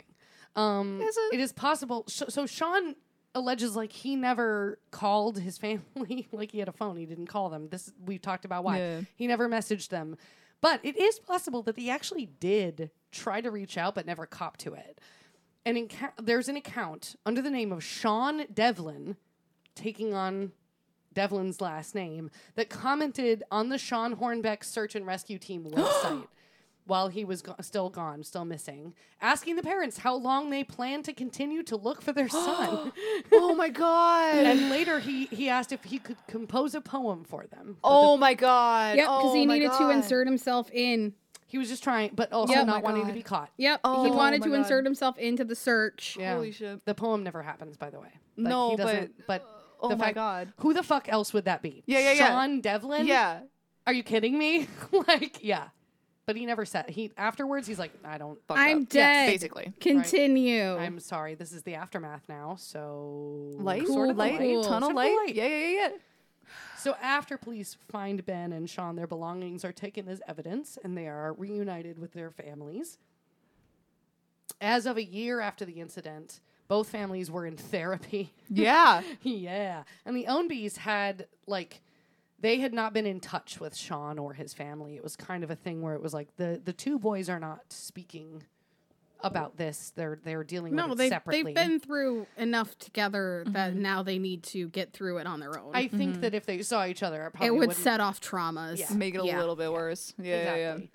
[SPEAKER 2] Um,
[SPEAKER 1] it?
[SPEAKER 2] it is possible. So, so Sean alleges like he never called his (laughs) family. like he had a phone, he didn't call them. This we've talked about why
[SPEAKER 1] Yeah.
[SPEAKER 2] he never messaged them. But it is possible that he actually did try to reach out, but never cop to it. And there's an account under the name of Sean Devlin, taking on Devlin's last name that commented on the Sean Hornbeck search and rescue team (gasps) website while he was go- still gone, still missing, asking the parents how long they plan to continue to look
[SPEAKER 5] (gasps)
[SPEAKER 2] for their son.
[SPEAKER 5] oh my god.
[SPEAKER 2] and later he, he asked if he could compose a poem for them. But
[SPEAKER 5] oh my god.
[SPEAKER 3] Yep, because
[SPEAKER 5] oh
[SPEAKER 3] he
[SPEAKER 5] my
[SPEAKER 3] needed to
[SPEAKER 5] God.
[SPEAKER 3] insert himself in.
[SPEAKER 2] the- he was just trying, but also
[SPEAKER 3] Yep. Oh
[SPEAKER 2] not
[SPEAKER 5] my
[SPEAKER 2] wanting to
[SPEAKER 5] God.
[SPEAKER 2] be caught.
[SPEAKER 3] Yep,
[SPEAKER 5] Oh
[SPEAKER 3] he wanted
[SPEAKER 5] my
[SPEAKER 3] to
[SPEAKER 5] God.
[SPEAKER 3] insert himself into the search.
[SPEAKER 2] Yeah.
[SPEAKER 5] Holy shit.
[SPEAKER 2] The poem never happens, by the way. Like,
[SPEAKER 5] No,
[SPEAKER 2] he
[SPEAKER 5] but-
[SPEAKER 2] doesn't- but
[SPEAKER 5] Oh
[SPEAKER 2] the
[SPEAKER 5] my
[SPEAKER 2] fact-
[SPEAKER 5] god.
[SPEAKER 2] who the fuck else would that be?
[SPEAKER 5] Yeah, yeah, yeah.
[SPEAKER 2] Sean Devlin.
[SPEAKER 5] Yeah.
[SPEAKER 2] Are you kidding me? (laughs) like, yeah. But he never said. He afterwards, he's like, I don't.
[SPEAKER 5] Fucked
[SPEAKER 3] I'm
[SPEAKER 5] up.
[SPEAKER 3] dead.
[SPEAKER 1] basically.
[SPEAKER 3] Continue.
[SPEAKER 2] I'm sorry. This is the aftermath now. So
[SPEAKER 5] Light,
[SPEAKER 3] Cool,
[SPEAKER 5] sort of
[SPEAKER 3] cool,
[SPEAKER 5] light,
[SPEAKER 3] cool.
[SPEAKER 5] tunnel
[SPEAKER 2] Sort of
[SPEAKER 5] light.
[SPEAKER 2] light.
[SPEAKER 5] Yeah, yeah, yeah, yeah.
[SPEAKER 2] So after police find Ben and Sean, their belongings are taken as evidence, and they are reunited with their families. As of a year after the incident, both families were in therapy. (laughs)
[SPEAKER 5] Yeah.
[SPEAKER 2] yeah. And the Ownbees had like they had not been in touch with Sean or his family. It was kind of a thing where it was like the the two boys are not speaking about this. They're they're dealing
[SPEAKER 3] no,
[SPEAKER 2] with
[SPEAKER 3] they
[SPEAKER 2] it
[SPEAKER 3] have
[SPEAKER 2] separately.
[SPEAKER 3] they've been through enough together that now they need to get through Mm-hmm. it on their own.
[SPEAKER 2] I think that if they saw each other, it probably
[SPEAKER 3] Mm-hmm. it would
[SPEAKER 2] wouldn't-
[SPEAKER 3] set off traumas.
[SPEAKER 2] Yeah.
[SPEAKER 5] Make it a
[SPEAKER 3] Yeah.
[SPEAKER 5] little bit worse. Yeah, yeah, yeah.
[SPEAKER 2] exactly.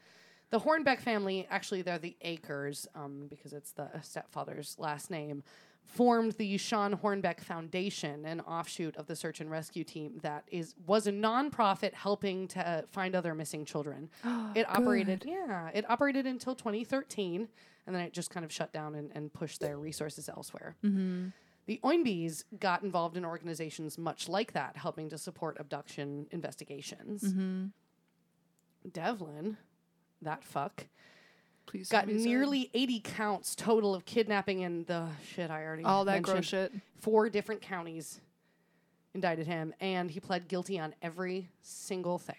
[SPEAKER 2] The Hornbeck family, actually, they're the Akers, um, because it's the stepfather's last name, formed the Sean Hornbeck Foundation, an offshoot of the search and rescue team that is was a nonprofit helping to uh, find other missing
[SPEAKER 5] (gasps)
[SPEAKER 2] children. it operated, yeah, it operated until 2013, and then it just kind of shut down and, and pushed their resources elsewhere.
[SPEAKER 5] Mm-hmm.
[SPEAKER 2] The Oinbees got involved in organizations much like that, helping to support abduction investigations.
[SPEAKER 5] Mm-hmm.
[SPEAKER 2] Devlin, that fuck,
[SPEAKER 5] Please uh,
[SPEAKER 2] got
[SPEAKER 5] don't be sorry.
[SPEAKER 2] nearly 80 counts total of kidnapping and the shit I already
[SPEAKER 5] all that
[SPEAKER 2] mentioned.
[SPEAKER 5] gross shit.
[SPEAKER 2] Four different counties indicted him, and he pled guilty on every single thing.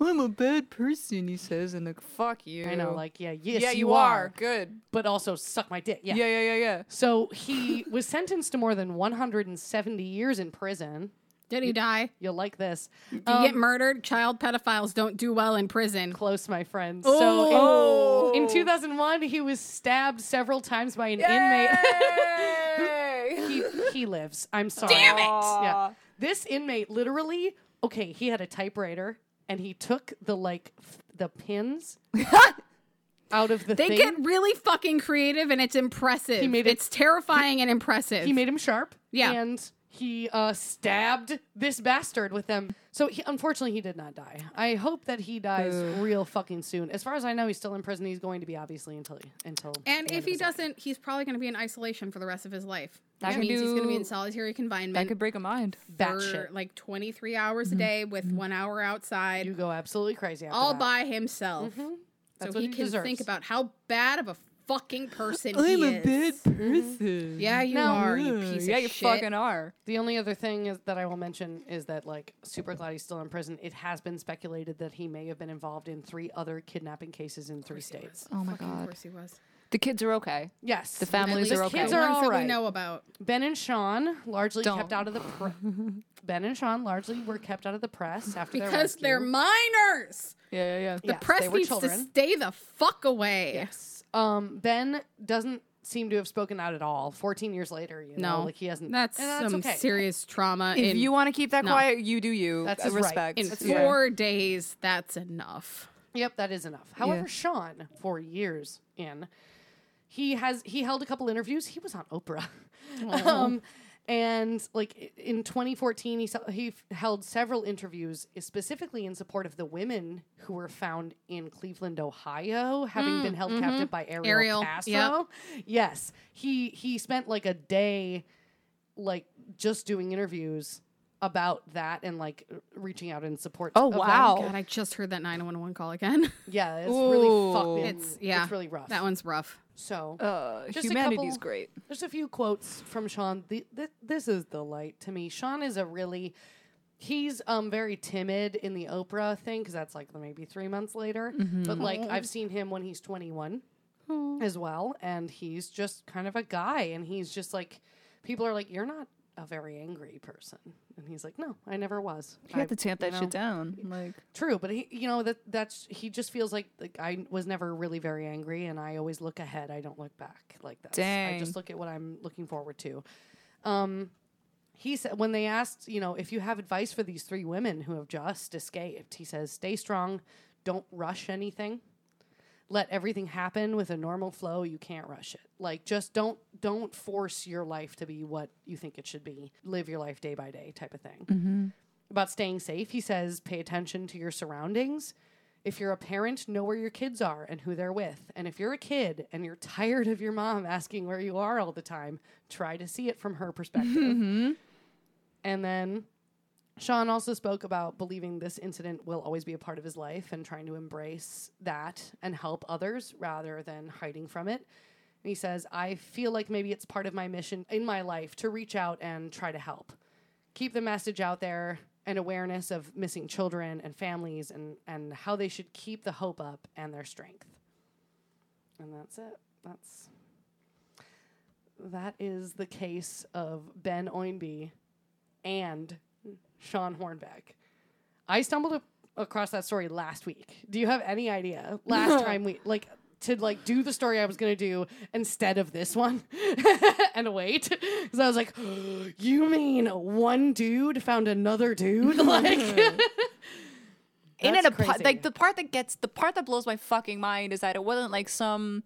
[SPEAKER 5] I'm a bad person, he says, and like, fuck you.
[SPEAKER 2] I know, like, yeah, yes,
[SPEAKER 5] yeah,
[SPEAKER 2] you,
[SPEAKER 5] you
[SPEAKER 2] are,
[SPEAKER 5] Good.
[SPEAKER 2] but also suck my dick. Yeah.
[SPEAKER 5] Yeah, yeah, yeah, yeah.
[SPEAKER 2] So he was sentenced to more than 170 years in prison.
[SPEAKER 3] Did he die?
[SPEAKER 2] You'll like this.
[SPEAKER 5] Mm-hmm.
[SPEAKER 3] Did he get murdered? Child pedophiles don't do well in prison.
[SPEAKER 2] close, my friends.
[SPEAKER 5] Oh.
[SPEAKER 2] So in, in 2001, he was stabbed several times by an
[SPEAKER 5] Yay!
[SPEAKER 2] inmate. (laughs) he, he lives. I'm sorry.
[SPEAKER 3] Damn it!
[SPEAKER 2] Yeah. This inmate literally, okay, he had a typewriter and he took the like f- the
[SPEAKER 3] (laughs)
[SPEAKER 2] pins out of the
[SPEAKER 3] They
[SPEAKER 2] thing.
[SPEAKER 3] get really fucking creative and it's impressive.
[SPEAKER 2] made it-
[SPEAKER 3] it's terrifying and impressive.
[SPEAKER 2] he made him sharp.
[SPEAKER 3] Yeah.
[SPEAKER 2] And he uh, stabbed this bastard with them. So he, unfortunately, he did not die. I hope that he dies real fucking soon. As far as I know, he's still in prison. He's going to be obviously until until.
[SPEAKER 3] and
[SPEAKER 2] the end
[SPEAKER 3] if
[SPEAKER 2] of
[SPEAKER 3] he
[SPEAKER 2] his life.
[SPEAKER 3] doesn't, he's probably going to be in isolation for the rest of his life.
[SPEAKER 1] That
[SPEAKER 3] That
[SPEAKER 1] could
[SPEAKER 3] means he's going to be
[SPEAKER 1] do-
[SPEAKER 3] in solitary
[SPEAKER 1] That
[SPEAKER 3] confinement
[SPEAKER 1] could break a mind.
[SPEAKER 3] for
[SPEAKER 2] batshit.
[SPEAKER 3] like 23 hours a day with one hour outside,
[SPEAKER 2] Mm-hmm. You go absolutely crazy. After
[SPEAKER 3] all
[SPEAKER 2] that.
[SPEAKER 3] by himself.
[SPEAKER 2] Mm-hmm. That's
[SPEAKER 3] so
[SPEAKER 2] what
[SPEAKER 3] he,
[SPEAKER 2] he
[SPEAKER 3] can
[SPEAKER 2] deserves.
[SPEAKER 3] think about how bad of a fucking person he is. Mm-hmm.
[SPEAKER 5] person.
[SPEAKER 3] Yeah, you
[SPEAKER 2] Now-
[SPEAKER 3] are, you piece
[SPEAKER 5] yeah,
[SPEAKER 3] of
[SPEAKER 5] you
[SPEAKER 3] shit.
[SPEAKER 5] fucking are.
[SPEAKER 2] The only other thing is, that I will mention is that like super glad he's still in prison. It has been speculated that he may have been involved in three other kidnapping cases in three states.
[SPEAKER 1] Oh my
[SPEAKER 3] Fucking of
[SPEAKER 1] god.
[SPEAKER 3] course he was.
[SPEAKER 1] The kids are okay.
[SPEAKER 2] Yes,
[SPEAKER 1] The families
[SPEAKER 3] least
[SPEAKER 1] are
[SPEAKER 3] the
[SPEAKER 1] okay.
[SPEAKER 2] kids
[SPEAKER 3] The
[SPEAKER 2] are
[SPEAKER 3] ones
[SPEAKER 2] all
[SPEAKER 3] that
[SPEAKER 2] right.
[SPEAKER 3] we know about.
[SPEAKER 2] Ben and Sean largely kept
[SPEAKER 1] Don't.
[SPEAKER 2] out of the. Pre-
[SPEAKER 3] (laughs)
[SPEAKER 2] ben and Sean largely were kept out of the press after their
[SPEAKER 3] Because they're
[SPEAKER 2] rescue.
[SPEAKER 3] minors.
[SPEAKER 5] Yeah, yeah,
[SPEAKER 3] The
[SPEAKER 5] yeah.
[SPEAKER 2] Yes,
[SPEAKER 3] press
[SPEAKER 2] they were
[SPEAKER 3] needs to
[SPEAKER 2] children.
[SPEAKER 3] stay the fuck away.
[SPEAKER 2] Yes. Um, ben doesn't seem to have spoken out at all. Fourteen years later, you know,
[SPEAKER 3] No.
[SPEAKER 2] Oh, like he hasn't.
[SPEAKER 3] That's,
[SPEAKER 2] and that's
[SPEAKER 3] some
[SPEAKER 2] okay.
[SPEAKER 3] serious trauma.
[SPEAKER 5] If
[SPEAKER 3] in,
[SPEAKER 5] you want to keep that
[SPEAKER 3] no.
[SPEAKER 5] quiet, you do you.
[SPEAKER 2] That's his
[SPEAKER 5] That's
[SPEAKER 2] right.
[SPEAKER 5] respect.
[SPEAKER 3] in
[SPEAKER 5] That's his right.
[SPEAKER 3] four days, that's enough.
[SPEAKER 2] Yep, that is enough. However, Sean, for years in, he has he held a couple interviews. He was on Oprah, (laughs) um, and like i- in 2014, he se- he f- held several interviews eh, specifically in support of the women who were found in Cleveland, Ohio, having
[SPEAKER 5] Mm,
[SPEAKER 2] been held
[SPEAKER 5] mm-hmm.
[SPEAKER 2] captive by Ariel,
[SPEAKER 3] Ariel,
[SPEAKER 2] Castro. Yes, he he spent like a day like just doing interviews about that and like r- reaching out in support.
[SPEAKER 5] Oh,
[SPEAKER 2] of them.
[SPEAKER 5] wow.
[SPEAKER 3] God, I just heard that 911 call again. (laughs)
[SPEAKER 2] Yeah, it's really
[SPEAKER 5] Ooh.
[SPEAKER 2] fucking.
[SPEAKER 3] it's yeah,
[SPEAKER 2] it's really rough.
[SPEAKER 3] That one's rough.
[SPEAKER 2] So
[SPEAKER 5] Uh,
[SPEAKER 2] Just a
[SPEAKER 5] humanity's
[SPEAKER 2] couple-
[SPEAKER 5] great.
[SPEAKER 2] there's a few quotes from Sean. The, th this is the light to me. Sean is a really he's um very timid in the Oprah thing because that's like maybe three months later.
[SPEAKER 3] Mm-hmm.
[SPEAKER 2] But like I've seen him when he's 21 as well, and he's just kind of a guy, and he's just like people are like you're not a very angry person, and he's like no, I never was.
[SPEAKER 5] You have
[SPEAKER 2] I-
[SPEAKER 5] to tamp that
[SPEAKER 2] you know.
[SPEAKER 5] shit down. Like,
[SPEAKER 2] True, but he, you know that that's he just feels like like I was never really very angry, and I always look ahead. I don't look back like that. I
[SPEAKER 5] Dang.
[SPEAKER 2] just look at what I'm looking forward to. Um, he said when they asked, you know, if you have advice for these three women who have just escaped, he says, "Stay strong, don't rush anything, let everything happen with a normal flow, you can't rush it. Like just don't don't force your life to be what you think it should be. Live your life day by day type of thing. About staying safe, he says pay attention to your surroundings. If you're a parent, know where your kids are and who they're with. And if you're a kid and you're tired of your mom asking where you are all the time, try to see it from her perspective. and then Sean also spoke about believing this incident will always be a part of his life and trying to embrace that and help others rather than hiding from it. And he says, I feel like maybe it's part of my mission in my life to reach out and try to help. Keep the message out there and awareness of missing children and families and, and how they should keep the hope up and their strength. And that's it. That's that is the case of Ben Oinby and Sean Hornbeck. I stumbled up across that story last week. Do you have any idea last time we like to like do the story I was going to do instead of this one (laughs) and wait cuz I was like (gasps) you mean one dude found another dude like
[SPEAKER 1] In
[SPEAKER 2] That's
[SPEAKER 1] it, a part,
[SPEAKER 2] crazy.
[SPEAKER 1] like the part that gets the part that blows my fucking mind is that it wasn't like some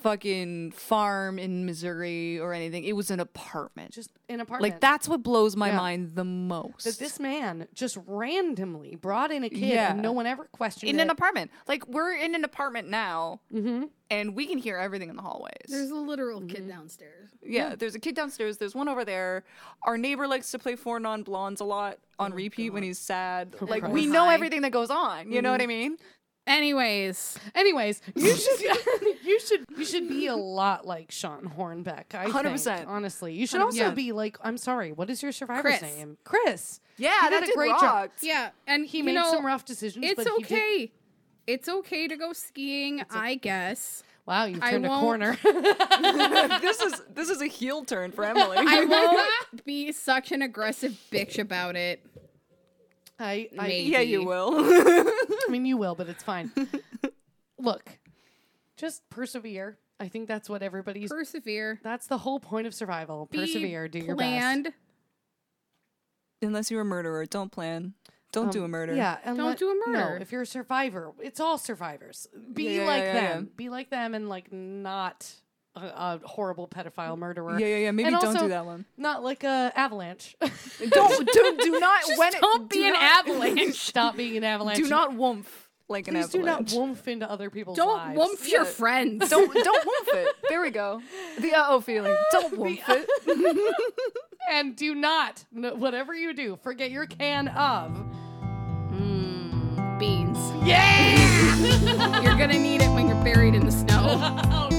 [SPEAKER 1] fucking farm in Missouri or anything. It was an apartment.
[SPEAKER 2] just an apartment
[SPEAKER 1] like that's what blows my
[SPEAKER 2] Yeah.
[SPEAKER 1] mind the most.
[SPEAKER 2] that this man just randomly brought in a kid
[SPEAKER 1] Yeah.
[SPEAKER 2] and no one ever questioned
[SPEAKER 1] in
[SPEAKER 2] it.
[SPEAKER 1] an apartment, like we're in an apartment now, and we can hear everything in the hallways.
[SPEAKER 3] There's a literal
[SPEAKER 2] Mm-hmm.
[SPEAKER 3] kid downstairs.
[SPEAKER 1] yeah, there's a kid downstairs. There's one over there. Our neighbor likes to play Four Non Blondes a lot on repeat when he's sad. like we
[SPEAKER 3] Christ.
[SPEAKER 1] know
[SPEAKER 3] Hi.
[SPEAKER 1] everything that goes on. You know what I mean?
[SPEAKER 3] Anyways,
[SPEAKER 2] Anyways, (laughs) you should you should (laughs) you should be a lot like Sean Hornbeck. I
[SPEAKER 1] 100%.
[SPEAKER 2] think, honestly. You should also
[SPEAKER 3] Yeah.
[SPEAKER 2] be like I'm sorry, what is your survivor's
[SPEAKER 3] Chris.
[SPEAKER 2] name? Chris.
[SPEAKER 1] Yeah,
[SPEAKER 2] He
[SPEAKER 1] that
[SPEAKER 2] did a
[SPEAKER 1] dude
[SPEAKER 2] great job.
[SPEAKER 1] rocked.
[SPEAKER 3] yeah, and
[SPEAKER 2] He
[SPEAKER 3] you
[SPEAKER 2] made
[SPEAKER 3] know,
[SPEAKER 2] some rough decisions.
[SPEAKER 3] It's
[SPEAKER 2] but he did-
[SPEAKER 3] okay. It's okay to go skiing,
[SPEAKER 2] (laughs)
[SPEAKER 3] I guess.
[SPEAKER 2] Wow, you
[SPEAKER 3] I
[SPEAKER 2] turned a
[SPEAKER 3] won't-
[SPEAKER 2] corner.
[SPEAKER 1] this is this is a heel turn for (laughs) Emily.
[SPEAKER 3] I won't be such an aggressive bitch about it.
[SPEAKER 2] (laughs) I, I
[SPEAKER 3] Maybe.
[SPEAKER 1] yeah, you will.
[SPEAKER 2] I mean, you will, (laughs) but it's (laughs) fine. Look, just persevere. I think that's what everybody's.
[SPEAKER 3] Persevere.
[SPEAKER 2] that's the whole point of survival.
[SPEAKER 3] Be
[SPEAKER 2] Persevere. Do your best.
[SPEAKER 3] planned.
[SPEAKER 1] Unless you're a murderer, don't plan. Don't do a murder.
[SPEAKER 2] Um, Yeah, and
[SPEAKER 3] Don't do a murder.
[SPEAKER 2] No, if you're a survivor, it's all survivors. Be
[SPEAKER 1] Yeah, yeah,
[SPEAKER 2] like
[SPEAKER 1] yeah,
[SPEAKER 2] them.
[SPEAKER 1] yeah.
[SPEAKER 2] Be like them, and like not a, a horrible pedophile murderer.
[SPEAKER 1] Yeah, yeah, yeah. Maybe
[SPEAKER 2] And
[SPEAKER 1] don't
[SPEAKER 2] also,
[SPEAKER 1] do that one.
[SPEAKER 2] Not like a avalanche.
[SPEAKER 1] Don't do do not when it-
[SPEAKER 2] (laughs) Don't
[SPEAKER 1] do
[SPEAKER 2] be an
[SPEAKER 1] not-
[SPEAKER 2] avalanche. (laughs) Stop being an avalanche.
[SPEAKER 1] Do not woomph like an
[SPEAKER 2] Please do not
[SPEAKER 1] avalanche.
[SPEAKER 2] woomph into other people's
[SPEAKER 3] Don't
[SPEAKER 2] lives.
[SPEAKER 3] wump your
[SPEAKER 1] Yeah.
[SPEAKER 3] friends.
[SPEAKER 1] don't don't woomph it. There we go. The uh oh feeling. Don't woomph it.
[SPEAKER 2] and do not no, whatever you do forget your can of.
[SPEAKER 3] Beans.
[SPEAKER 2] Yeah.
[SPEAKER 3] Mm. (laughs) You're gonna need it when you're buried in the snow.
[SPEAKER 2] oh no.